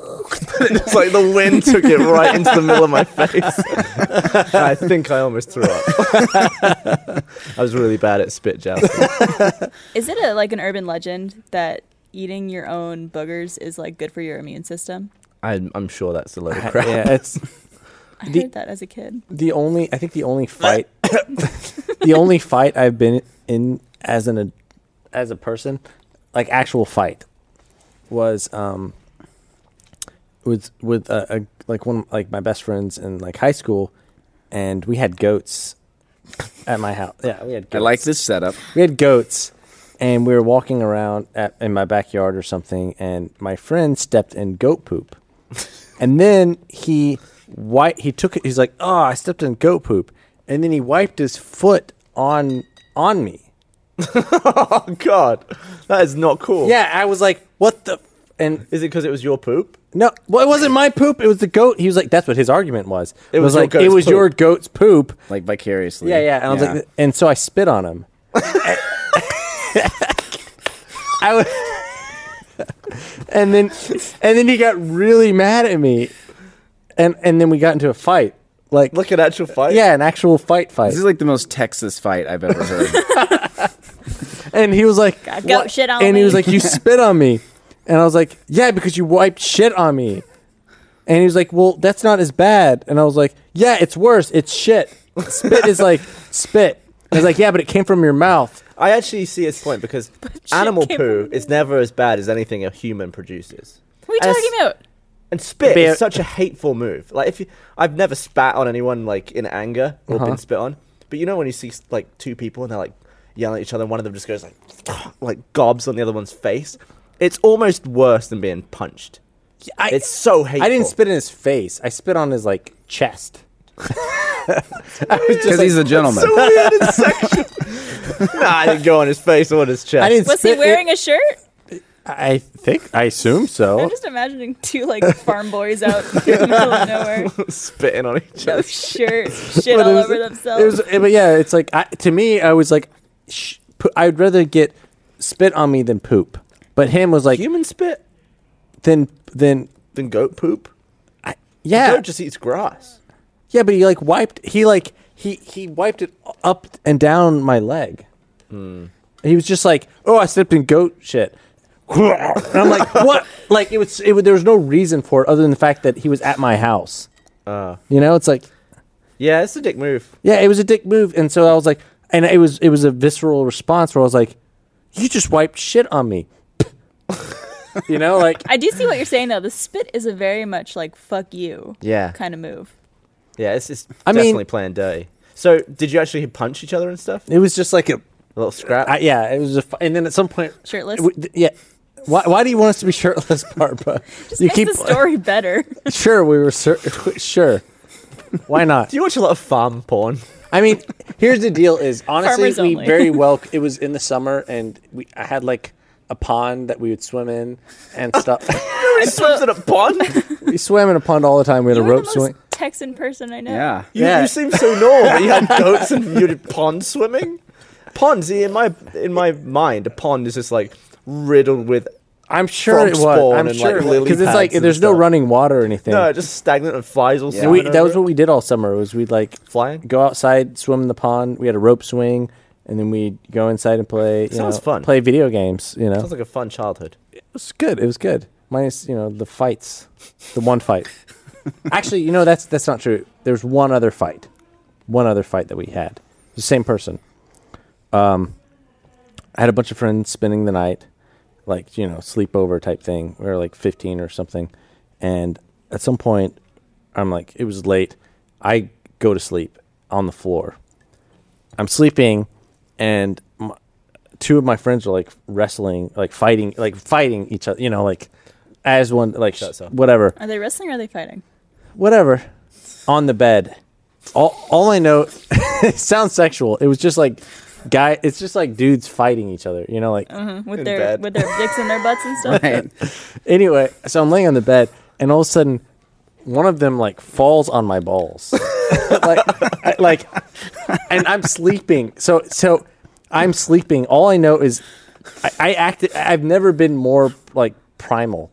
it's like the wind took it right into the middle of my face. And I think I almost threw up. I was really bad at spit jousting.
Is it a, like an urban legend that eating your own boogers is like good for your immune system?
I'm, I'm sure that's a load of crap.
Yeah, it's
I
The-
heard that as a kid.
the only. I think the only fight, the only fight I've been in as an ad- as a person, like actual fight, was um with with a, a like one like my best friends in like high school, and we had goats at my house. Yeah, we had.
I
goats.
like this setup.
we had goats and we were walking around at, in my backyard or something and my friend stepped in goat poop and then he wiped he took it he's like oh i stepped in goat poop and then he wiped his foot on on me
Oh, God. That is not cool.
yeah i was like what the and
Is it because it was your poop?
no well it wasn't my poop it was the goat he was like that's what his argument was it
was
was,
your
like it
goat's
was your
poop."
goat's poop
Like vicariously.
Yeah, yeah. And I was like, and so I spit on him. I was, and then, and then he got really mad at me, and and then we got into a fight. Like,
Look at actual fight.
yeah, an actual fight, fight.
this is like the most Texas fight I've ever heard.
And he was like,
Got goat shit on
and he was
me.
like, you spit on me, and I was like, yeah, because you wiped shit on me. And he was like, well, that's not as bad. And I was like, yeah, it's worse. It's shit. Spit is like spit. I was like, yeah, but it came from your mouth.
I actually see his point because
shit
animal
came
poo
from-
is never as bad as anything a human produces.
What are you
As-
talking about?
And spit
Bear-
is such a hateful move. Like if you, I've never spat on anyone like in anger or
Uh-huh.
been spit on, but you know when you see like two people and they're like yelling at each other, and one of them just goes like like gobs on the other one's face. It's almost worse than being punched.
I,
It's so hateful.
I didn't spit in his face. I spit on his like chest. I was just
Because he's a gentleman.
So weird and sexual. nah, I didn't go on his face or on his chest.
I didn't
Was he
spit
wearing a shirt?
I think, I assume
I'm
so.
just imagining two like farm boys out in the middle of nowhere,
Spitting on each
no
other.
shirt, shit
But
all
it was-
over themselves.
It was, eh, but yeah, it's like I, to me, I was like, sh- po- I'd rather get spit on me than poop. But him was like,
Human spit?
then then
Then goat poop?
yeah,
Goat just eats grass.
yeah. But he like wiped. He like he he wiped it up and down my leg. He was just like, oh, I slipped in goat shit. And I'm like, what? Like it was. It was, there was no reason for it other than the fact that he was at my house. you know, it's like
Yeah, it's a dick move.
Yeah, it was a dick move, and so I was like, and it was it was a visceral response where I was like, "You just wiped shit on me," you know, like
I do see what you're saying though. The spit is a very much like fuck you
Yeah.
kind of move.
Yeah, it's, it's
I mean-
definitely playing dirty. So, did you actually punch each other and stuff?
it was just like a
A little scrap?
I, yeah, it was a, fu- and then at some point,
Shirtless.
w- th- yeah. Why, why do you want us to be shirtless, Barbara? you
Makes the story better.
sure we were sur- sure. Why not?
Do you watch a lot of farm porn?
I mean, here's the deal: is honestly,
Farmers
we
only.
very well. It was in the summer, and we I had like a pond that we would swim in and stuff.
It swims in a pond?
we swam in a pond all the time. We had
You're
a
the
rope
most
swing.
Texan person I know.
Yeah.
You,
Yeah.
you seem so normal. You had goats and you did pond swimming. Ponds in my in my mind, a pond is just like riddled with
I'm sure
frog
it was.
spawn
I'm
and,
sure
like, lily
because it's like
pads and
there's no
stuff.
running water or anything.
no, just stagnant and flies all.
Yeah.
Yeah.
we, that was what we did all summer. Was we'd like
Flying?
go outside, swim in the pond. We had a rope swing, and then we'd go inside and play. You
Sounds
know,
fun.
Play video games. You know,
Sounds like a fun childhood.
it was good. It was good. Minus you know the fights, the one fight. Actually, you know that's that's not true. There's one other fight, one other fight that we had. The same person. Um, I had a bunch of friends spending the night, like, you know, sleepover type thing. We were like 15 or something. And at some point, I'm like, it was late. I go to sleep on the floor. I'm sleeping, and m two of my friends are like wrestling, like fighting, like fighting each other, you know, like as one, like
That's all.
whatever
Are they wrestling or are they fighting?
whatever on the bed all, all i know it sounds sexual it was just like guy it's just like dudes fighting each other you know like
Mhm, With
In
their
bed.
with their dicks in their butts and stuff.
Right.
anyway so i'm laying on the bed and all of a sudden one of them like falls on my balls like I, like and i'm sleeping so so i'm sleeping all i know is i, I acted i've never been more like primal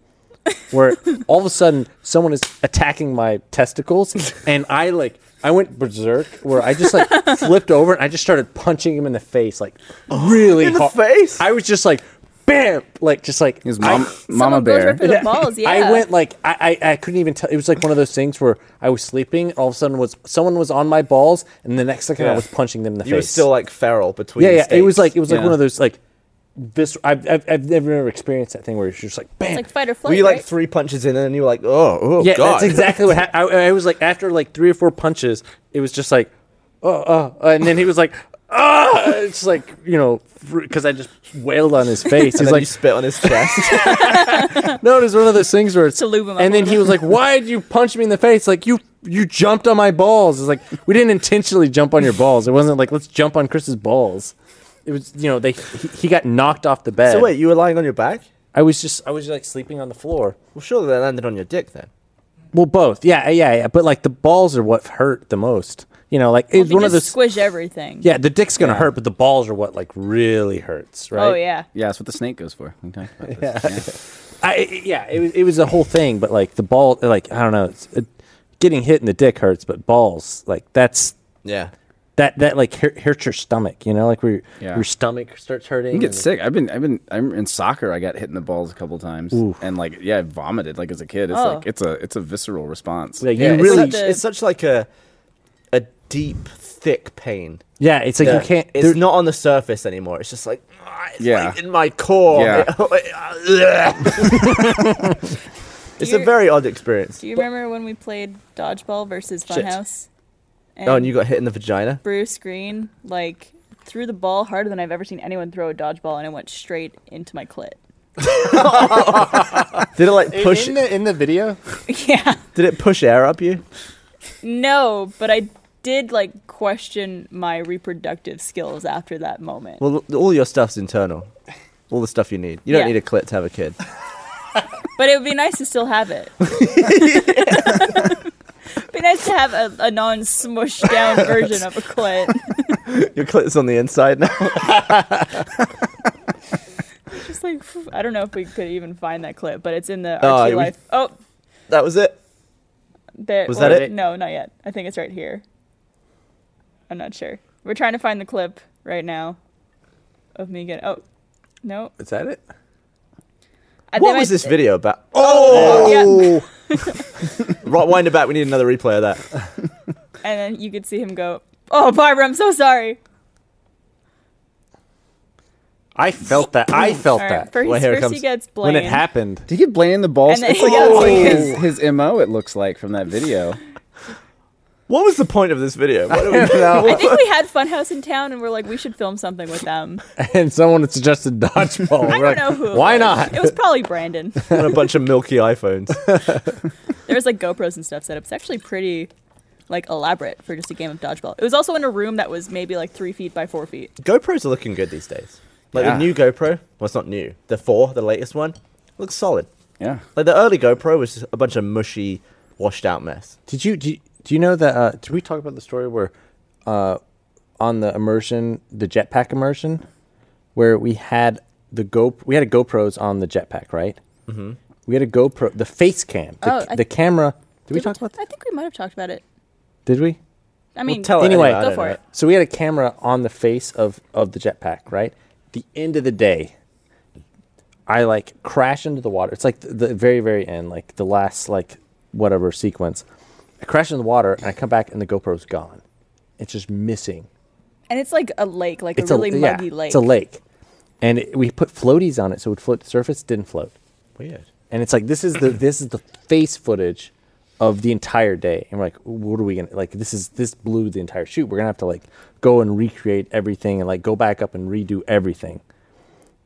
where all of a sudden someone is attacking my testicles and I like I went berserk where I just like flipped over and I just started punching him in the face like really
In the
hard.
face?
I was just like bam like just like
His
I-
mom, Mama
Someone goes
Bear.
right for the balls. Yeah.
I went like I, I I couldn't even tell. It was like one of those things where I was sleeping. All of a sudden, was someone was on my balls, and the next second I
Yeah.
was punching them in the
You were
face.
still like feral between.
yeah, yeah. It was
states.
like it was like one
Yeah.
of those like this. I've, I've I've never ever experienced that thing where it's just like bam.
It's like fight or flight.
were you like
right?
three punches in and then you were like, oh, oh
yeah,
god.
that's exactly what happened. I, I was like after like three or four punches, it was just like oh, oh and then he was like ah, it's like you know because I just wailed on his face.
And
He's
then
like
you spit on his chest.
No, it was one of those things where it's
To lube him up
And
a
then he was like, "Why did you punch me in the face? Like you you jumped on my balls." It's like we didn't intentionally jump on your balls. It wasn't like let's jump on Chris's balls. It was you know they he, he got knocked off the bed.
so wait, you were lying on your back?
I was just I was like sleeping on the floor.
Well, surely that landed on your dick then.
Well, both, yeah, yeah, yeah. But like the balls are what hurt the most. You know, like
Well,
it's
if you
one of
just
those.
squish everything.
Yeah, the dick's gonna hurt, but the balls are what like really hurts, right?
Oh yeah.
Yeah, that's what the snake goes for. We talked about this.
I, it- yeah, it was it was a whole thing, but like the ball, like I don't know, it's, it, getting hit in the dick hurts, but balls, like that's
Yeah.
that that like hurt, hurts your stomach, you know, like where
Yeah.
your stomach starts hurting.
You can get
and-
sick. I've been, I've been, I'm in soccer. I got hit in the balls a couple times, and like, yeah, I vomited like as a kid. It's
Oh.
like it's a, it's a visceral response.
Like,
Yeah,
you
it's such,
really,
The-
it's such like a a deep, thick pain.
yeah, it's like
Yeah.
you can't.
It's
there-
not on the surface anymore. It's just like, ah, it's
Yeah.
like in my core. Oh,
Yeah.
it's
You're-
a very odd experience.
Do you remember when we played dodgeball versus
Shit.
funhouse?
Oh, and you got hit in the vagina.
Bruce Green like threw the ball harder than I've ever seen anyone throw a dodgeball, and it went straight into my clit.
Did it like push?
the in the video.
yeah.
did it push air up you?
No, but I did like question my reproductive skills after that moment.
Well, all your stuff's internal. all the stuff you need. You don't
Yeah.
need a clit to have a kid.
But it would be nice to still have it. be nice to have a, a non smushed down version of a clit.
Your clit's on the inside now.
Just like phew, I don't know if we could even find that clip, but it's in the
Oh,
RT
we-
life. Oh,
that was it.
there
Was
or-
that it?
No, not yet. I think it's right here. I'm not sure. We're trying to find the clip right now of me getting. Oh, no.
Is that it?
I,
What
they
was
might-
this video about? Oh,
Yeah.
right, wind it back. We need another replay of that.
And then you could see him go. Oh, Barbara, I'm so sorry.
I felt that. I felt
All right,
that.
first,
Well, here it
first he
comes.
gets blamed.
when it happened.
Did he get Blaine in the balls?
And then-
It's like, that's like his, his mo. It looks like from that video.
What was the point of this video? What are we-
I think we had Funhouse in town, and we're like, we should film something with them.
And someone had suggested dodgeball.
I
We're
don't
like,
know who. it
Why
was.
not?
It was probably Brandon.
on a bunch of milky iPhones.
There was like GoPros and stuff set up. It's actually pretty like elaborate for just a game of dodgeball. It was also in a room that was maybe like three feet by four feet.
GoPros are looking good these days. Like
Yeah.
the new GoPro, well, it's not new. The four, the latest one, looks solid.
Yeah.
Like the early GoPro was just a bunch of mushy, washed out mess.
Did you do? You, do you know that? Uh, did we talk about the story where, uh, on the immersion, the jetpack immersion, where we had the go, we had a GoPros on the jetpack, right? Mm-hmm. We had a GoPro, the face cam, the,
Oh, I-
the camera. Did, we talk about that?
I think we might have talked about it.
Did we?
I mean,
tell it
Anyway,
anyway, I
go
don't
for
know.
it.
So we had a camera on the face of of the jetpack, right? The end of the day, I like crash into the water. It's like the, the very very end, like the last like whatever sequence. I crash into the water and I come back and the GoPro's gone. It's just missing.
And it's like a lake, like
It's
a really
yeah,
muggy lake.
It's a lake, and it, we put floaties on it so it would float to the surface. Didn't float.
Weird.
And it's like this is the this is the face footage of the entire day. And we're like, what are we gonna like? This is this blew the entire shoot. We're gonna have to like go and recreate everything and like go back up and redo everything.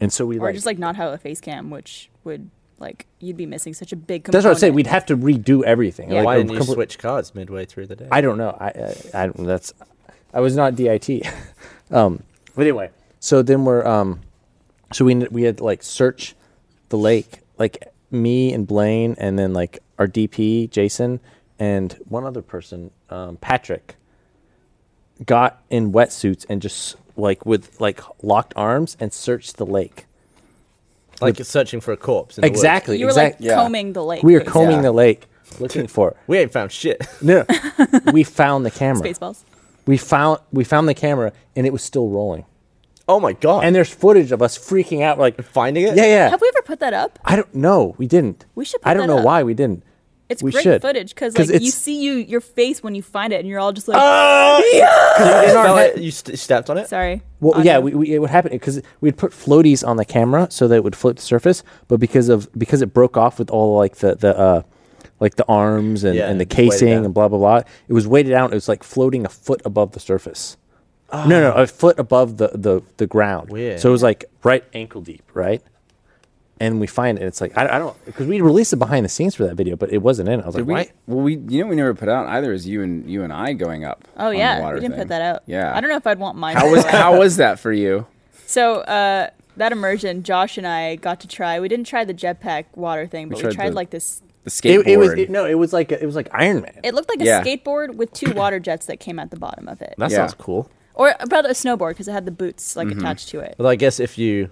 And so we
Or
like,
just like not have a face cam, which would like you'd be missing such a big. Component.
that's what I'm saying. We'd have to redo everything.
Yeah.
Like,
Why
a
didn't you
complete-
switch cards midway through the day?
I don't know. I, I, I don't- that's I was not DIT. um, but anyway, so then we're um, so we we had like search the lake, like me and Blaine, and then like our DP Jason and one other person, um, Patrick, got in wetsuits and just like with like locked arms and searched the lake.
like it's searching for a corpse. In the woods.
Exactly.
you were
exactly.
like
Yeah.
combing the lake.
we were
basically.
combing
Yeah.
the lake looking for. it.
We ain't found shit.
No, we found the camera.
Spaceballs.
We found we found the camera and it was still rolling.
Oh my god.
And there's footage of us freaking out like
finding it.
yeah, yeah.
Have we ever put that up?
I don't know. We didn't.
We should
I
put
don't
that
know
up.
why we didn't.
It's
We
great
should.
footage because
'Cause
like you
it's- Ah!
see you your face when you find it, and you're all just like,
You,
In our
felt
head-
it? You st- stepped on it.
sorry.
Well,
On
yeah,
you.
we, we, it would happen because we'd put floaties on the camera so that it would float to surface, but because of because it broke off with all like the the uh, like the arms and,
Yeah,
and the
it was weighted
casing
down.
and blah blah blah, it was weighted out. It was like floating a foot above the surface. No, no, a foot above the the the ground.
Ah. Weird.
So it was like right ankle deep, right? And we find it. And it's like I, I don't because we released the behind the scenes for that video, but it wasn't in. it. I was
Did
like,
we?
why?
Well, we you know we never put out either is you and you and I going up.
Oh
on the
yeah,
water
we didn't
thing.
put that out.
Yeah.
I don't know if I'd want mine.
How
to
was
go out.
how was that for you?
So uh, that immersion, Josh and I got to try. We didn't try the jetpack water thing, but we tried,
tried the-
like this.
The skateboard.
It, it was it, no, it was like it was like Iron Man.
It looked like a
Yeah.
skateboard with two water jets that came at the bottom of it,
That
Yeah.
sounds cool.
or uh, rather a snowboard because it had the boots like attached to it.
Although I guess if you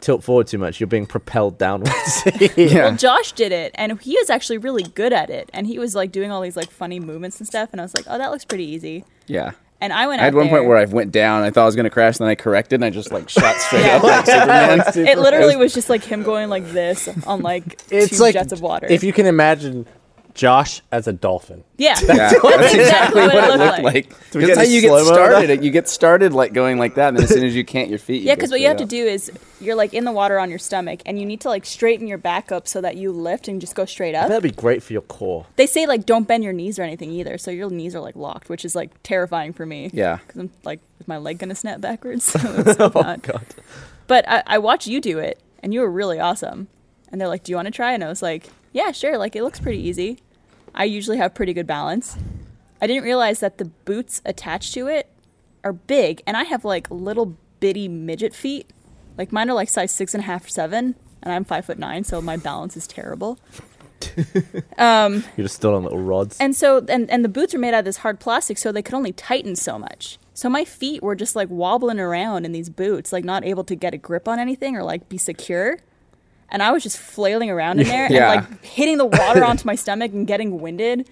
tilt forward too much, you're being propelled downwards.
yeah.
Well, Josh did it, and he was actually really good at it, and he was like doing all these like funny movements and stuff, and I was like, oh, that looks pretty easy.
yeah.
And I went.
I had
out
one point
there-
where I went down. I thought I was going to crash, and then I corrected, and I just like shot straight
Yeah.
up like Superman.
It literally was just like him going like this on like two jets of water.
If you can imagine Josh as a dolphin.
yeah,
Yeah,
that's exactly what it looked like.
like
we
that's
get
how
any
you get
slow-mo of
started. You get started like going like that, and then as soon as you can't, your feet.
Yeah, because what you have to
do.
do is you're like in the water on your stomach, and you need to like straighten your back up so that you lift and just go straight up.
That'd be great for your core.
They say like don't bend your knees or anything either, so your knees are like locked, which is like terrifying for me.
Yeah.
because I'm like, is my leg gonna snap backwards? So it's not.
God.
But I, I watched you do it, and you were really awesome. And they're like, "Do you want to try?" And I was like, "Yeah, sure." Like it looks pretty easy. I usually have pretty good balance. I didn't realize that the boots attached to it are big, and I have like little bitty midget feet. Like mine are like size six and a half or seven, and I'm five foot nine, so my balance is terrible.
You're just still on little rods.
And so and and the boots are made out of this hard plastic, so they could only tighten so much. So my feet were just like wobbling around in these boots, like not able to get a grip on anything or like be secure. And I was just flailing around in there
Yeah.
and like hitting the water onto my stomach and getting winded.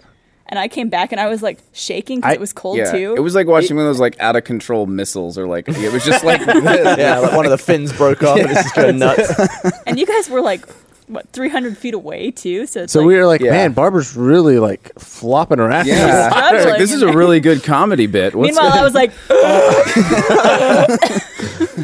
And I came back and I was like shaking because
I-
it was cold
Yeah,
too.
it was like watching one of those like out of control missiles, or like it was just like this.
yeah, like one of the fins broke off and it's just going nuts.
and you guys were like what 300 feet away too. So it's
So
like,
we were like,
Yeah.
man, Barber's really like flopping around.
Yeah, I was like,
Struggling.
this is a really good comedy bit. What's
Meanwhile, I was like,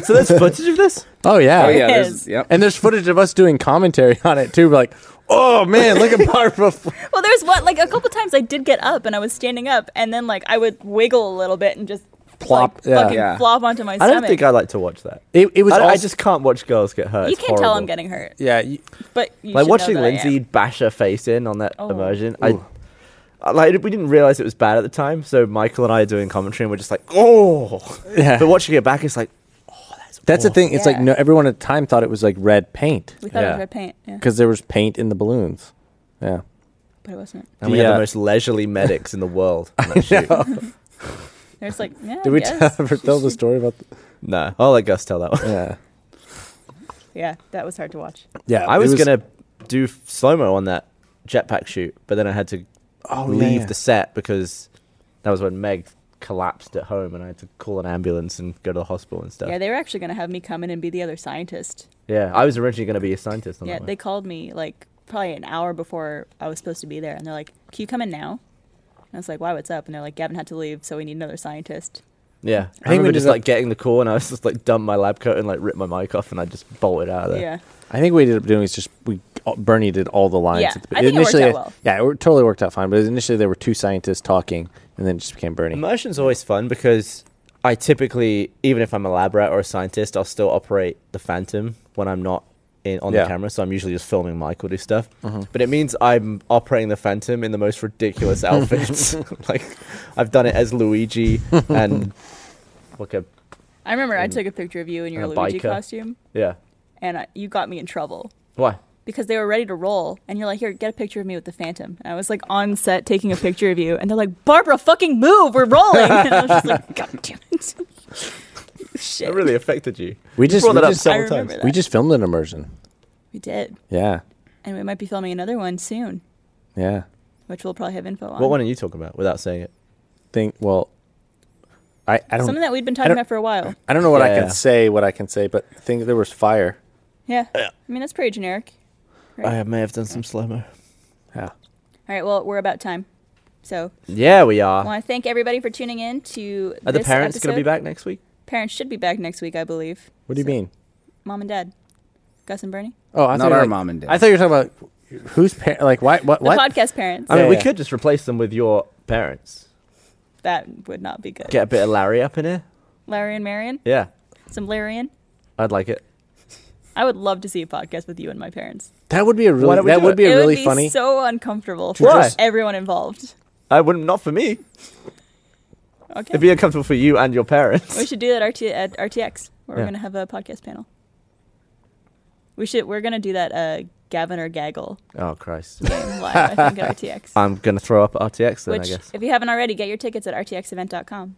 So there's footage of this?
Oh yeah.
oh yeah,
is.
there's, yep.
And there's footage of us doing commentary on it too. We're like, oh man, look at Barber. fl-
well, there's what like a couple times I did get up and I was standing up, and then like I would wiggle a little bit and just
Plop,
like,
yeah.
fucking
Yeah.
flop onto my
I
stomach.
don't think I like to watch that.
It, it was.
I, I
also-
just can't watch girls get hurt.
you
It's
can't tell I'm
horrible.
getting hurt,
yeah. You,
but you
like
should
watching
know that I am.
Lindsay bash her face in on that
Oh.
immersion. I, I like we didn't realize it was bad at the time, so Michael and I are doing commentary and we're just like, oh.
Yeah.
But watching it back, it's like "Oh,
that's the thing. It's like
Yeah.
no. Everyone at the time thought it was like red paint
We thought it
Yeah.
was red paint, yeah,
because there was paint in the balloons. Yeah.
but it wasn't.
and we have
Yeah.
the most leisurely medics in the world. on that shoot.
There's like, yeah,
Did
I
we
guess.
tell, tell the story about? The,
No, I'll let Gus tell that one.
yeah.
yeah, that was hard to watch.
Yeah.
I
it
was, gonna do slow mo on that jetpack shoot, but then I had to
Oh,
leave
yeah.
the set because that was when Meg collapsed at home, and I had to call an ambulance and go to the hospital and stuff.
Yeah,
Yeah,
they were actually gonna have me come in and be the other scientist.
I was originally going to be a scientist. On
Yeah,
that one.
they called me like probably an hour before I was supposed to be there, and they're like, "Can you come in now?" And I was like, "Why? What's up?" And they're like, "Gavin had to leave, so we need another scientist."
Yeah, I,
think we
remember
did
just
that-
like getting the call, and I was just like dumped my lab coat and like ripped my mic off, and I just bolted out of there.
Yeah.
I think what we ended up doing is just we uh, Bernie did all the lines.
Yeah,
at the,
I think it worked
initially,
out well.
yeah, it totally worked out fine. But initially, there were two scientists talking, and then it just became Bernie.
Immersion's always fun because I typically, even if I'm a lab rat or a scientist, I'll still operate the Phantom when I'm not in, on
Yeah.
the camera. So I'm usually just filming Michael do stuff. But it means I'm operating the Phantom in the most ridiculous outfits. like I've done it as Luigi and like a
I remember I took a picture of you in your
and a
Luigi
biker.
costume,
yeah.
and I, you got me in trouble
Why?
because they were ready to roll, and you're like, "Here, get a picture of me with the Phantom." And I was like on set taking a picture of you, and they're like, "Barbara, fucking move, we're rolling!" And I was just like, "God damn it!" Shit,
It really affected you.
We
You
just-
brought
we
that up
just-
I
several
remember
times.
that.
We just filmed an immersion.
we did,
Yeah,
and we might be filming another one soon,
yeah.
which we'll probably have info on.
What one are you talking about without saying it?
Think well, I I don't
Something that we'd been
I
talking
don't-
about for a while.
I don't know what I
Yeah.
can say. What I can say, but I think there was fire.
Yeah, I mean that's pretty generic.
I may have done some slow mo.
Yeah.
All right, well we're about time, so
Yeah, we
I
are.
want to thank everybody for tuning in to.
Are the
this
parents going to be
episode.
back next week?
Parents should be back next week, I believe.
What do you
So-
mean?
mom and dad, Gus and Bernie,
Oh, I
not
thought you were
our
like-
mom and dad.
I thought you were talking about who's parent. Like why? What?
the
What?
podcast parents.
I mean,
Yeah,
we
yeah.
could just replace them with your parents.
that would not be good.
Get a bit of Larry up in here.
Larry and Marion,
Yeah,
some Larian.
I'd like it.
I would love to see a podcast with you and my parents.
that would be a
Why
really
don't we
that
do
would
it?
be a
it
really
would be
funny.
so uncomfortable for
Why?
everyone involved.
I wouldn't. Not for me.
Okay,
It'd be uncomfortable for you and your
we
parents.
should do that RT- at RTX where
Yeah.
we're gonna have a podcast panel. We should. We're gonna do that. Uh, Gavin or Gaggle
Oh Christ!
game live. I think at RTX.
I'm gonna throw up at RTX then, I
Which,
guess.
if you haven't already, get your tickets at rtxevent.com.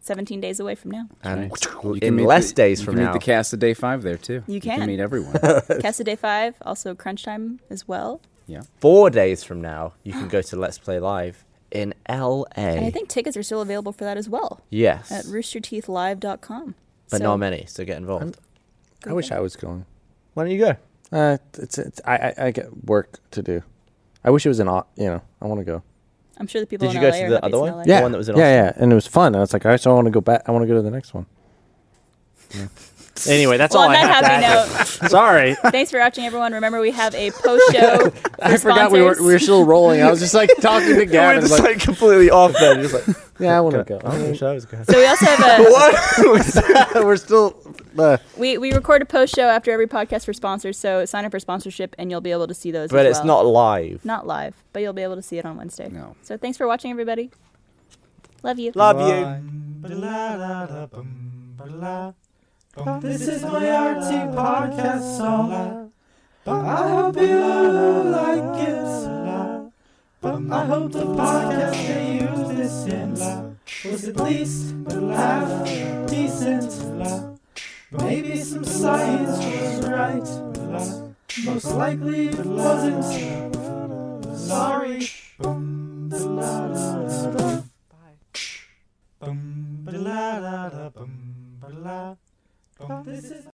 17 days away from now.
And
You can
in
meet
less
the-
days
you
from
can
now,
meet the cast of day five there too.
You
you
can.
can meet everyone.
Casa Day 5, also Crunch Time as well.
yeah.
four days from now, you can go to Let's Play Live in LA.
And I think tickets are still available for that as well
yes,
at roosterteethlive.com.
but
So
not many. So get involved.
I wish I was going.
Why don't you go?
Uh, it's, it's I, I I get work to do. I wish it was an au- you know I want to go.
I'm sure the people
Did
in
you go
LA
to
are
the
not
other
based
one?
in LA.
Yeah. one that was in
yeah,
Austin.
yeah, and it was fun. I was like, all right, so I want to go back. I want to go to the next one. Anyway, that's
Well,
all
on
I
that
have. to
happy
add.
note,
Sorry,
thanks for watching, everyone. Remember, we have a post show.
I forgot we were we were still rolling. I was just like talking to
We're
Gavin.
just
like,
like completely off then. Just like
yeah, I want to go.
I wish I was going.
So we also have a
we're still. Uh,
we, we record a post show after every podcast for sponsors. So sign up for sponsorship, and you'll be able to see those.
But
as
it's
well.
not live.
not live, but you'll be able to see it on Wednesday.
No.
So thanks for watching, everybody. Love you.
Love you.
Ba-da-la-la-la-bum, ba-da-la, This is my RT podcast song. I, I hope you all like it a lot. I hope the podcast they use this in was at least a laugh decent lot. Maybe some science was right lot. Most likely it wasn't. Sorry. Bum, da, la, la, la, bum. Bum, ba, da, la, la, la, bum, ba, da, la. Bum, This is